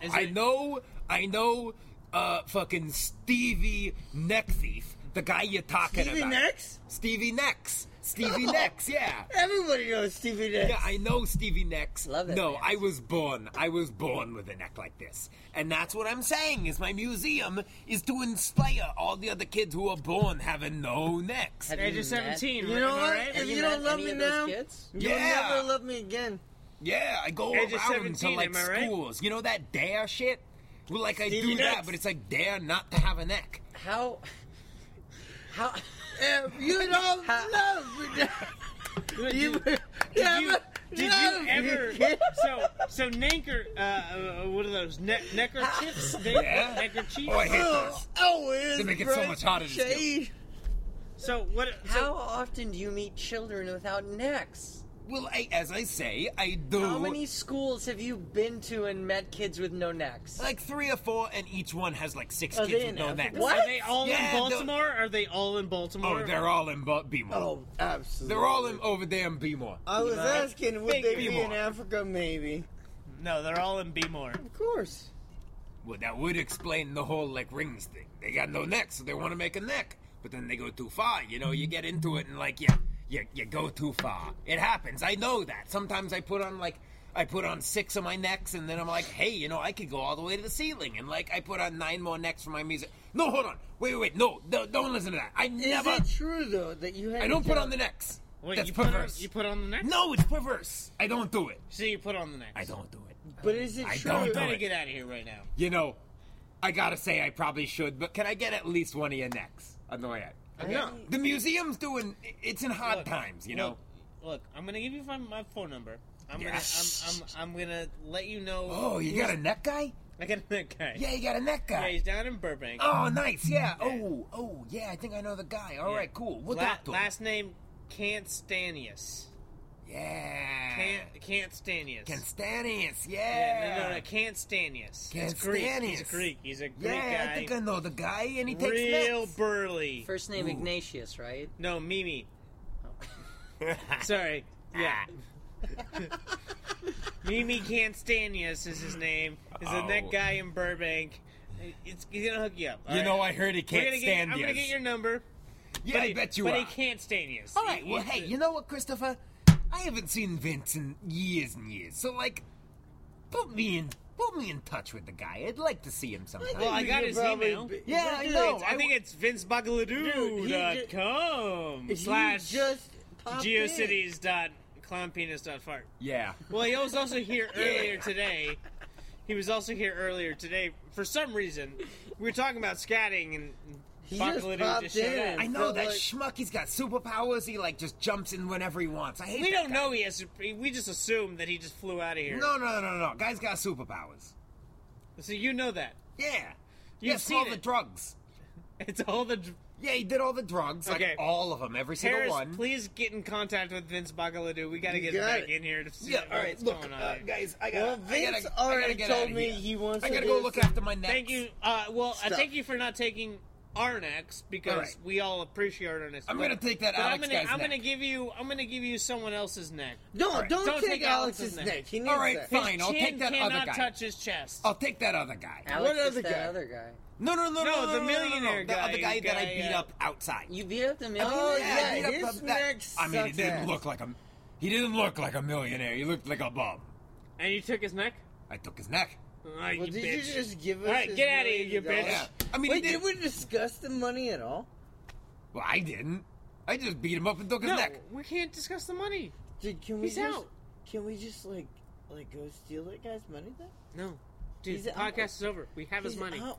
[SPEAKER 6] no,
[SPEAKER 2] Is
[SPEAKER 6] no. I
[SPEAKER 2] it-
[SPEAKER 6] know, I know, uh, fucking Stevie Neck Thief, the guy you're talking
[SPEAKER 1] Stevie
[SPEAKER 6] about.
[SPEAKER 1] Nicks?
[SPEAKER 6] Stevie Necks. Stevie Necks, yeah.
[SPEAKER 1] Everybody knows Stevie Nicks.
[SPEAKER 6] Yeah, I know Stevie Necks.
[SPEAKER 4] Love it,
[SPEAKER 6] No,
[SPEAKER 4] man.
[SPEAKER 6] I was born. I was born with a neck like this. And that's what I'm saying is my museum is to inspire all the other kids who are born having no necks.
[SPEAKER 4] Have
[SPEAKER 2] Age
[SPEAKER 4] you
[SPEAKER 2] of 17.
[SPEAKER 1] you
[SPEAKER 2] am
[SPEAKER 1] know
[SPEAKER 2] I
[SPEAKER 1] what?
[SPEAKER 2] right?
[SPEAKER 1] If
[SPEAKER 4] you
[SPEAKER 1] you don't
[SPEAKER 4] met
[SPEAKER 1] love
[SPEAKER 4] any
[SPEAKER 1] me
[SPEAKER 4] of those
[SPEAKER 1] now,
[SPEAKER 4] kids?
[SPEAKER 1] you'll
[SPEAKER 6] Yeah.
[SPEAKER 1] never love me again.
[SPEAKER 6] Yeah, I go
[SPEAKER 2] Age of
[SPEAKER 6] around to
[SPEAKER 2] 17,
[SPEAKER 6] like
[SPEAKER 2] am I right?
[SPEAKER 6] schools. You know that dare shit? Well, like I do
[SPEAKER 1] Stevie
[SPEAKER 6] that,
[SPEAKER 1] Nicks.
[SPEAKER 6] but it's like dare not to have a neck.
[SPEAKER 4] met? How? How?
[SPEAKER 1] If you don't
[SPEAKER 4] Ha-
[SPEAKER 1] love me now, you will never
[SPEAKER 2] Did
[SPEAKER 1] love
[SPEAKER 2] you
[SPEAKER 1] me
[SPEAKER 2] ever?
[SPEAKER 1] again.
[SPEAKER 2] So, so Nanker, uh, uh, what are those ne- neckerchiefs? They,
[SPEAKER 6] Yeah.
[SPEAKER 2] neckerchiefs?
[SPEAKER 6] Oh, I hate those.
[SPEAKER 1] Oh, always
[SPEAKER 6] They make it so
[SPEAKER 1] bright
[SPEAKER 6] much harder to steal.
[SPEAKER 1] shade.
[SPEAKER 2] So what?
[SPEAKER 4] How
[SPEAKER 2] So,
[SPEAKER 4] often do you meet children without necks?
[SPEAKER 6] Well, I, as I say, I do.
[SPEAKER 4] How many schools have you been to and met kids with no necks? Oh,
[SPEAKER 6] Like three or four, and each one has like six
[SPEAKER 1] Are
[SPEAKER 6] kids
[SPEAKER 1] they
[SPEAKER 6] with
[SPEAKER 1] in
[SPEAKER 6] no
[SPEAKER 1] Africa?
[SPEAKER 6] necks.
[SPEAKER 4] What?
[SPEAKER 2] are they all
[SPEAKER 6] Yeah,
[SPEAKER 2] in
[SPEAKER 6] no-
[SPEAKER 2] Baltimore? Are they all in Baltimore?
[SPEAKER 6] Oh, they're all in Bo- Beemore.
[SPEAKER 1] Oh, absolutely.
[SPEAKER 6] They're all in over there in Beemore.
[SPEAKER 1] I was asking, would
[SPEAKER 2] Big
[SPEAKER 1] they be
[SPEAKER 6] people.
[SPEAKER 1] in Africa? Maybe.
[SPEAKER 2] no, they're all in Bmore.
[SPEAKER 1] Of course.
[SPEAKER 6] Well, that would explain the whole like rings thing. They got no neck, so they want to make a neck, but then they go too far. You know, you get into it and like you, you, you go too far. It happens. I know that. Sometimes I put on like. I put on six of my necks, and then I'm like, "Hey, you know, I could go all the way to the ceiling." And like, I put on nine more necks for my music. No, hold on, wait, wait, wait, no, no don't listen to that. I
[SPEAKER 1] Is
[SPEAKER 6] never,
[SPEAKER 1] it true though that you had?
[SPEAKER 6] I don't
[SPEAKER 1] to
[SPEAKER 6] put
[SPEAKER 1] tell-
[SPEAKER 6] on the necks.
[SPEAKER 2] Wait,
[SPEAKER 6] That's
[SPEAKER 2] you put
[SPEAKER 6] perverse.
[SPEAKER 2] on you put on the neck?
[SPEAKER 6] No, it's perverse. I don't do it.
[SPEAKER 2] So you put on the neck.
[SPEAKER 6] I don't do it.
[SPEAKER 1] But is it
[SPEAKER 6] I
[SPEAKER 1] true?
[SPEAKER 6] don't
[SPEAKER 2] You better
[SPEAKER 6] do it.
[SPEAKER 2] get out of here right now.
[SPEAKER 6] You know, I gotta say I probably should, but can I get at least one of your necks on the way out?
[SPEAKER 2] No.
[SPEAKER 6] The museum's doing. It's in hard times, you know.
[SPEAKER 2] Look, look, I'm gonna give you my, my phone number. I'm
[SPEAKER 6] Yeah.
[SPEAKER 2] gonna I'm, I'm I'm gonna let you know.
[SPEAKER 6] oh, you got a neck guy?
[SPEAKER 2] I got that guy.
[SPEAKER 6] Yeah, you got a neck
[SPEAKER 2] Yeah,
[SPEAKER 6] guy.
[SPEAKER 2] he's down in Burbank.
[SPEAKER 6] Oh, nice. Yeah. Oh, oh, yeah. I think I know the guy. All right, cool. We'll
[SPEAKER 2] La-
[SPEAKER 6] talk to him.
[SPEAKER 2] last name Canstanius.
[SPEAKER 6] yeah.
[SPEAKER 2] Can't can't Stanius.
[SPEAKER 6] Constantius.
[SPEAKER 2] yeah,
[SPEAKER 6] Yeah.
[SPEAKER 2] no, no, no, can't Stanius. He's Greek. He's
[SPEAKER 6] Constantius.
[SPEAKER 2] Greek. He's a Greek
[SPEAKER 6] yeah,
[SPEAKER 2] guy.
[SPEAKER 6] I think I know the guy, and he takes
[SPEAKER 2] Real
[SPEAKER 6] necks.
[SPEAKER 2] burly.
[SPEAKER 4] First name
[SPEAKER 6] Ooh.
[SPEAKER 4] Ignatius, right?
[SPEAKER 2] no, Mimi.
[SPEAKER 6] Oh.
[SPEAKER 2] Sorry. Yeah.
[SPEAKER 6] Ah.
[SPEAKER 2] Mimi Canstanius is his name. Is a
[SPEAKER 6] Oh.
[SPEAKER 2] neck guy in Burbank. It's, he's gonna hook you up.
[SPEAKER 6] you know, I heard he
[SPEAKER 2] We're
[SPEAKER 6] can't
[SPEAKER 2] gonna get,
[SPEAKER 6] stand
[SPEAKER 2] I'm gonna
[SPEAKER 6] yous.
[SPEAKER 2] get your number.
[SPEAKER 6] Yeah,
[SPEAKER 2] But
[SPEAKER 6] I
[SPEAKER 2] he,
[SPEAKER 6] bet you
[SPEAKER 2] But
[SPEAKER 6] are.
[SPEAKER 2] he can't Stanius.
[SPEAKER 6] All right. Well, hey, you know what, Christopher? I haven't seen Vince in years and years. So, like, put me in, put me in touch with the guy. I'd like to see him sometime.
[SPEAKER 2] Well, I
[SPEAKER 1] You
[SPEAKER 2] got
[SPEAKER 1] could
[SPEAKER 2] his
[SPEAKER 1] probably
[SPEAKER 2] email.
[SPEAKER 1] be-
[SPEAKER 6] yeah,
[SPEAKER 1] But
[SPEAKER 6] I
[SPEAKER 1] dude,
[SPEAKER 6] know.
[SPEAKER 2] It's- I think it's
[SPEAKER 1] Dude, he ju-
[SPEAKER 2] vincebagaloo.com
[SPEAKER 1] He
[SPEAKER 2] slash
[SPEAKER 1] just popped in.
[SPEAKER 2] geocities.clownpenis.fart.
[SPEAKER 6] yeah.
[SPEAKER 2] Well, he was also here earlier today. He was also here earlier today. For some reason, we were talking about scatting and
[SPEAKER 1] He
[SPEAKER 2] Buck
[SPEAKER 1] just
[SPEAKER 2] Liddy
[SPEAKER 1] popped
[SPEAKER 2] just showed
[SPEAKER 1] in.
[SPEAKER 2] up.
[SPEAKER 6] I know
[SPEAKER 1] So,
[SPEAKER 6] that
[SPEAKER 1] like-
[SPEAKER 6] schmuck. He's got superpowers. He like just jumps in whenever he wants. I hate.
[SPEAKER 2] we
[SPEAKER 6] that
[SPEAKER 2] don't
[SPEAKER 6] guy.
[SPEAKER 2] know he has. We just assume that he just flew out of here.
[SPEAKER 6] No, no, no, no. Guy's got superpowers.
[SPEAKER 2] So you know that.
[SPEAKER 6] Yeah.
[SPEAKER 2] You've
[SPEAKER 6] Yes,
[SPEAKER 2] seen
[SPEAKER 6] all the
[SPEAKER 2] it.
[SPEAKER 6] drugs.
[SPEAKER 2] It's all the. dr-
[SPEAKER 6] Yeah, he did all the drugs,
[SPEAKER 2] Okay.
[SPEAKER 6] like all of them, every single
[SPEAKER 2] Harris,
[SPEAKER 6] one.
[SPEAKER 2] please get in contact with Vince Bagaladu. We got to
[SPEAKER 1] You
[SPEAKER 2] get
[SPEAKER 1] got
[SPEAKER 2] back
[SPEAKER 1] it.
[SPEAKER 2] in here to see
[SPEAKER 6] yeah, all right.
[SPEAKER 2] what's
[SPEAKER 6] Look,
[SPEAKER 2] going on.
[SPEAKER 6] uh,
[SPEAKER 2] here.
[SPEAKER 6] guys, I gotta.
[SPEAKER 1] Well,
[SPEAKER 6] I
[SPEAKER 1] Vince
[SPEAKER 6] gotta, I gotta
[SPEAKER 1] already
[SPEAKER 6] get out
[SPEAKER 1] told
[SPEAKER 6] of
[SPEAKER 1] me
[SPEAKER 6] here.
[SPEAKER 1] he wants
[SPEAKER 6] I
[SPEAKER 1] to
[SPEAKER 6] gotta go
[SPEAKER 1] do
[SPEAKER 6] look
[SPEAKER 1] some-
[SPEAKER 6] after my neck.
[SPEAKER 2] Thank you. Uh, well, I
[SPEAKER 1] Stuff.
[SPEAKER 2] thank you for not taking our necks because
[SPEAKER 6] All right.
[SPEAKER 2] we all appreciate our necks.
[SPEAKER 6] I'm gonna take that
[SPEAKER 2] But I'm
[SPEAKER 6] Alex
[SPEAKER 2] gonna,
[SPEAKER 6] guy's
[SPEAKER 2] I'm gonna
[SPEAKER 6] neck.
[SPEAKER 2] give you, I'm gonna give you someone else's neck.
[SPEAKER 1] No, don't,
[SPEAKER 2] Don't
[SPEAKER 1] take,
[SPEAKER 2] take
[SPEAKER 1] Alex's
[SPEAKER 2] Alex's
[SPEAKER 1] neck.
[SPEAKER 2] neck.
[SPEAKER 1] He needs
[SPEAKER 6] All right,
[SPEAKER 1] that.
[SPEAKER 6] fine. I'll
[SPEAKER 2] Chin
[SPEAKER 6] take that
[SPEAKER 2] cannot
[SPEAKER 6] other guy.
[SPEAKER 2] touch his chest.
[SPEAKER 6] I'll take that other guy.
[SPEAKER 4] Alex
[SPEAKER 1] What
[SPEAKER 4] is
[SPEAKER 1] other
[SPEAKER 4] that
[SPEAKER 1] guy?
[SPEAKER 4] other guy.
[SPEAKER 6] No, no, no,
[SPEAKER 2] No,
[SPEAKER 6] no,
[SPEAKER 2] the
[SPEAKER 6] no, no,
[SPEAKER 2] millionaire
[SPEAKER 6] no, no. The other
[SPEAKER 2] guy-
[SPEAKER 6] guy that I
[SPEAKER 2] guy,
[SPEAKER 6] beat
[SPEAKER 2] uh,
[SPEAKER 6] up outside.
[SPEAKER 4] You beat up the millionaire.
[SPEAKER 1] Oh
[SPEAKER 6] I
[SPEAKER 1] yeah,
[SPEAKER 6] beat up
[SPEAKER 1] his
[SPEAKER 6] the- that-
[SPEAKER 1] neck.
[SPEAKER 6] I mean, he
[SPEAKER 1] sucks
[SPEAKER 6] didn't
[SPEAKER 1] ass.
[SPEAKER 6] look like a. He didn't look like a millionaire. He looked like a bum.
[SPEAKER 2] and you took his neck.
[SPEAKER 6] I took his neck.
[SPEAKER 2] Ah, you
[SPEAKER 1] Well, did
[SPEAKER 2] bitch.
[SPEAKER 1] you just give us?
[SPEAKER 2] All right,
[SPEAKER 1] his
[SPEAKER 2] get outta here,
[SPEAKER 1] million
[SPEAKER 2] you bitch.
[SPEAKER 1] dollars?
[SPEAKER 6] Yeah. I mean,
[SPEAKER 1] Wait,
[SPEAKER 6] he
[SPEAKER 1] did
[SPEAKER 6] did.
[SPEAKER 1] we discuss the money at all?
[SPEAKER 6] Well, I didn't. I just beat him up and took his
[SPEAKER 2] no,
[SPEAKER 6] neck.
[SPEAKER 2] we can't discuss the money.
[SPEAKER 1] Dude, can we
[SPEAKER 2] He's
[SPEAKER 1] just
[SPEAKER 2] out.
[SPEAKER 1] can we just like like go steal that guy's money then?
[SPEAKER 2] No, dude,
[SPEAKER 1] He's
[SPEAKER 2] the
[SPEAKER 1] out.
[SPEAKER 2] podcast is over. We have his
[SPEAKER 1] He's
[SPEAKER 2] money.
[SPEAKER 1] out.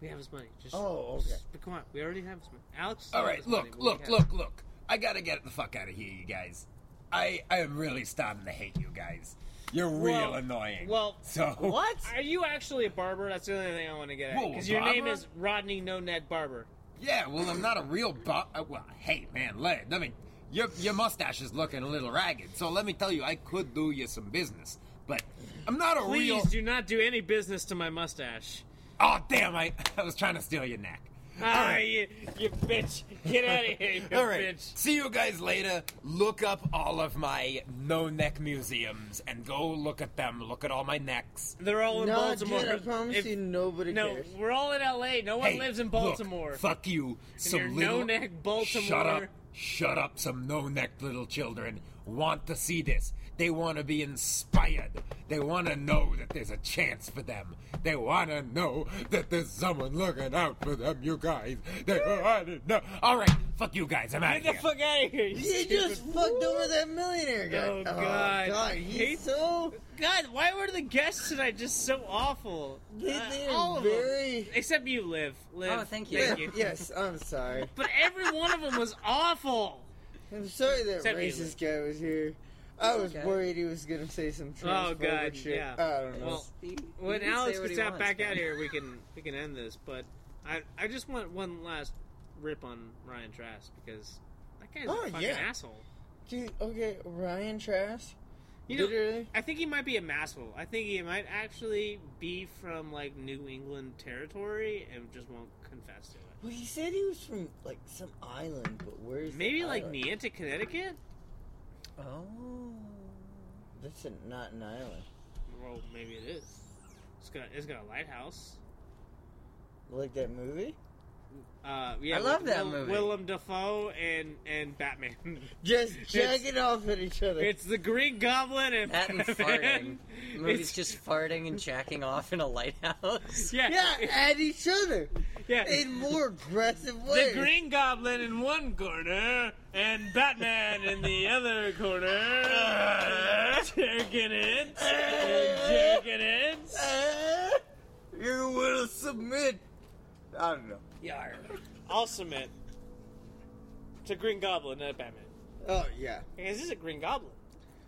[SPEAKER 2] We have his money. Just,
[SPEAKER 1] Oh, okay.
[SPEAKER 2] just- come on, we already have his money. Alex.
[SPEAKER 6] All
[SPEAKER 2] has
[SPEAKER 6] right,
[SPEAKER 2] his money,
[SPEAKER 6] look,
[SPEAKER 2] but we
[SPEAKER 6] look,
[SPEAKER 2] have-
[SPEAKER 6] look, look. I gotta get the fuck out of here, you guys. I I am really starting to hate you guys. You're real
[SPEAKER 2] Well,
[SPEAKER 6] annoying.
[SPEAKER 2] well,
[SPEAKER 6] so
[SPEAKER 3] What?
[SPEAKER 2] Are you actually a barber? That's the only thing I want to get at.
[SPEAKER 6] Whoa,
[SPEAKER 2] Because your name
[SPEAKER 6] barber?
[SPEAKER 2] is Rodney No Net Barber.
[SPEAKER 6] Yeah, well, I'm not a real bo- uh, Well, hey, man, let, let me. Your, your mustache is looking a little ragged, so let me tell you, I could do you some business, but I'm not a
[SPEAKER 2] Please
[SPEAKER 6] real.
[SPEAKER 2] do not do any business to my mustache.
[SPEAKER 6] Oh, damn, I, I was trying to steal your neck.
[SPEAKER 2] Ah, you, you bitch! Get out of here, you
[SPEAKER 6] All right.
[SPEAKER 2] bitch!
[SPEAKER 6] See you guys later. Look up all of my no neck museums and go look at them. Look at all my necks.
[SPEAKER 2] They're all in
[SPEAKER 1] No, dude,
[SPEAKER 2] Baltimore.
[SPEAKER 1] I promise
[SPEAKER 2] If-
[SPEAKER 1] you, nobody
[SPEAKER 2] no,
[SPEAKER 1] cares.
[SPEAKER 2] we're all in L.A. No one
[SPEAKER 6] Hey,
[SPEAKER 2] lives in
[SPEAKER 6] look,
[SPEAKER 2] Baltimore.
[SPEAKER 6] fuck you.
[SPEAKER 2] your
[SPEAKER 6] Some little
[SPEAKER 2] no-neck Baltimore-
[SPEAKER 6] Shut up. Shut up. Some no neck little children want to see this. They want to be inspired. They want to know that there's a chance for them. They want to know that there's someone looking out for them. You guys. They want to know. All right. Fuck you guys. I'm out
[SPEAKER 2] Get the fuck out of here! you
[SPEAKER 1] He
[SPEAKER 2] stupid-
[SPEAKER 1] just fucked over that millionaire guy.
[SPEAKER 2] Oh, God.
[SPEAKER 1] he's
[SPEAKER 2] He-
[SPEAKER 1] so
[SPEAKER 2] God, why were the guests tonight just so awful?
[SPEAKER 1] they,
[SPEAKER 2] Uh,
[SPEAKER 1] they
[SPEAKER 2] all
[SPEAKER 1] are
[SPEAKER 2] of them.
[SPEAKER 1] very.
[SPEAKER 2] Except you, Liv. Liv.
[SPEAKER 4] Oh, thank you.
[SPEAKER 2] Thank you.
[SPEAKER 1] yes, I'm sorry.
[SPEAKER 2] But every one of them was awful.
[SPEAKER 1] I'm sorry that
[SPEAKER 2] Except you,
[SPEAKER 1] racist guy was here. I was
[SPEAKER 4] okay.
[SPEAKER 1] worried he was gonna say some
[SPEAKER 2] Oh,
[SPEAKER 1] transphobic
[SPEAKER 2] God,
[SPEAKER 1] shit.
[SPEAKER 2] yeah.
[SPEAKER 1] I don't know.
[SPEAKER 2] Well,
[SPEAKER 4] He- he
[SPEAKER 2] when
[SPEAKER 4] can say
[SPEAKER 2] Alex
[SPEAKER 4] what
[SPEAKER 2] gets
[SPEAKER 4] he
[SPEAKER 2] out
[SPEAKER 4] wants,
[SPEAKER 2] back
[SPEAKER 4] man.
[SPEAKER 2] out of here, we can we can end this. But I I just want one last rip on Ryan Trask because that guy's
[SPEAKER 1] Oh,
[SPEAKER 2] a fucking
[SPEAKER 1] yeah.
[SPEAKER 2] asshole.
[SPEAKER 1] Dude, okay, Ryan Trask.
[SPEAKER 2] You know,
[SPEAKER 1] Literally.
[SPEAKER 2] I think he might be a masshole. I think he might actually be from like New England territory and just won't confess to it.
[SPEAKER 1] Well, he said he was from like some island, but where's
[SPEAKER 2] Maybe
[SPEAKER 1] the
[SPEAKER 4] Oh.
[SPEAKER 2] like
[SPEAKER 1] island?
[SPEAKER 2] Niantic, Connecticut.
[SPEAKER 1] Oh, that's a, not an island.
[SPEAKER 2] Well, maybe it is. It's got it's got a lighthouse.
[SPEAKER 1] Like that movie?
[SPEAKER 2] Uh, yeah,
[SPEAKER 4] I love
[SPEAKER 2] with
[SPEAKER 4] that
[SPEAKER 2] Will-
[SPEAKER 4] movie.
[SPEAKER 2] Willem Dafoe and and Batman.
[SPEAKER 1] Just jacking off at each other.
[SPEAKER 2] It's the Green Goblin and
[SPEAKER 4] That and farting.
[SPEAKER 2] Batman.
[SPEAKER 4] The movie's
[SPEAKER 2] It's-
[SPEAKER 4] just farting and jacking off in a lighthouse.
[SPEAKER 2] yeah,
[SPEAKER 1] yeah,
[SPEAKER 2] yeah.
[SPEAKER 1] at each other in more aggressive
[SPEAKER 2] The
[SPEAKER 1] ways.
[SPEAKER 2] Green Goblin in one corner and Batman in the other corner. Jerking it, and jerking it.
[SPEAKER 1] Ah, you will submit. I don't know.
[SPEAKER 4] Yar.
[SPEAKER 2] I'll submit to Green Goblin, not Batman.
[SPEAKER 1] Oh yeah.
[SPEAKER 2] Because he's a Green Goblin.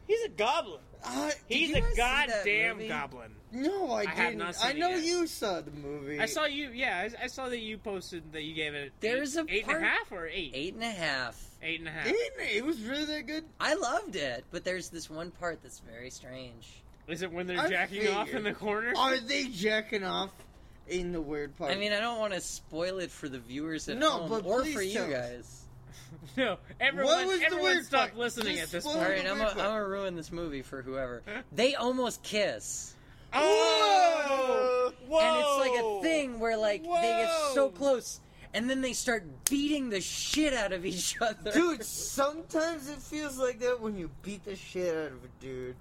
[SPEAKER 2] He's a goblin.
[SPEAKER 1] Uh, did
[SPEAKER 2] He's
[SPEAKER 1] you
[SPEAKER 2] a
[SPEAKER 1] guys see that
[SPEAKER 2] goddamn
[SPEAKER 1] movie?
[SPEAKER 2] goblin.
[SPEAKER 1] No, I,
[SPEAKER 2] have
[SPEAKER 1] didn't.
[SPEAKER 2] not seen
[SPEAKER 1] I
[SPEAKER 2] it
[SPEAKER 1] know
[SPEAKER 2] yet.
[SPEAKER 1] you saw the movie.
[SPEAKER 2] I saw you. Yeah, I, I saw that you posted that you gave it.
[SPEAKER 4] There's a
[SPEAKER 2] eight, eight and a
[SPEAKER 4] part-
[SPEAKER 2] half or eight.
[SPEAKER 4] Eight and a half.
[SPEAKER 2] Eight and a half.
[SPEAKER 1] Didn't it? It was really that good.
[SPEAKER 4] I loved it, but there's this one part that's very strange.
[SPEAKER 2] Is it when they're
[SPEAKER 1] I
[SPEAKER 2] jacking off in
[SPEAKER 1] figured.
[SPEAKER 2] the corner?
[SPEAKER 1] Are they jacking off in the weird part?
[SPEAKER 4] I mean, I don't want to spoil it for the viewers at
[SPEAKER 1] No,
[SPEAKER 4] home
[SPEAKER 1] but
[SPEAKER 4] or
[SPEAKER 1] please
[SPEAKER 4] for you
[SPEAKER 1] tell us.
[SPEAKER 4] guys.
[SPEAKER 2] No,
[SPEAKER 1] What
[SPEAKER 2] everyone,
[SPEAKER 1] was the
[SPEAKER 2] everyone
[SPEAKER 1] weird
[SPEAKER 2] stopped
[SPEAKER 1] part?
[SPEAKER 2] listening
[SPEAKER 1] Just
[SPEAKER 2] at this
[SPEAKER 1] spoil
[SPEAKER 2] point.
[SPEAKER 4] All
[SPEAKER 1] Well,
[SPEAKER 4] right,
[SPEAKER 1] the
[SPEAKER 4] I'm
[SPEAKER 1] weird
[SPEAKER 4] gonna
[SPEAKER 1] part.
[SPEAKER 4] I'm gonna ruin this movie for whoever. They almost kiss,
[SPEAKER 2] Oh! Whoa!
[SPEAKER 4] and it's like a thing where like they get so
[SPEAKER 2] Whoa!
[SPEAKER 4] close, and then they start beating the shit out of each other.
[SPEAKER 1] Dude, sometimes it feels like that when you beat the shit out of a dude.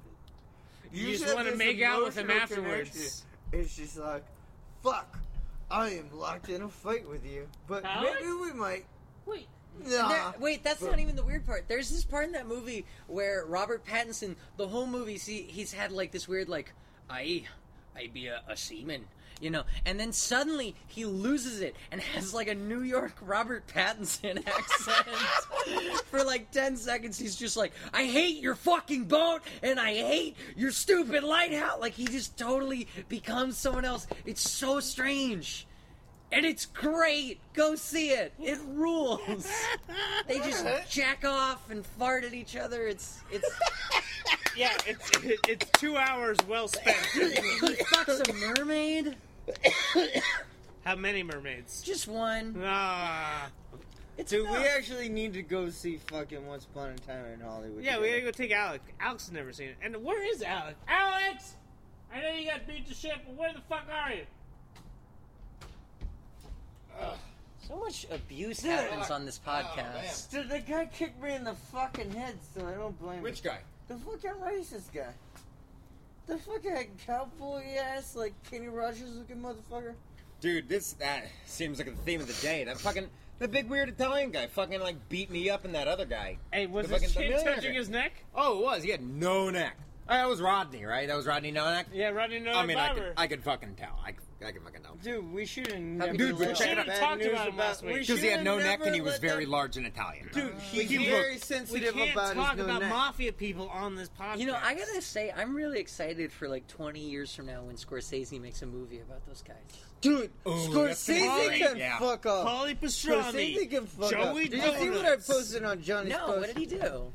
[SPEAKER 2] You just
[SPEAKER 1] have
[SPEAKER 2] wanna
[SPEAKER 1] this
[SPEAKER 2] make out with him
[SPEAKER 1] emotional
[SPEAKER 2] afterwards.
[SPEAKER 1] connection. It's just like, fuck, I am locked in a fight with you, but
[SPEAKER 2] Alex?
[SPEAKER 1] maybe we might.
[SPEAKER 4] Wait,
[SPEAKER 1] Nah.
[SPEAKER 4] There- wait, that's not even the weird part. There's this part in that movie where Robert Pattinson, the whole movie, see, he's had like this weird like, I, I be a, a seaman, you know, and then suddenly he loses it and has like a New York Robert Pattinson accent for like ten seconds. He's just like, I hate your fucking boat and I hate your stupid lighthouse. Like he just totally becomes someone else. It's so strange. And it's great. Go see it. It rules. They just jack off and fart at each other. It's it's
[SPEAKER 2] Yeah, it's it, it's two hours well spent.
[SPEAKER 4] he fucks a mermaid.
[SPEAKER 2] How many mermaids?
[SPEAKER 4] Just one.
[SPEAKER 2] Ah,
[SPEAKER 4] It's
[SPEAKER 1] Dude,
[SPEAKER 4] enough.
[SPEAKER 1] we actually need to go see fucking Once Upon a Time in Hollywood.
[SPEAKER 2] yeah, we gotta go
[SPEAKER 1] together.
[SPEAKER 2] take Alex. Alex has never seen it. And where is Alex? Alex, I know you got beat to shit, but where the fuck are you?
[SPEAKER 4] so much abuse happens on
[SPEAKER 2] Oh,
[SPEAKER 4] this podcast.
[SPEAKER 1] Dude, that guy kicked me in the fucking head, so I don't blame him.
[SPEAKER 6] guy?
[SPEAKER 1] The fucking racist guy. The fucking cowboy ass, like Kenny Rogers looking motherfucker.
[SPEAKER 3] Dude, this that seems like the theme of the day. That fucking the big weird Italian guy fucking like beat me up and that other guy.
[SPEAKER 2] Hey, was
[SPEAKER 3] The
[SPEAKER 2] his
[SPEAKER 3] fucking- the
[SPEAKER 2] chin
[SPEAKER 3] millionaire
[SPEAKER 2] touching
[SPEAKER 3] guy.
[SPEAKER 2] his neck?
[SPEAKER 3] Oh, it was. He had no neck.
[SPEAKER 6] Oh, that was Rodney, right? That was Rodney Nowak.
[SPEAKER 2] Yeah, Rodney Nowak
[SPEAKER 6] I mean, I could,
[SPEAKER 2] Barber.
[SPEAKER 6] I could fucking tell. I, could- I could fucking know.
[SPEAKER 4] Dude, we should have
[SPEAKER 1] Have
[SPEAKER 4] never.
[SPEAKER 1] Dude,
[SPEAKER 2] we
[SPEAKER 1] but
[SPEAKER 2] should
[SPEAKER 1] check
[SPEAKER 2] have
[SPEAKER 1] it out.
[SPEAKER 2] talked
[SPEAKER 1] Bad
[SPEAKER 2] about
[SPEAKER 1] news
[SPEAKER 2] him last
[SPEAKER 1] about- we
[SPEAKER 2] week.
[SPEAKER 6] Because he had no
[SPEAKER 1] Should've
[SPEAKER 6] neck and he
[SPEAKER 1] never
[SPEAKER 6] was
[SPEAKER 1] let
[SPEAKER 6] very
[SPEAKER 1] that-
[SPEAKER 6] large and Italian.
[SPEAKER 2] Dude, he
[SPEAKER 1] He's
[SPEAKER 2] can't-
[SPEAKER 1] very
[SPEAKER 2] We
[SPEAKER 1] sensitive
[SPEAKER 2] can't
[SPEAKER 1] about his
[SPEAKER 2] talk
[SPEAKER 1] no
[SPEAKER 2] about
[SPEAKER 1] neck.
[SPEAKER 2] mafia people on this podcast.
[SPEAKER 4] You know, I gotta say, I'm really excited for like 20 years from now when Scorsese makes a movie about those guys.
[SPEAKER 1] Dude,
[SPEAKER 6] that's gonna be
[SPEAKER 1] Scorsese
[SPEAKER 6] great,
[SPEAKER 1] can
[SPEAKER 6] yeah.
[SPEAKER 1] fuck off.
[SPEAKER 2] Pauly
[SPEAKER 1] Scorsese
[SPEAKER 2] Pastrami,
[SPEAKER 1] can fuck
[SPEAKER 2] Joey
[SPEAKER 1] up. Did you see what I
[SPEAKER 2] Donuts.
[SPEAKER 1] posted on Johnny's
[SPEAKER 4] No,
[SPEAKER 1] post?
[SPEAKER 4] what did he do?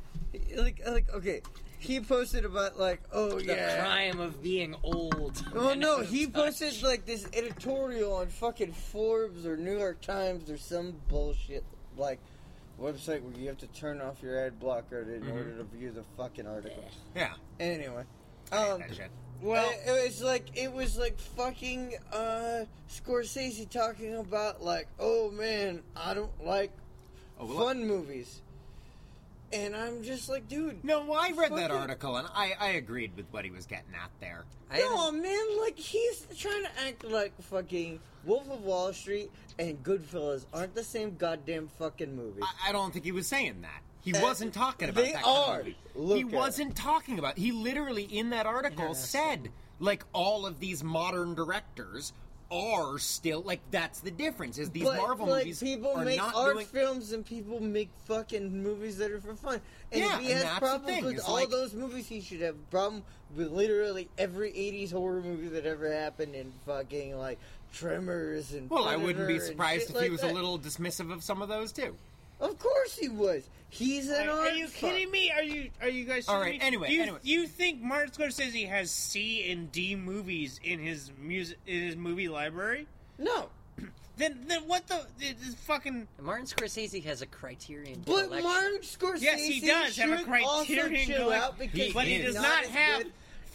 [SPEAKER 1] Like, like, okay, he posted about like, oh
[SPEAKER 4] The
[SPEAKER 1] yeah.
[SPEAKER 4] crime of being old.
[SPEAKER 1] Well,
[SPEAKER 4] and
[SPEAKER 1] no,
[SPEAKER 4] out of
[SPEAKER 1] he
[SPEAKER 4] touch.
[SPEAKER 1] posted like this editorial on fucking Forbes or New York Times or some bullshit like website where you have to turn off your ad blocker in order to view the fucking article.
[SPEAKER 6] yeah.
[SPEAKER 1] Anyway, um,
[SPEAKER 6] That shit.
[SPEAKER 1] well, it, it was like it was like fucking uh, Scorsese talking about like, oh man, I don't like
[SPEAKER 6] Oh, well,
[SPEAKER 1] fun movies, and I'm just like, dude,
[SPEAKER 6] No, well, I read that
[SPEAKER 1] Fucking-
[SPEAKER 6] article and I, I agreed with what he was getting at there.
[SPEAKER 4] I
[SPEAKER 1] No,
[SPEAKER 4] haven't-
[SPEAKER 1] man, like he's trying to act like fucking Wolf of Wall Street and Goodfellas aren't the same goddamn fucking movie.
[SPEAKER 6] I, I don't think he was saying that. He wasn't talking about
[SPEAKER 1] Uh, they
[SPEAKER 6] that.
[SPEAKER 1] are.
[SPEAKER 6] Kind of movie.
[SPEAKER 1] Look
[SPEAKER 6] He
[SPEAKER 1] at
[SPEAKER 6] wasn't talking about. He literally in that article said like all of these modern directors are still like that's the difference is these
[SPEAKER 1] but
[SPEAKER 6] Marvel
[SPEAKER 1] like
[SPEAKER 6] movies
[SPEAKER 1] people
[SPEAKER 6] are
[SPEAKER 1] make
[SPEAKER 6] not
[SPEAKER 1] art
[SPEAKER 6] doing.
[SPEAKER 1] films and people make fucking movies that are for fun. And
[SPEAKER 6] Yeah,
[SPEAKER 1] if he
[SPEAKER 6] and
[SPEAKER 1] has
[SPEAKER 6] that's the
[SPEAKER 1] problems
[SPEAKER 6] thing,
[SPEAKER 1] with
[SPEAKER 6] is,
[SPEAKER 1] all
[SPEAKER 6] like-
[SPEAKER 1] those movies, he should have a problem with literally every '80s horror movie that ever happened and fucking like Tremors and.
[SPEAKER 6] well, I wouldn't
[SPEAKER 1] Predator
[SPEAKER 6] be
[SPEAKER 1] and shit
[SPEAKER 6] surprised if he
[SPEAKER 1] like
[SPEAKER 6] was
[SPEAKER 1] that.
[SPEAKER 6] a little dismissive of some of those too.
[SPEAKER 1] Of course he was. He's an
[SPEAKER 2] Are
[SPEAKER 1] art
[SPEAKER 2] you
[SPEAKER 1] fuck.
[SPEAKER 2] kidding me? Are you are you guys?
[SPEAKER 6] All
[SPEAKER 2] shitting
[SPEAKER 6] right,
[SPEAKER 2] me?
[SPEAKER 6] anyway,
[SPEAKER 2] you,
[SPEAKER 6] anyway.
[SPEAKER 2] you think Martin Scorsese has C and D movies in his music in his movie library?
[SPEAKER 1] No.
[SPEAKER 2] Then then what the this fucking
[SPEAKER 4] Martin Scorsese has a criterion.
[SPEAKER 1] But
[SPEAKER 4] collection.
[SPEAKER 1] Martin Scorsese
[SPEAKER 2] yes he does have a
[SPEAKER 1] should also
[SPEAKER 2] criterion
[SPEAKER 1] chill
[SPEAKER 2] collection,
[SPEAKER 1] out because
[SPEAKER 2] but he
[SPEAKER 1] he's
[SPEAKER 2] does not
[SPEAKER 1] as
[SPEAKER 2] have
[SPEAKER 1] good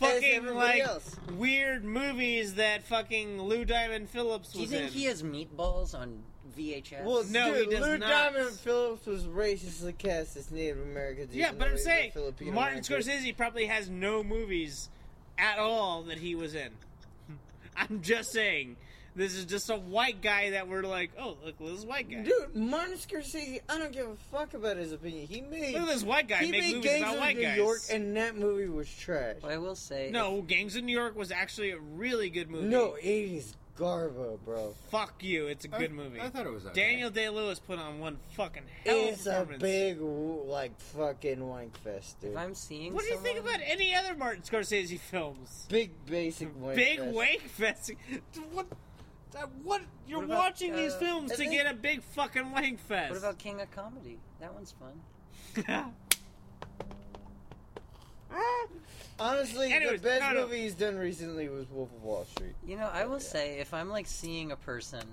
[SPEAKER 1] as
[SPEAKER 2] fucking
[SPEAKER 1] everybody
[SPEAKER 2] like
[SPEAKER 1] else.
[SPEAKER 2] weird movies that fucking Lou Diamond Phillips
[SPEAKER 4] Do you
[SPEAKER 2] was
[SPEAKER 4] think
[SPEAKER 2] in.
[SPEAKER 4] he has meatballs on VHS?
[SPEAKER 1] Well,
[SPEAKER 2] No,
[SPEAKER 1] dude,
[SPEAKER 2] he does
[SPEAKER 1] Lou
[SPEAKER 2] not.
[SPEAKER 1] Diamond Phillips was racistly cast as Native Americans.
[SPEAKER 2] yeah,
[SPEAKER 1] even
[SPEAKER 2] but
[SPEAKER 1] though
[SPEAKER 2] I'm
[SPEAKER 1] he's a
[SPEAKER 2] saying
[SPEAKER 1] Filipino
[SPEAKER 2] Martin
[SPEAKER 1] American.
[SPEAKER 2] Scorsese probably has no movies at all that he was in. I'm just saying. This is just a white guy that we're like, oh, look, this is a white guy.
[SPEAKER 1] Dude, Martin Scorsese, I don't give a fuck about his opinion. He made
[SPEAKER 2] Look at this white guy
[SPEAKER 1] he
[SPEAKER 2] make
[SPEAKER 1] made
[SPEAKER 2] movies
[SPEAKER 1] Gangs
[SPEAKER 2] about
[SPEAKER 1] of
[SPEAKER 2] white
[SPEAKER 1] New
[SPEAKER 2] guys.
[SPEAKER 1] York, and that movie was trash.
[SPEAKER 4] But I will say,
[SPEAKER 2] no, Gangs of New York was actually a really good movie.
[SPEAKER 1] No, '80s garbo, bro.
[SPEAKER 2] fuck you, it's a good movie.
[SPEAKER 6] I thought it was okay.
[SPEAKER 2] Daniel Day Lewis put on one fucking hell of
[SPEAKER 1] It's a
[SPEAKER 2] performance.
[SPEAKER 1] big like fucking wank fest, dude.
[SPEAKER 4] if I'm seeing,
[SPEAKER 2] What do you think
[SPEAKER 4] someone-
[SPEAKER 2] about any other Martin Scorsese films?
[SPEAKER 1] Big basic wank
[SPEAKER 2] big
[SPEAKER 1] fest.
[SPEAKER 2] wake fest. What? uh, What? You're
[SPEAKER 4] about,
[SPEAKER 2] watching these
[SPEAKER 4] uh,
[SPEAKER 2] films to
[SPEAKER 4] I think-
[SPEAKER 2] get a big fucking wank fest.
[SPEAKER 4] What about King of Comedy? That one's fun.
[SPEAKER 1] Honestly,
[SPEAKER 2] Anyways,
[SPEAKER 1] the best
[SPEAKER 2] no, no.
[SPEAKER 1] movie he's done recently was Wolf of Wall Street.
[SPEAKER 4] You know, I will say if I'm like seeing a person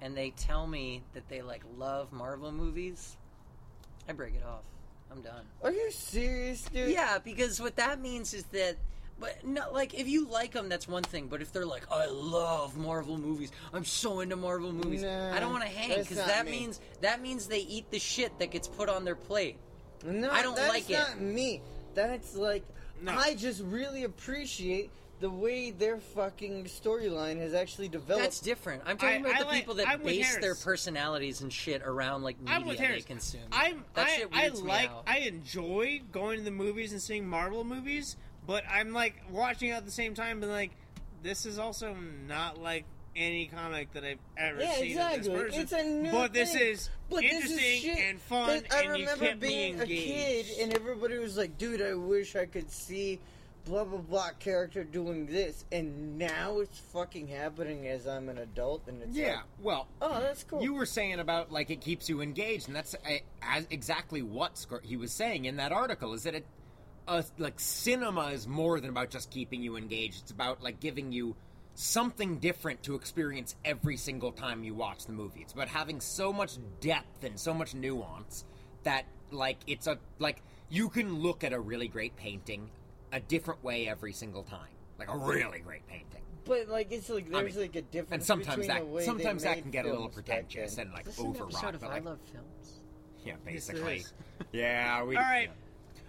[SPEAKER 4] and they tell me that they like love Marvel movies, I break it off. I'm done.
[SPEAKER 1] Are you serious, dude?
[SPEAKER 4] Yeah, because what that means is that but no, like if you like them, that's one thing. But if they're like, I love Marvel movies, I'm so into Marvel movies,
[SPEAKER 1] Nah,
[SPEAKER 4] I don't want to hang
[SPEAKER 1] that's
[SPEAKER 4] because
[SPEAKER 1] not
[SPEAKER 4] that
[SPEAKER 1] me.
[SPEAKER 4] means that means they eat the shit that gets put on their plate.
[SPEAKER 1] No,
[SPEAKER 4] I don't
[SPEAKER 1] that's
[SPEAKER 4] like it.
[SPEAKER 1] not me. That's like
[SPEAKER 2] No.
[SPEAKER 1] I just really appreciate the way their fucking storyline has actually developed.
[SPEAKER 4] That's different. I'm talking
[SPEAKER 2] I-
[SPEAKER 4] about
[SPEAKER 2] I
[SPEAKER 4] the
[SPEAKER 2] like-
[SPEAKER 4] people that
[SPEAKER 2] I'm with
[SPEAKER 4] base their
[SPEAKER 2] Harris.
[SPEAKER 4] personalities and shit around like media
[SPEAKER 2] I'm with
[SPEAKER 4] they
[SPEAKER 2] Harris.
[SPEAKER 4] consume.
[SPEAKER 2] I'm.
[SPEAKER 4] that
[SPEAKER 2] I,
[SPEAKER 4] shit
[SPEAKER 2] I
[SPEAKER 4] weirds me
[SPEAKER 2] like.
[SPEAKER 4] out.
[SPEAKER 2] I enjoy going to the movies and seeing Marvel movies, but I'm like watching at the same time, and like, this is also not like any comic that I've ever
[SPEAKER 1] Yeah,
[SPEAKER 2] seen. of this
[SPEAKER 1] exactly.
[SPEAKER 2] person.
[SPEAKER 1] It's a new
[SPEAKER 2] But this
[SPEAKER 1] thing.
[SPEAKER 2] is
[SPEAKER 1] But this is
[SPEAKER 2] interesting
[SPEAKER 1] shit
[SPEAKER 2] and fun,
[SPEAKER 1] that I
[SPEAKER 2] and you
[SPEAKER 1] remember
[SPEAKER 2] kept
[SPEAKER 1] being
[SPEAKER 2] me engaged.
[SPEAKER 1] a kid, and everybody was like, "Dude, I wish I could see." Blah blah blah character doing this, and now it's fucking happening as I'm an adult, and it's
[SPEAKER 6] Yeah.
[SPEAKER 1] like,
[SPEAKER 6] Well,
[SPEAKER 1] oh, that's cool.
[SPEAKER 6] You were saying about like it keeps you engaged, and that's uh, as exactly what Scor- he was saying in that article. Is that it? Uh, like cinema is more than about just keeping you engaged. It's about like giving you something different to experience every single time you watch the movie. It's about having so much depth and so much nuance that like it's a like you can look at a really great painting a different way every single time. Like a really great painting.
[SPEAKER 1] But like it's like
[SPEAKER 6] I
[SPEAKER 1] there's
[SPEAKER 6] mean,
[SPEAKER 1] like a difference.
[SPEAKER 6] And sometimes
[SPEAKER 1] between
[SPEAKER 6] that
[SPEAKER 1] the way they
[SPEAKER 6] sometimes that
[SPEAKER 1] made
[SPEAKER 6] can get a little
[SPEAKER 1] films back
[SPEAKER 6] pretentious
[SPEAKER 1] then.
[SPEAKER 6] and like
[SPEAKER 4] This is an
[SPEAKER 6] overwrought.
[SPEAKER 4] episode of
[SPEAKER 6] but,
[SPEAKER 4] I
[SPEAKER 6] like,
[SPEAKER 4] Love Films.
[SPEAKER 6] yeah,
[SPEAKER 2] Yes, it
[SPEAKER 6] basically.
[SPEAKER 2] is.
[SPEAKER 6] Yeah, we.
[SPEAKER 2] All right.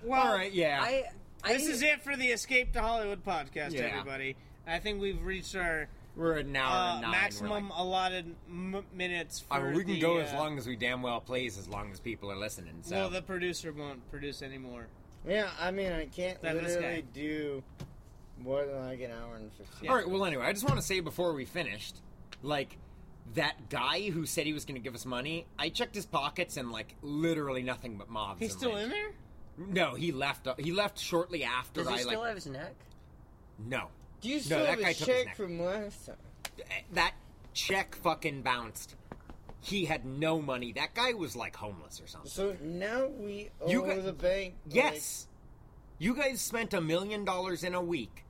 [SPEAKER 2] Well,
[SPEAKER 6] All right. Yeah.
[SPEAKER 4] I, I
[SPEAKER 2] This is it for the Escape to Hollywood podcast,
[SPEAKER 6] Yeah.
[SPEAKER 2] everybody. I think we've reached our
[SPEAKER 6] We're at an hour
[SPEAKER 2] uh,
[SPEAKER 6] and nine. We're
[SPEAKER 2] maximum
[SPEAKER 6] like-
[SPEAKER 2] allotted m- minutes. For
[SPEAKER 6] I mean, we can
[SPEAKER 2] the,
[SPEAKER 6] go
[SPEAKER 2] uh,
[SPEAKER 6] as long as we damn well please, as long as people are listening. So
[SPEAKER 2] Well, the producer won't produce anymore.
[SPEAKER 1] Yeah, I mean, I can't
[SPEAKER 2] That this
[SPEAKER 1] literally
[SPEAKER 2] guy.
[SPEAKER 1] do more than like an hour and 15.
[SPEAKER 6] All right. Well, anyway, I just want to say before we finished, like that guy who said he was going to give us money. I checked his pockets and like literally nothing but mobs.
[SPEAKER 2] He's
[SPEAKER 6] and
[SPEAKER 2] still
[SPEAKER 6] rent.
[SPEAKER 2] in there?
[SPEAKER 6] No, he left. uh, He left shortly after
[SPEAKER 4] Does
[SPEAKER 6] I
[SPEAKER 4] he still
[SPEAKER 6] like.
[SPEAKER 4] have his neck?
[SPEAKER 6] no,
[SPEAKER 1] Do you still
[SPEAKER 6] that
[SPEAKER 1] have
[SPEAKER 6] guy
[SPEAKER 1] a
[SPEAKER 6] took his
[SPEAKER 1] check
[SPEAKER 6] neck.
[SPEAKER 1] from last time?
[SPEAKER 6] that check fucking bounced. He had no money. That guy was like homeless or something.
[SPEAKER 1] So now we owe
[SPEAKER 6] You got-
[SPEAKER 1] the bank. like-
[SPEAKER 6] Yes, you guys spent a million dollars in a week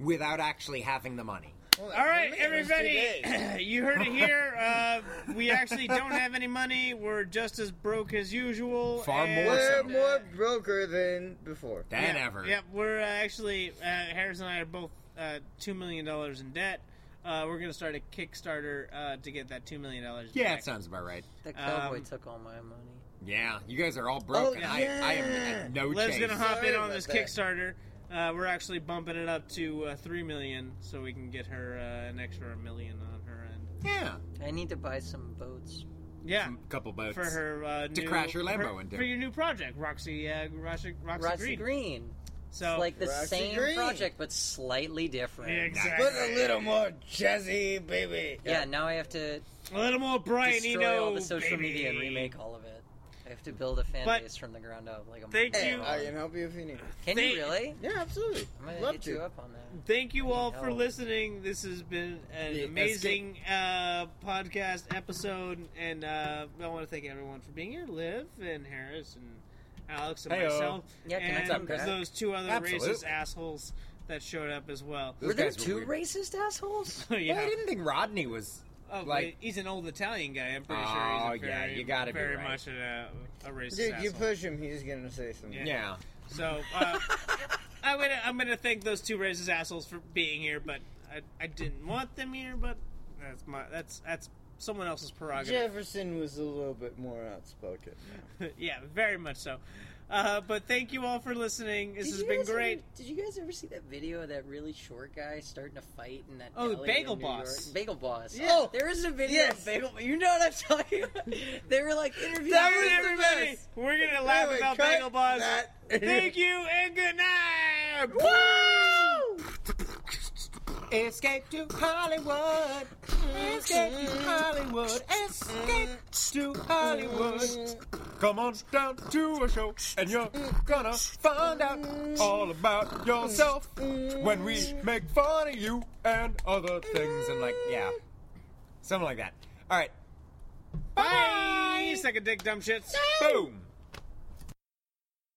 [SPEAKER 6] without actually having the money.
[SPEAKER 1] Well,
[SPEAKER 2] All right,
[SPEAKER 1] it was two days.
[SPEAKER 2] everybody, you heard it here. Uh, we actually don't have any money. We're just as broke as usual.
[SPEAKER 6] Far
[SPEAKER 2] and-
[SPEAKER 6] more
[SPEAKER 1] We're
[SPEAKER 6] so.
[SPEAKER 1] more broker than before.
[SPEAKER 6] Than
[SPEAKER 2] yeah,
[SPEAKER 6] ever.
[SPEAKER 2] Yep, we're uh, actually uh, Harris and I are both uh, two million dollars in debt. Uh, we're gonna start a Kickstarter uh, to get that two million dollars.
[SPEAKER 6] Yeah, that sounds about right.
[SPEAKER 4] That cowboy
[SPEAKER 2] Um,
[SPEAKER 4] took all my money.
[SPEAKER 6] Yeah, you guys are all broken.
[SPEAKER 1] Oh,
[SPEAKER 6] I, I am
[SPEAKER 1] yeah.
[SPEAKER 6] at no
[SPEAKER 2] Lev's
[SPEAKER 6] chance.
[SPEAKER 2] gonna hop
[SPEAKER 1] Sorry
[SPEAKER 2] in on
[SPEAKER 1] about
[SPEAKER 2] this
[SPEAKER 1] that.
[SPEAKER 2] Kickstarter. Uh, we're actually bumping it up to uh, three million, so we can get her uh, an extra million on her end.
[SPEAKER 6] yeah,
[SPEAKER 4] I need to buy some boats.
[SPEAKER 2] Yeah,
[SPEAKER 6] a couple boats.
[SPEAKER 2] for her uh,
[SPEAKER 6] To
[SPEAKER 2] new,
[SPEAKER 6] crash your Lambo
[SPEAKER 2] her-
[SPEAKER 6] into.
[SPEAKER 2] for your new project, Roxy uh, Roxy, Roxy,
[SPEAKER 4] Roxy Green.
[SPEAKER 2] Green. So
[SPEAKER 4] it's like the
[SPEAKER 1] Roxy
[SPEAKER 4] same
[SPEAKER 1] Green.
[SPEAKER 4] project, but slightly different.
[SPEAKER 2] exactly,
[SPEAKER 1] But a little more jazzy, baby.
[SPEAKER 4] Yeah, now I have to
[SPEAKER 2] a little more Brian
[SPEAKER 4] destroy
[SPEAKER 2] Eno.
[SPEAKER 4] all the social
[SPEAKER 2] baby.
[SPEAKER 4] media and remake all of it. I have to build a fan
[SPEAKER 2] But-
[SPEAKER 4] base from the ground up. Like a
[SPEAKER 2] Thank
[SPEAKER 4] moron.
[SPEAKER 1] Hey,
[SPEAKER 2] you.
[SPEAKER 1] I can help you if you need.
[SPEAKER 4] Can
[SPEAKER 2] Thank-
[SPEAKER 4] you really?
[SPEAKER 1] Yeah, absolutely.
[SPEAKER 4] I'm gonna
[SPEAKER 1] Love
[SPEAKER 4] hit
[SPEAKER 1] to.
[SPEAKER 4] you up on that.
[SPEAKER 2] Thank you all for
[SPEAKER 4] No.
[SPEAKER 2] listening. This has been an
[SPEAKER 6] Yeah,
[SPEAKER 2] amazing uh, podcast episode, and uh, I want to thank everyone for being here. Liv and Harris and Alex and
[SPEAKER 6] Heyo.
[SPEAKER 2] myself,
[SPEAKER 4] Yeah, can I
[SPEAKER 2] and
[SPEAKER 4] come back?
[SPEAKER 2] those two other
[SPEAKER 6] Absolutely.
[SPEAKER 2] racist assholes that showed up as well.
[SPEAKER 6] Those
[SPEAKER 4] Were there
[SPEAKER 6] guys were
[SPEAKER 4] two
[SPEAKER 6] weird.
[SPEAKER 4] racist assholes?
[SPEAKER 2] yeah.
[SPEAKER 6] Well, I didn't think Rodney was.
[SPEAKER 2] Oh,
[SPEAKER 6] Like-
[SPEAKER 2] but he's an old Italian guy. I'm pretty
[SPEAKER 6] Oh,
[SPEAKER 2] sure he's a
[SPEAKER 6] yeah,
[SPEAKER 2] very,
[SPEAKER 6] you gotta be
[SPEAKER 2] very
[SPEAKER 6] right.
[SPEAKER 2] much a, a racist
[SPEAKER 1] Dude,
[SPEAKER 2] asshole.
[SPEAKER 1] you push him, he's gonna say something.
[SPEAKER 2] Yeah.
[SPEAKER 6] Yeah,
[SPEAKER 2] So uh, I'm gonna I'm gonna thank those two racist assholes for being here, but I, I didn't want them here. But that's my that's that's someone else's prerogative.
[SPEAKER 1] Jefferson was a little bit more outspoken.
[SPEAKER 2] yeah, very much so. Uh, but thank you all for listening. This
[SPEAKER 4] Did
[SPEAKER 2] has
[SPEAKER 4] you
[SPEAKER 2] been
[SPEAKER 4] guys ever-
[SPEAKER 2] great.
[SPEAKER 4] did you guys ever see that video of that really short guy starting a fight in that?
[SPEAKER 2] Oh,
[SPEAKER 4] deli
[SPEAKER 2] Bagel
[SPEAKER 4] in New
[SPEAKER 2] Boss.
[SPEAKER 4] York? Bagel Boss.
[SPEAKER 1] Yeah.
[SPEAKER 4] Oh, there is a video.
[SPEAKER 1] Yes.
[SPEAKER 4] Of Bagel. You know what I'm talking about? they were like interviewing.
[SPEAKER 1] That
[SPEAKER 2] Alright,
[SPEAKER 1] was the
[SPEAKER 2] everybody,
[SPEAKER 1] best.
[SPEAKER 2] we're gonna laugh
[SPEAKER 1] Anyway,
[SPEAKER 2] about
[SPEAKER 1] cut
[SPEAKER 2] Bagel Boss.
[SPEAKER 1] that.
[SPEAKER 2] thank you and good
[SPEAKER 6] uh,
[SPEAKER 2] night.
[SPEAKER 6] escape to Hollywood, escape to Hollywood, escape to Hollywood. Come on down to a show, and you're gonna find out all about yourself when we make fun of you and other things, and like yeah, something like that. All right,
[SPEAKER 2] Bye. Suck a dick, dumb shits.
[SPEAKER 6] boom.